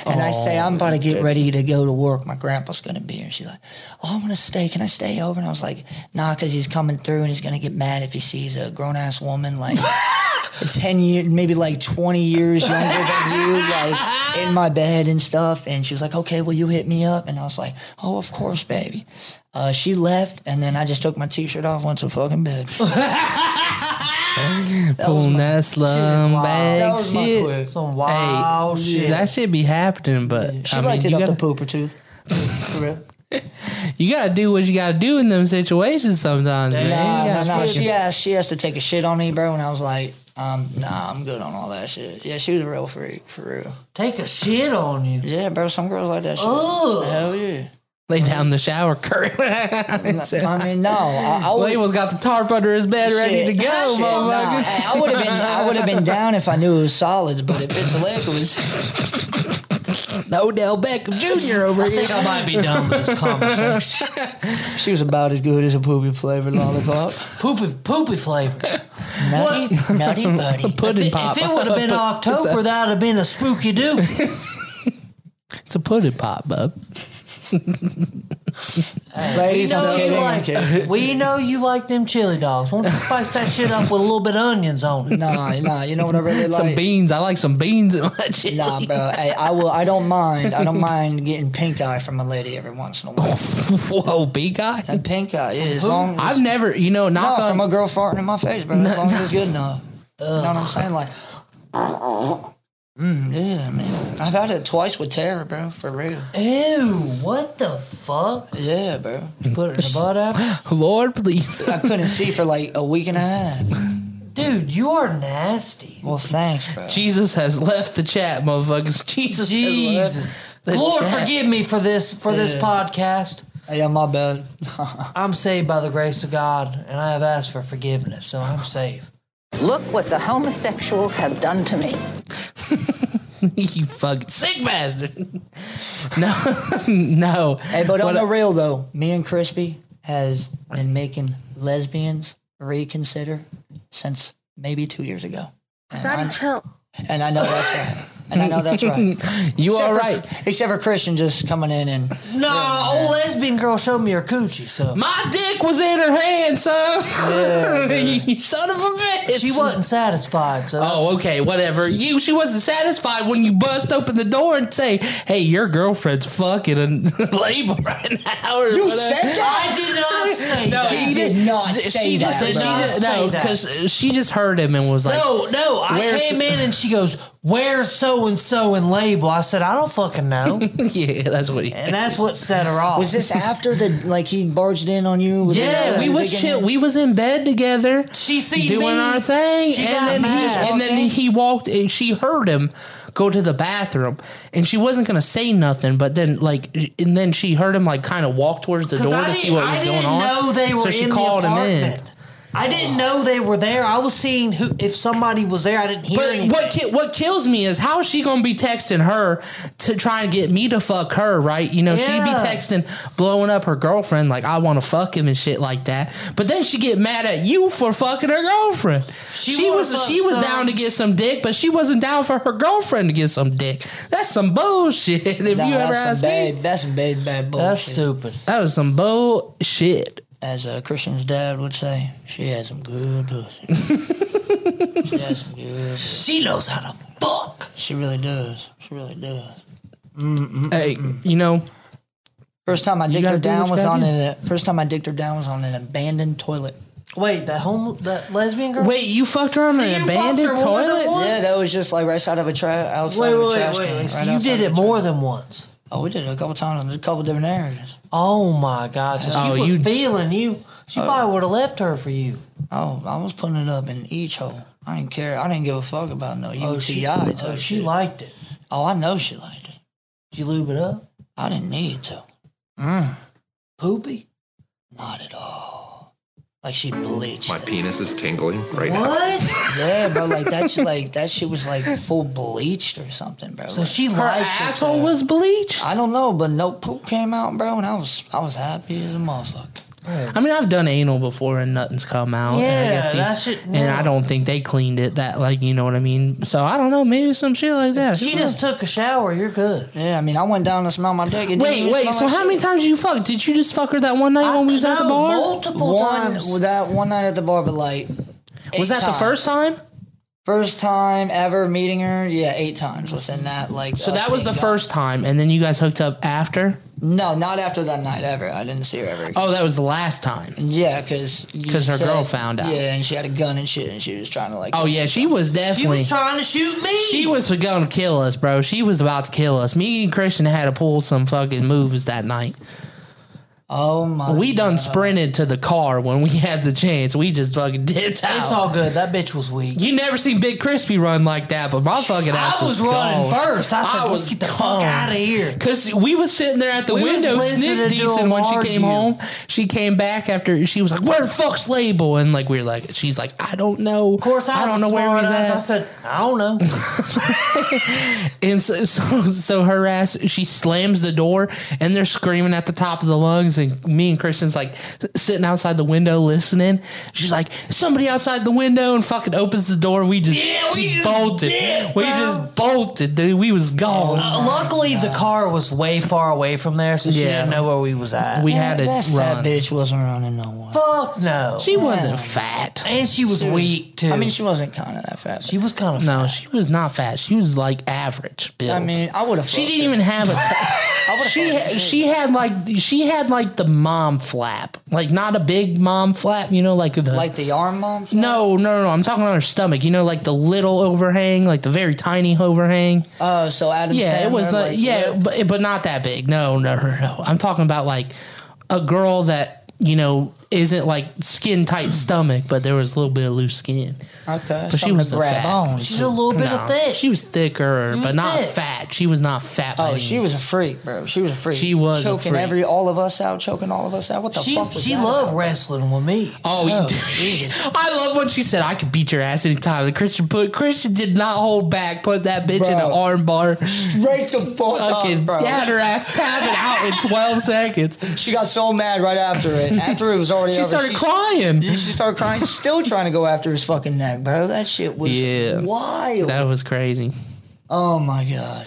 S3: and (laughs) And I say,
S1: Oh,
S3: I'm about to get
S1: good.
S3: ready to go to work. My grandpa's going to be here. She's like, Oh, I want to stay. Can I stay over? And I was like, Nah, because he's coming through and he's going to get mad if he sees a grown ass woman like 10 years, maybe like 20 years younger than you, like in my bed and stuff. And she was like, Okay, will you hit me up? And I was like, Oh, of course, baby. Uh, she left, and then I just took my t shirt off, went to fucking bed.
S1: Pulling that slum Um, bag
S3: was my
S1: shit.
S3: clip.
S2: Some wild
S1: hey,
S2: shit.
S1: That Oh, shit be happening, but
S3: She
S1: I mean,
S3: liked
S1: you
S3: it up
S1: gotta,
S3: the poop or two. For real.
S1: you gotta do what you gotta do in them situations sometimes, man.
S3: Nah,
S1: You
S3: nah,
S1: gotta
S3: nah.
S1: fucking-
S3: She has she has to take a shit on me, bro. And I was like, um, nah, I'm good on all that shit. Yeah, she was a real freak for real.
S2: Take a shit on you.
S3: Yeah, bro. Some girls like that shit.
S2: Ugh.
S3: Hell yeah.
S1: lay down in the shower, (laughs) Kurt.
S3: I mean, no, I, I would.
S1: Label's got the tarp under his bed, ready to
S3: Shit.
S1: go,
S3: Shit, nah.
S1: motherfucker.
S3: Hey, I would have been, I would have been down if I knew it was solids, but if it's liquids, (laughs)
S1: Odell Beckham Jr. over
S2: I
S1: here.
S2: think I might be done with (laughs) this conversation.
S3: she was about as good as a poopy flavored
S1: (laughs)
S3: lollipop.
S2: poopy, poopy flavor.
S3: nutty, nutty buddy.
S1: (laughs) Pudding
S2: If
S1: pop.
S2: it would
S1: (laughs)
S2: have been
S1: Put-
S2: October,
S1: it's a,
S2: that would have been a spooky dookie.
S1: it's a pudding pop, bub.
S2: We
S3: Ladies,
S2: know,
S3: I'm
S2: you
S3: kidding. I'm kidding.
S2: like, we know you like them chili dogs. Won't you spice that shit up with a little bit of onions
S1: (laughs)
S2: on it?
S3: Nah, nah. You know what I really like?
S1: Some beans. I like some beans in my (laughs) shit.
S3: Nah, bro. Hey, I will. I don't mind. I don't mind getting pink eye from a lady every once in a while.
S1: Whoa, big guy.
S3: And (laughs) pink eye, yeah, as long as,
S1: I've never, you know,
S3: no,
S1: knock on.
S3: from a girl farting in my face, bro. As long as it's good enough. You know what I'm saying? (laughs) Like, mm, yeah, man. I've had it twice with Tara, bro. For real.
S2: Ew, what
S1: (laughs)
S2: the fuck?
S3: Yeah, bro.
S2: Put it in a butt apple?
S1: Lord, please.
S3: I couldn't see for like a week and a half.
S2: (laughs) Dude, you are nasty.
S3: Well, thanks, bro.
S1: Jesus has left the chat, motherfuckers. Jesus, has
S2: Jesus.
S1: left the
S2: Lord,
S1: chat.
S2: forgive me for this for this
S3: Yeah.
S2: podcast.
S3: Yeah, my
S1: (laughs)
S3: bad.
S2: I'm saved by the grace of God, and I have asked for forgiveness, so I'm safe.
S10: Look what the homosexuals have done to me.
S1: (laughs) you fucking sick bastard. (laughs) no, (laughs) no.
S3: Hey, but on
S1: What-
S3: the real though, me and Crispy has been making lesbians reconsider since maybe two years ago. And, I'm- and I know that's right. And I know that's right.
S1: (laughs) You are
S3: for-
S1: right.
S3: except for Christian just coming in and
S2: No, old lesbian girl showed me her coochie,
S1: (laughs)
S2: so
S1: My dick was in her hand, son. (laughs) you son of a bitch.
S2: she wasn't satisfied. So that's-
S1: Oh, okay, whatever. You, she wasn't satisfied when you bust open the door and say, "Hey, your girlfriend's fucking a (laughs) label right now." Or
S3: You
S1: whatever.
S3: said
S2: I did not say
S1: No,
S2: that.
S1: he
S3: You did not
S1: She
S3: say that,
S1: Just, she
S3: bro.
S1: just, no,
S2: Say that.
S1: because she just heard him and was like,
S2: No, no. I
S1: Where's-
S2: came in and she goes, "Where's so and so in label?" I said, "I don't fucking (laughs) know,"
S1: (laughs) "Yeah, that's what he."
S2: and that's what set her off.
S3: was this after the like he barged in on you? With the-
S2: Yeah,
S3: uh,
S1: We was
S3: digging
S1: chill.
S3: in?
S1: We was in bed together.
S2: she seen
S1: doing
S2: me.
S1: our thing,
S2: She got
S1: and then
S2: mad.
S1: he just, and then he walked. And she heard him go to the bathroom, and she wasn't gonna say nothing. But then, like, and then she heard him like kind of walk towards the
S2: 'Cause
S1: door
S2: I
S1: to see
S2: didn't-
S1: what was
S2: I
S1: going
S2: didn't
S1: on.
S2: Know they were
S1: so she
S2: in
S1: called
S2: the
S1: him
S2: apartment.
S1: in.
S2: I didn't know they were there. I was seeing who if somebody was there. I didn't hear
S1: But
S2: anything.
S1: what ki- what kills me is how is she gonna be texting her to try and get me to fuck her, right? You know,
S2: Yeah.
S1: she'd be texting, blowing up her girlfriend like I want to fuck him and shit like that. But then she get mad at you for fucking her girlfriend. She,
S2: She wanna
S1: was
S2: fuck
S1: she was
S2: some-
S1: down to get some dick, but she wasn't down for her girlfriend to get some dick. That's some bullshit. (laughs) If
S3: Nah,
S1: you ever ask
S3: that's some bad,
S1: me,
S3: that's some bad, bad bullshit.
S2: That's stupid.
S1: that was some bullshit.
S3: As uh, Christian's dad would say, she has some
S1: (laughs)
S3: good pussy. she has some good. pussy.
S2: She knows how to fuck.
S3: She really does. She really does.
S1: Hey, you know,
S3: First time I dicked
S1: gotta
S3: her
S1: do what
S3: down
S1: you
S3: was
S1: gotta
S3: on
S1: do.
S3: an first time I dicked her down was on an abandoned toilet.
S2: Wait, that home that lesbian girl.
S1: wait, you fucked her on
S2: So you
S1: an
S2: fucked her
S1: abandoned
S2: more than
S1: toilet?
S2: once?
S3: Yeah, that was just like right side of a trash outside
S2: wait,
S3: of a
S2: wait, wait,
S3: trash
S2: wait.
S3: can.
S2: wait. So
S3: right
S2: you
S3: outside
S2: did
S3: of
S2: it
S3: a
S2: more
S3: trash-
S2: than once.
S3: Oh, we did it a couple times in a couple different areas.
S2: Oh my God! So
S1: Oh,
S2: she was
S1: you-
S2: feeling you. Oh. She probably would have left her for you.
S3: Oh, I was putting it up in each hole. I didn't care. I didn't give a fuck about no UTI.
S2: Oh, she, oh, she
S3: liked.
S2: liked it.
S3: Oh, I know she liked it.
S2: Did you lube it up?
S3: I didn't need to.
S2: Poopy?
S3: Not at all. Like she bleached. it.
S11: penis is tingling right
S2: What?
S3: Yeah, bro. Like that. Shit, like that shit was like full bleached or something, bro.
S2: so
S3: Like,
S2: she
S1: Her
S2: liked it.
S1: asshole was bleached.
S3: I don't know, but no poop came out, bro, and I was I was happy as a motherfucker.
S1: I mean, I've done anal before and nothing's come out. and
S2: Yeah,
S1: I guess
S2: that shit-
S1: And I don't think they cleaned it that, like, you know what I mean? So I don't know. Maybe some shit like that.
S2: She just took a shower. You're good.
S3: Yeah, I mean, I went down to smell my dick. and
S1: Wait,
S3: didn't
S1: wait.
S3: smell
S1: So
S3: like
S1: how
S3: shit.
S1: many times you fuck? Did you just fuck her that one night when we was at the
S3: No,
S1: bar?
S3: one, That one night at the bar, but like.
S1: Was that the first time?
S3: First time ever meeting her. Yeah, eight times was in that. Like,
S1: So
S3: us
S1: that was
S3: being
S1: the
S3: done.
S1: first time, and then you guys hooked up after.
S3: No, not after that night ever. I didn't see her ever. again.
S1: Oh, that was the last time.
S3: Yeah, because
S1: 'Cause her girl found out.
S3: Yeah, and she had a gun and shit, and she was trying to like.
S1: Oh yeah, she was definitely.
S3: She was
S2: trying to shoot me.
S1: She was going to kill us, bro. She was about to kill us. Me and Christian had to pull some fucking moves that night.
S3: Oh my!
S1: We done sprinted to the car when we (laughs) had the chance. We just fucking dipped out.
S2: It's all good. That bitch was weak.
S1: You never seen Big Crispy run like that, but my fucking ass
S2: I was running first. I said, "Let's get the fuck out of here."
S1: Because we was sitting there at the
S2: We was
S1: window,
S2: listening
S1: snick
S2: to
S1: decent
S2: them
S1: when she came
S2: argue.
S1: home. She came back after she was like, "Where the fuck's label?" And like we were like, "She's like, I don't know. Of course, I, don't
S2: was
S1: know
S2: a
S1: where he's
S2: smart ass.
S1: at."
S2: I said, "I don't
S1: (laughs)
S2: know."
S1: And so, (laughs) so, so her ass, she slams the door and they're screaming at the top of the lungs. And me and Kristen's like sitting outside the window listening. She's like, somebody outside the window and fucking opens the door. We just, bolted. we just bolted, dude. We was gone.
S2: Uh, luckily, the car was way far away from there, so she
S1: Yeah.
S2: didn't know where we was at.
S1: We had to
S3: that
S1: run.
S3: fat bitch wasn't running no one.
S2: Fuck no.
S1: She wasn't fat.
S2: and she was weak too.
S3: I mean, she wasn't kind of that fat.
S2: she was kind of
S1: No, she was not fat. She was like average. Build.
S3: I mean, I would have.
S1: she didn't even have a.
S3: (laughs)
S1: T- she ha- she had like she had like the mom flap, like not a big mom flap, you know, like
S2: Uh-huh.
S1: the
S3: like the arm mom.
S1: No, no, no, no. I'm talking on her stomach. You know, like the little overhang, like the very tiny overhang.
S3: Oh, so Adam.
S1: yeah, it was
S3: Sandler,
S1: the
S3: like,
S1: yeah, but but not that big. No, no, no, no. I'm talking about like a girl that you know isn't like skin
S2: (clears throat)
S1: tight stomach, but there was a little bit of loose skin.
S3: Okay,
S1: But she
S3: something to
S1: was
S3: grab
S1: fat.
S3: on
S2: She's
S3: to.
S2: a little bit
S1: No,
S2: of thick.
S1: She was thicker,
S2: She was
S1: but not
S2: thick.
S1: fat. She was not fat. by
S3: Oh,
S1: any
S3: she was a
S1: means.
S3: freak, bro. She was a freak.
S1: She was a
S3: choking
S1: freak.
S3: every all of us out, choking all of us out. What the
S2: She
S3: fuck? Was
S2: she
S3: that
S2: loved
S3: about?
S2: wrestling with me.
S1: Oh, you do- I love when she said, "I could beat your ass anytime." The Christian put Christian did not hold back. Put that bitch in an
S3: Bro.
S1: arm bar.
S3: Break the fuck
S1: Fucking
S3: up, bro.
S1: had her ass tapping out in twelve seconds.
S3: She got so mad right after
S1: (laughs)
S3: it. After it was already
S1: She
S3: over,
S1: started crying.
S3: Yeah, she started crying. Still trying to go after his fucking neck, bro. That shit was
S1: Yeah.
S3: wild.
S1: That was crazy.
S3: oh my god,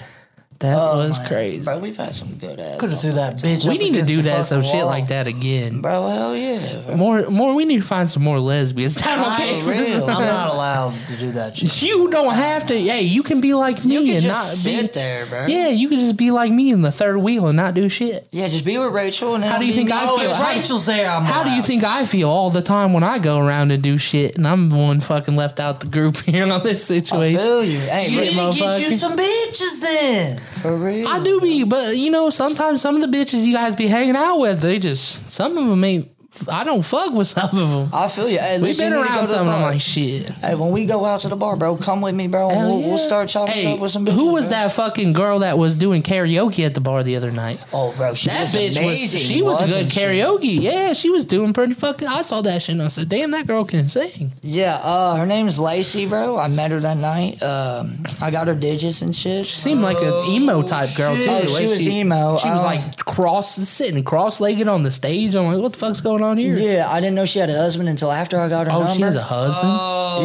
S1: That
S3: Oh,
S1: was
S3: my-
S1: crazy.
S3: bro. We've had some good ass.
S2: Could have threw that bitch.
S1: We need
S2: up
S1: to
S2: against
S1: do
S2: the
S1: that some
S2: fucking
S1: shit
S2: wall.
S1: like that again.
S3: bro. Hell yeah. Bro.
S1: More, more. We need to find some more lesbians. (laughs) I don't
S3: I
S1: think (laughs)
S3: ain't real.
S2: I'm not allowed to do that shit.
S1: You don't have to. Hey, you can be like me
S3: You could
S1: and
S3: just
S1: not be.
S3: sit there, bro.
S1: Yeah, you can just be like me in the third wheel and not do shit.
S3: Yeah, just be with Rachel. And then
S1: How do you
S3: be
S1: think
S3: me.
S1: I
S2: Oh,
S1: feel?
S2: if
S1: How-
S2: Rachel's there, I'm
S1: How do you
S2: allowed.
S1: think I feel all the time when I go around and do shit and I'm the one fucking left out the group (laughs) here on this
S3: I
S1: situation?
S3: feel you. Hey,
S1: Shit,
S2: She need to get
S1: motherfucker.
S2: you some bitches then.
S3: for real.
S1: I do be, but you know, sometimes some of the bitches you guys be hanging out with, they just some of them ain't. I don't fuck with some of them.
S3: I feel you. Hey,
S1: We've
S3: listen,
S1: been
S3: you need to go
S1: around
S3: to the
S1: some of them
S3: bar.
S1: like shit.
S3: Hey, when we go out to the bar, bro, come with me, bro. And
S1: Hell
S3: we'll,
S1: yeah.
S3: we'll start chopping
S1: Hey,
S3: it up with some.
S1: who
S3: bitches,
S1: was
S3: bro.
S1: that fucking girl that was doing karaoke at the bar the other night?
S3: Oh, bro, she
S1: That
S3: was
S1: bitch
S3: amazing.
S1: was she was a good
S3: wasn't she?
S1: karaoke. Yeah, she was doing pretty fucking. I saw that shit and I said, "Damn, that girl can sing."
S3: Yeah, uh, her name's Lacey, bro. I met her that night. Um, I got her digits and shit.
S1: She seemed like an emo type girl too.
S3: Oh,
S1: the way
S3: she was emo.
S1: She was
S3: Oh.
S1: like cross sitting cross legged on the stage. I'm like, what the fuck's going on here?
S3: Yeah, I didn't know she had a husband until after I got her
S1: Oh,
S3: number.
S1: she has a husband.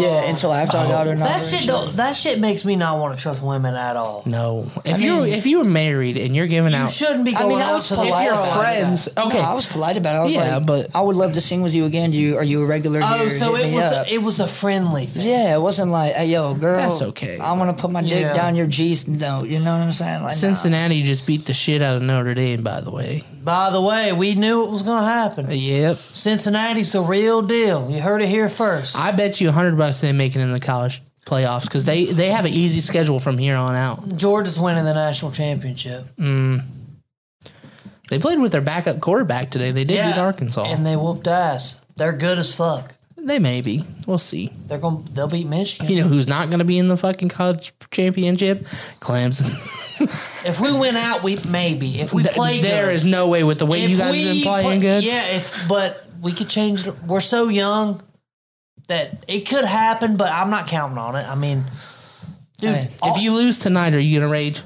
S3: yeah, until after I got her number.
S2: That shit don't. That shit makes me not want to trust women at all.
S1: no, if you're
S3: mean-
S1: if you were married and you're giving
S2: You
S1: out,
S2: shouldn't be
S3: I
S2: going
S3: mean, I
S2: out
S3: was
S2: to
S3: polite.
S1: if you're
S3: about it.
S1: friends, okay.
S3: No, I was polite about it. I was
S1: Yeah,
S3: like,
S1: but-
S3: I would love to sing with you again. Do you are you a regular
S2: Oh,
S3: here?
S2: so
S3: Hit
S2: it
S3: me
S2: was
S3: up.
S2: a, it was a friendly thing.
S3: yeah, it wasn't like, hey, yo, girl,
S1: That's okay.
S3: I want to put my dick
S2: Yeah.
S3: down your G's. No, you know what I'm saying? Like, nah.
S1: Cincinnati just beat the shit out of Notre Dame. By the way,
S2: By the way, we knew it was gonna happen.
S1: yep.
S2: Cincinnati's the real deal. You heard it here first.
S1: I bet you hundred bucks they make it in the college playoffs because they they have an easy schedule from here on out.
S2: Georgia's winning the national championship.
S1: They played with their backup quarterback today. They did beat Arkansas.
S2: and they whooped ass. They're good as fuck.
S1: they may be. We'll see.
S2: They're gonna they'll beat Michigan.
S1: You know who's not going to be in the fucking college championship? Clemson. (laughs)
S2: If we went out, we maybe if we
S1: Th-
S2: played
S1: there
S2: good.
S1: is no way with the way
S2: If
S1: you guys
S2: we
S1: have been
S2: play-
S1: playing good.
S2: Yeah, if but we could change. the- We're so young that it could happen, but I'm not counting on it. I mean, dude,
S1: If you lose tonight, are you gonna rage?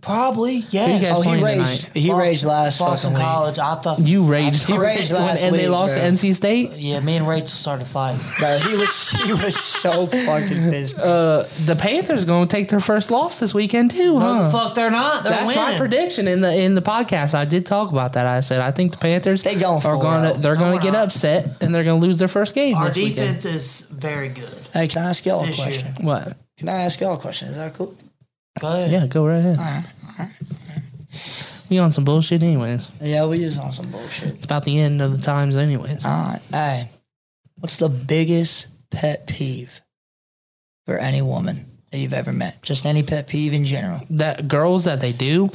S2: Probably, yes.
S3: guys Oh, he playing raged- tonight? he raged last
S2: Boston
S3: fucking week.
S2: College. I thought
S1: You raged. (laughs)
S3: He raged last
S1: and they
S3: week,
S1: lost
S3: bro.
S1: to NC State.
S2: Yeah, me and Rachel started fighting.
S3: Bro, he was (laughs) he was so fucking pissed.
S1: Uh, the Panthers going to take their first loss this weekend too,
S2: No,
S1: huh?
S2: the fuck, they're not. They're
S1: That's my
S2: winning.
S1: prediction in the in the podcast. I did talk about that. I said I think the Panthers they
S3: going
S1: are going to
S3: 4-0.
S1: they're
S2: No,
S1: going
S2: we're
S1: to get
S2: not.
S1: upset and they're going to lose their first game.
S2: Our
S1: next weekend.
S2: defense is very good.
S3: Hey, can I ask y'all a
S2: This year.
S3: question?
S1: What?
S3: Can I ask y'all a question? Is that cool?
S2: Go ahead.
S1: Yeah, go right ahead. We on some bullshit, anyways.
S3: Yeah, we just on some bullshit.
S1: It's about the end of the times, anyways.
S3: All right. Hey, what's the biggest pet peeve for any woman that you've ever met? Just any pet peeve in general.
S1: That girls that they do,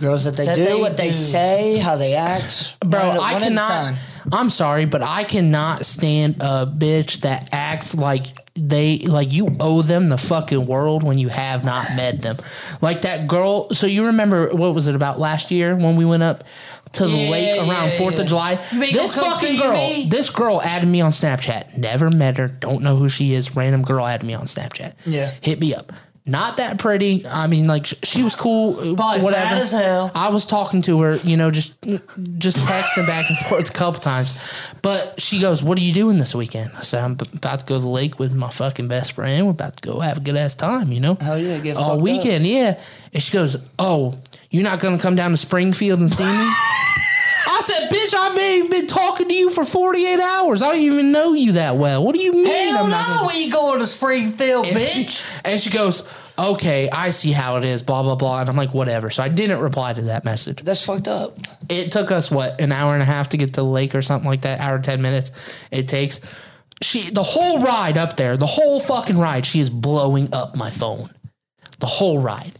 S3: Girls that they
S2: That
S3: do,
S2: they
S3: what they
S2: do.
S3: say, how they act.
S1: bro.
S3: One at-
S1: I
S3: one at a
S1: cannot.
S3: time.
S1: I'm sorry, but I cannot stand a bitch that acts like they like you owe them the fucking world when you have not met them. Like that girl. So you remember what was it about last year when we went up to the
S2: Yeah,
S1: lake around
S2: yeah,
S1: Fourth of
S2: yeah.
S1: July?
S2: You ain't
S1: This
S2: gonna come
S1: fucking
S2: see
S1: girl.
S2: me?
S1: This girl added me on Snapchat. Never met her. Don't know who she is. Random girl added me on Snapchat.
S3: Yeah.
S1: hit me up. Not that pretty. I mean, like sh- she was cool.
S2: Probably
S1: whatever.
S2: fat as hell.
S1: I was talking to her, you know, just just texting back and (laughs) forth a couple times. But she goes, "What are you doing this weekend?" I said, "I'm b- about to go to the lake with my fucking best friend. We're about to go have a good ass time, you know."
S3: Hell yeah, get fucked
S1: all
S3: up.
S1: weekend, yeah. And she goes, "Oh, you're not gonna come down to Springfield and see me?" I said, "Bitch, I've been, been talking to you for 48 hours. I don't even know you that well. What do you mean?
S2: Hell
S1: I'm not gonna
S2: no, we ain't going to Springfield,
S1: and (laughs)
S2: bitch.
S1: She, and she goes, "Okay, I see how it is." Blah blah blah. And I'm like, "Whatever." So I didn't reply to that message.
S3: That's fucked up.
S1: It took us what an hour and a half to get to the lake or something like that. Hour and ten minutes it takes. She the whole ride up there, the whole fucking ride, she is blowing up my phone, the whole ride,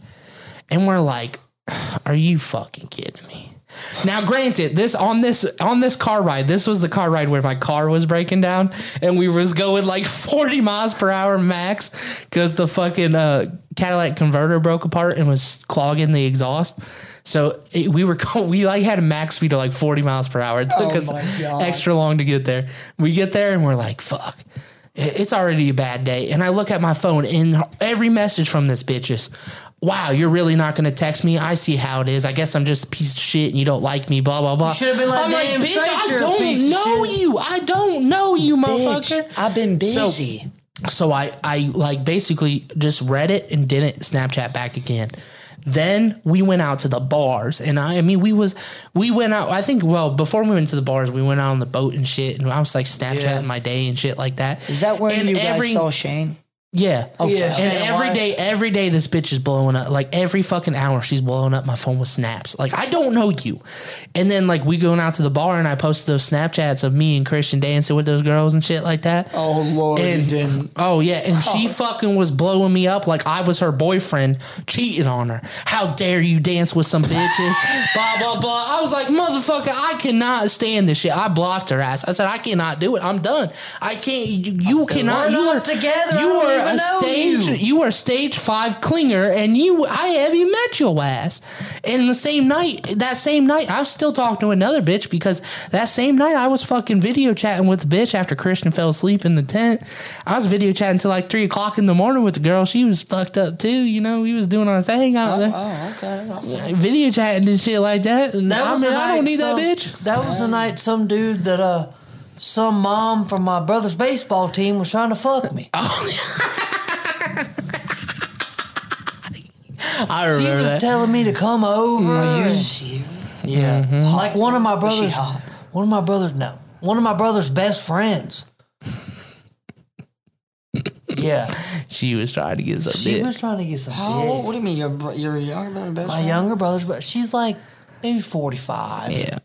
S1: and we're like, (sighs) "Are you fucking kidding me?" Now, granted, this on this on this car ride, this was the car ride where my car was breaking down, and we was going like (laughs) forty miles per hour max because the fucking uh, Cadillac converter broke apart and was clogging the exhaust. So it, we were (laughs) go- we like had a max speed of like forty miles per hour. It took (laughs)
S3: Oh my
S1: us
S3: God.
S1: extra long to get there. We get there and we're like, fuck. It- It's already a bad day, and I look at my phone, and every message from this bitch is, "Wow, you're really not going to text me? I see how it is. I guess I'm just a piece of shit, and you don't like me." Blah blah blah.
S2: You should've been like,
S1: I'm
S2: "Damn
S1: bitch,
S2: straight,
S1: I
S2: you're a piece
S1: don't
S2: of
S1: know
S2: shit."
S1: you. I don't know you, motherfucker.
S3: Bitch, I've been
S1: So-
S3: busy.
S1: so I, I like basically just read it and didn't Snapchat back again. Then we went out to the bars, and I, I mean, we was we went out. I think well before we went to the bars, we went out on the boat and shit, and I was like Snapchatting
S2: Yeah.
S1: my day and shit like that.
S3: Is that where
S1: And
S3: you
S1: every-
S3: guys saw Shane?
S1: Yeah.
S3: Okay.
S2: Yeah,
S1: And
S2: Shane
S1: every
S2: White.
S1: day, every day, this bitch is blowing up. Like every fucking hour, she's blowing up my phone with snaps. Like I don't know you. And then like we going out to the bar, and I posted those Snapchats of me and Christian dancing with those girls and shit like that.
S3: Oh lord,
S1: And- Oh yeah, and she fucking was blowing me up like I was her boyfriend, cheating on her. How dare you dance with some bitches? blah blah blah. I was like, motherfucker, I cannot stand this shit. I blocked her ass. I said, I cannot do it. I'm done. I can't. You, you cannot.
S2: we're
S1: you
S2: not
S1: are
S2: together. I
S1: You
S2: don't
S1: are
S2: even
S1: a
S2: know
S1: stage.
S2: you.
S1: You. are stage five clinger, and you. I haven't met your ass. And the same night, that same night, I was still talking to another bitch because that same night I was fucking video chatting with the bitch after Christian fell asleep in the tent. I was video chatting till like three o'clock in the morning with the girl. She was fucked up too. You know, we was doing our thing out there,
S3: Oh, okay.
S1: video chatting and shit like that. And
S2: That
S1: I
S2: was
S1: mean,
S2: the
S1: I
S2: night
S1: don't need
S2: some,
S1: that bitch.
S2: That was the night some dude that uh some mom from my brother's baseball team was trying to fuck me.
S1: I
S2: she
S1: remember
S2: was
S1: that.
S2: telling me to come over. and- yeah,
S1: Mm-hmm.
S2: like one of my brothers.
S3: hot?
S2: One of my brothers. No, one of my brother's best friends. yeah,
S1: she was trying to get some
S2: she
S1: dick.
S2: was trying to get some.
S3: How
S2: dick.
S3: old? What do you mean? Your bro- your younger brother, best
S2: my
S3: friend?
S2: younger brother's, but she's like maybe forty five.
S1: yeah.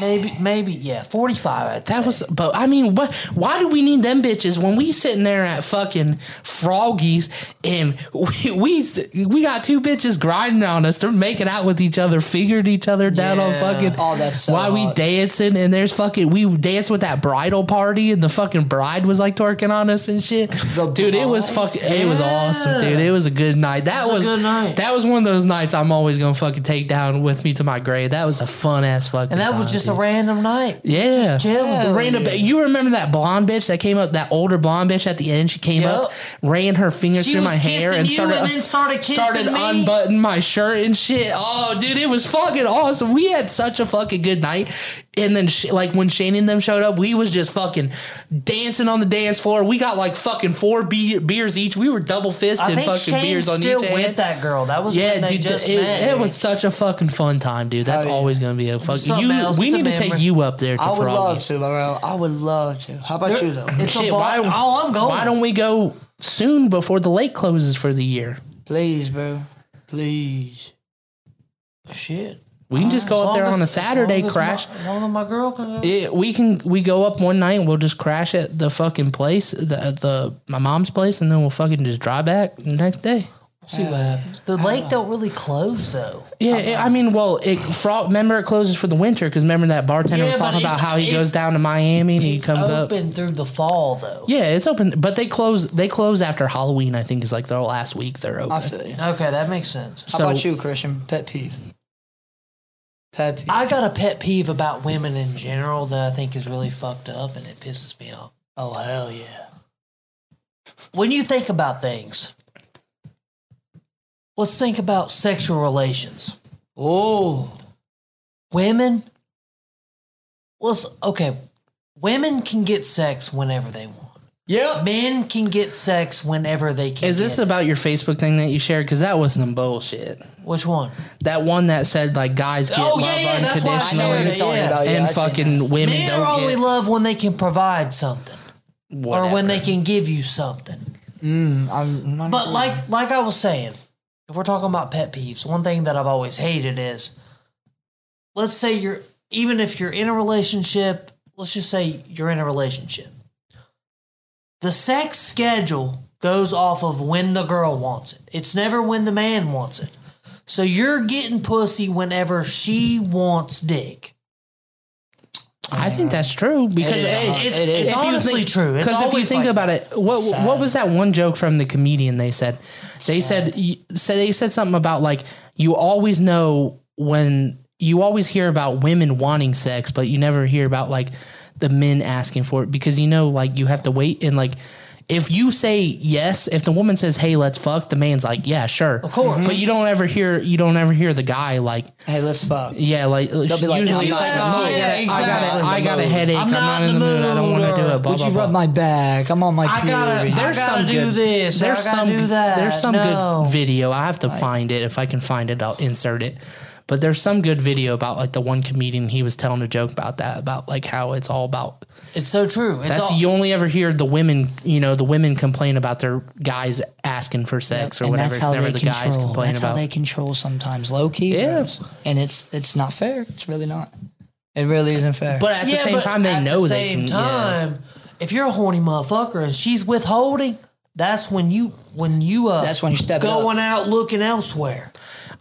S2: Maybe, maybe, yeah, forty five. I'd
S1: That
S2: say.
S1: was, but I mean, what? Why do we need them bitches when we sitting there at fucking froggies and we we, s- we got two bitches grinding on us? They're making out with each other, figured each other down on
S2: Yeah.
S1: fucking.
S3: Oh, that's so
S1: why we
S3: hot.
S1: dancing and there's fucking we danced with that bridal party and the fucking bride was like twerking on us and shit. dude, it was fucking. It was awesome, dude. It was a good night. That
S2: was
S1: was,
S2: a good night.
S1: That was one of those nights I'm always gonna fucking take down with me to my grave. That was a fun ass fucking.
S2: and that was just
S1: dude.
S2: a random night.
S1: Yeah,
S2: Just chill.
S1: The random. You remember that blonde bitch that came up, that older blonde bitch at the end? She came up, ran her fingers
S2: She
S1: through
S2: was
S1: my hair,
S2: kissing
S1: and
S2: you
S1: started
S2: and then started kissing
S1: started
S2: me?
S1: unbuttoning my shirt and shit. Oh, dude, it was fucking awesome. We had such a fucking good night. And then, sh- like when Shane and them showed up, we was just fucking dancing on the dance floor. We got like fucking four be- beers each. We were double
S2: I
S1: fisted
S2: think
S1: fucking
S2: Shane
S1: beers on
S2: still
S1: each
S2: with
S1: hand.
S2: that girl. That was
S1: Yeah,
S2: when they
S1: dude,
S2: just
S1: it,
S2: met, Oh,
S1: it
S2: dude.
S1: was such a fucking fun time, dude. That's always gonna be a fucking. You, we need to take you up there. To
S3: I would
S1: Froggy's.
S3: love to, bro. I would love to. How about
S1: There-
S3: you though?
S1: Shit, why-
S2: oh,
S1: Why don't we go soon before the lake closes for the year?
S3: Please, bro. Please. Shit.
S1: We can
S2: Uh,
S1: just go up there on a Saturday, crash.
S2: As long as my girl can go.
S1: It, we can we go up one night and we'll just crash at the fucking place, the at the my mom's place, and then we'll fucking just drive back the next day.
S2: See what happens. The lake don't really close though.
S1: Yeah, it, I mean, well, it frog, remember it closes for the winter because remember that bartender
S2: Yeah,
S1: was talking
S2: but
S1: about
S2: it's-
S1: how he
S2: it's-
S1: goes down to Miami and he comes up.
S2: Open through the fall though.
S1: Yeah, it's open, but they close. They close after Halloween. I think is like their last week they're open.
S3: I feel you.
S2: Okay, that makes sense.
S3: How about you, Christian? Pet peeve. Pet peeve.
S2: I got a pet peeve about women in general that I think is really fucked up and it pisses me off.
S3: Oh hell yeah.
S2: When you think about things, let's think about sexual relations. Oh. Women let's okay. Women can get sex whenever they want. Yeah. Men can get sex whenever they can.
S1: Is this
S2: get it.
S1: about your Facebook thing that you shared? Because that was some bullshit.
S2: which one?
S1: That one that said like guys get
S2: Oh, yeah,
S1: love
S2: yeah, that's why I shared
S1: unconditionally,
S2: it, yeah.
S1: and
S2: Yeah, I seen
S1: fucking women
S2: Men
S1: don't
S2: are only
S1: get.
S2: love when they can provide something, or
S1: Whatever.
S2: when they can give you something.
S3: Mm, I'm not
S2: But like, like I was saying, if we're talking about pet peeves, one thing that I've always hated is, let's say you're even if you're in a relationship, let's just say you're in a relationship. The sex schedule goes off of when the girl wants it. It's never when the man wants it. So you're getting pussy whenever she wants dick.
S1: I think that's true because
S2: is,
S1: hey,
S2: uh-huh. It is. It's
S1: if you
S2: honestly
S1: think-
S2: true. It's
S1: Because if you
S2: always
S1: think
S2: like
S1: about it, what what was that one joke from the comedian? They said they said y- so they said something about like you always know when you always hear about women wanting sex, but you never hear about like the men asking for it because you know like you have to wait and like. If you say yes, if the woman says, "Hey, let's fuck," the man's like, "Yeah, sure." Of
S2: course.
S1: But you don't ever hear you don't ever hear the guy like,
S3: Hey, let's fuck.
S1: yeah, like uh,
S3: They'll be like,
S1: usually
S3: "I'm not
S1: like, "Oh,
S3: in the mood."
S1: I gotta- I got
S3: Yeah, exactly.
S1: a, I got a headache. I'm, not, in the mood. I don't want to do it. Blah,
S3: Would
S1: blah,
S3: you
S1: blah.
S3: rub my back? I'm on my
S2: I gotta-
S3: period.
S2: I gotta do this, or I gotta do that.
S1: There's some
S2: No.
S1: good video. I have to find it if I can find it. I'll insert it. But there's some good video about like the one comedian. He was telling a joke about that about like how it's all about.
S2: It's so true. It's
S1: that's
S2: all,
S1: you only ever hear the women. You know the women complain about their guys asking for sex or
S3: and
S1: whatever.
S3: that's
S1: It's
S3: how
S1: never
S3: they
S1: the
S3: control.
S1: guys complain
S3: that's how
S1: about.
S3: they control sometimes, low key.
S1: Yeah.
S3: bros. and it's it's not fair. It's really not. It really isn't fair.
S1: But at the
S2: Yeah,
S1: same
S2: but
S1: time, they
S2: at
S1: know
S2: the
S1: they
S2: same
S1: can. yeah.
S2: time, if you're a horny motherfucker and she's withholding, that's when you when you uh
S3: That's when you step it up.
S2: going out looking elsewhere.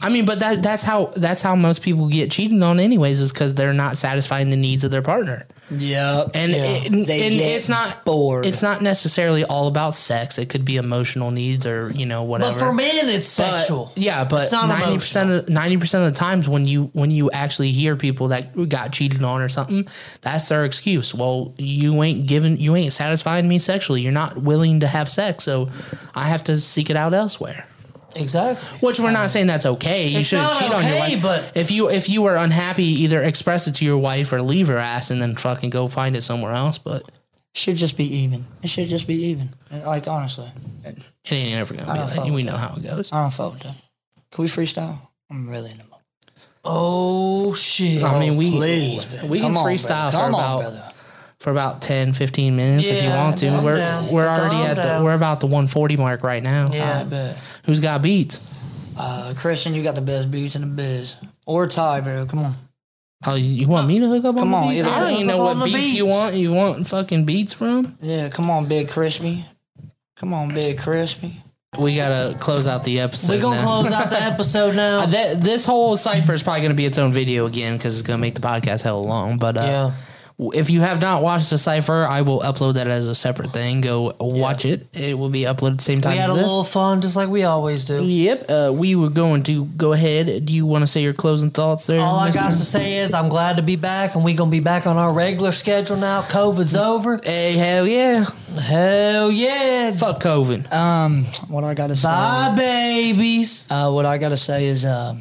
S1: I mean, but that that's how that's how most people get cheated on, anyways, is because they're not satisfying the needs of their partner,
S3: yep.
S1: and
S2: Yeah.
S1: it, and
S3: They get
S1: it's not
S3: bored.
S1: It's not necessarily all about sex. It could be emotional needs or you know whatever.
S2: But for men, it's
S1: But-
S2: sexual.
S1: yeah, but
S2: It's not
S1: ninety percent of ninety percent of the times when you when you actually hear people that got cheated on or something, that's their excuse. Well, you ain't giving, you ain't satisfying me sexually. You're not willing to have sex, so I have to seek it out elsewhere.
S2: exactly.
S1: Which we're not saying that's okay. You
S2: Um, It's
S1: shouldn't
S2: not
S1: cheat on your
S2: okay,
S1: wife.
S2: but-
S1: if you if you are unhappy, either express it to your wife or leave her ass and then fucking go find it somewhere else. But
S3: should just be even. It should just be even. Like honestly,
S1: it ain't ever gonna
S3: I
S2: Oh,
S3: don't
S1: be
S3: fuck
S1: like we
S3: with
S1: know how it goes.
S3: I don't fuck with that. Can we freestyle? I'm really in the mood.
S2: Oh shit!
S1: I mean we
S3: Please, bro.
S1: we can
S3: Come on,
S1: freestyle
S3: brother. Come
S1: for
S3: on,
S1: about
S3: brother.
S1: for about 10, 15 minutes if you
S2: Yeah,
S1: want to.
S2: calm
S1: We're
S2: down.
S1: we're already
S2: Calm
S1: at the
S2: down.
S1: we're about the one forty mark right now.
S3: I
S2: yeah,
S3: bet.
S1: Who's got beats?
S3: Uh, Christian, you got the best beats in the biz. Or Ty, bro. Come on.
S1: Oh, you, you want me to hook up
S3: Come
S1: on,
S3: on,
S1: the beats?
S3: either
S1: I don't
S3: hook
S1: even
S2: up
S1: know what
S2: on the
S1: beats, you
S2: beats.
S1: want. You want fucking beats from?
S3: Yeah, come on, Big Crispy. Come on, Big Crispy.
S1: We gotta close out the episode.
S2: we're gonna
S1: now.
S2: close out
S1: (laughs)
S2: the episode
S1: Uh,
S2: now.
S1: that, this whole cipher is probably going to be its own video again because it's going to make the podcast hell long. But uh,
S2: yeah,
S1: If you have not watched the cipher, I will upload that as a separate thing. Go watch it. It will be uploaded the same time
S2: We
S1: as
S2: had a
S1: this.
S2: little fun, just like we always do.
S1: Yep, uh, we were going to go ahead. Do you want to say your closing thoughts there?
S2: All I
S1: Mr.
S2: got to say is I'm glad to be back, and we're gonna be back on our regular schedule now. COVID's over.
S1: Hey, hell yeah,
S2: hell yeah.
S1: Fuck COVID.
S3: Um, what I gotta say.
S2: Bye, babies.
S3: Uh, what I gotta say is, uh,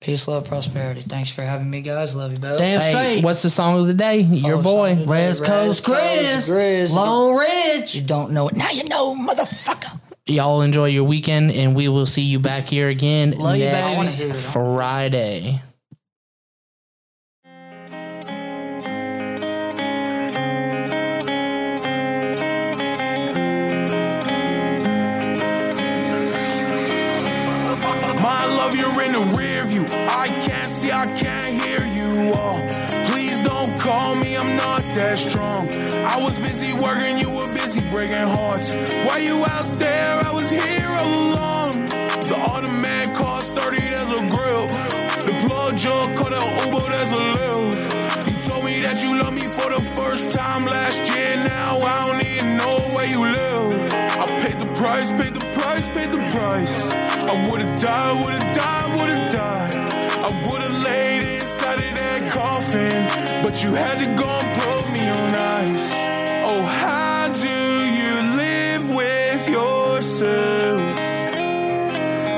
S3: peace, love, prosperity. Thanks for having me, guys. Love you both.
S2: Damn straight.
S1: What's the song of the day?
S2: Oh,
S1: Your boy.
S2: West Coast Chris, Long Ridge.
S3: You don't know it now. You know, motherfucker.
S1: Y'all enjoy your weekend, and we will see you back here again
S2: Love you,
S1: next
S2: babies.
S1: Friday.
S11: My love, you're in the rear view. I can't see, I can't hear you all. Please don't call me, I'm not that strong. I was busy working, you were busy breaking hearts. Why you out there? I was here all along. The automatic cost 30, there's a grill. The plug jug cut out Uber, there's a lift. You told me that you love me for the first time last year. Now I don't even know where you live. I paid the price, paid the price, paid the price. I would've died, would've died, would've died. I would've laid inside of that coffin, but you had to go and put me on ice. Oh, how do you live with yourself?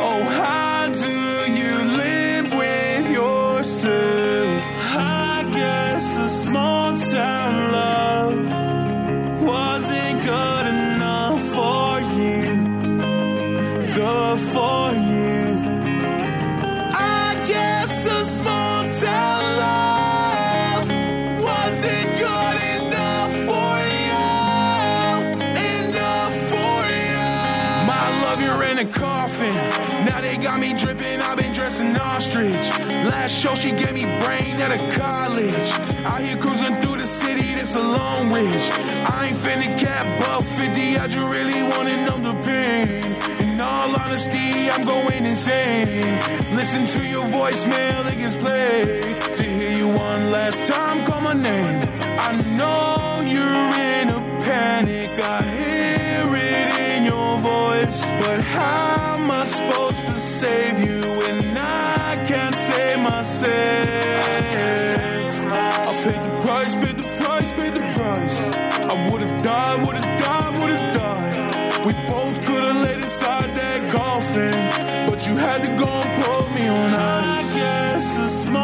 S11: Oh, how do you live with yourself? I guess a small town love wasn't good enough for you. Good for you. I guess a small town love wasn't good enough for you. Enough for you. My love, you're in a coffin. Now they got me dripping. I've been dressing ostrich. Last show, she gave me brain at a college. Out here cruising through the city, this a long ridge. I ain't finna cap but 50. I just really wanna numb the pain. In all honesty, I'm going insane. Listen to your voicemail, it gets played. To hear you one last time, call my name. I know you're in a panic, I hear it in your voice. But how am I supposed to save you when I can't save myself? I paid the price, paid the price, paid the price. I would've died, would've died, would've died. We both could've laid inside that coffin, but you had to go and put me on ice. I guess it's my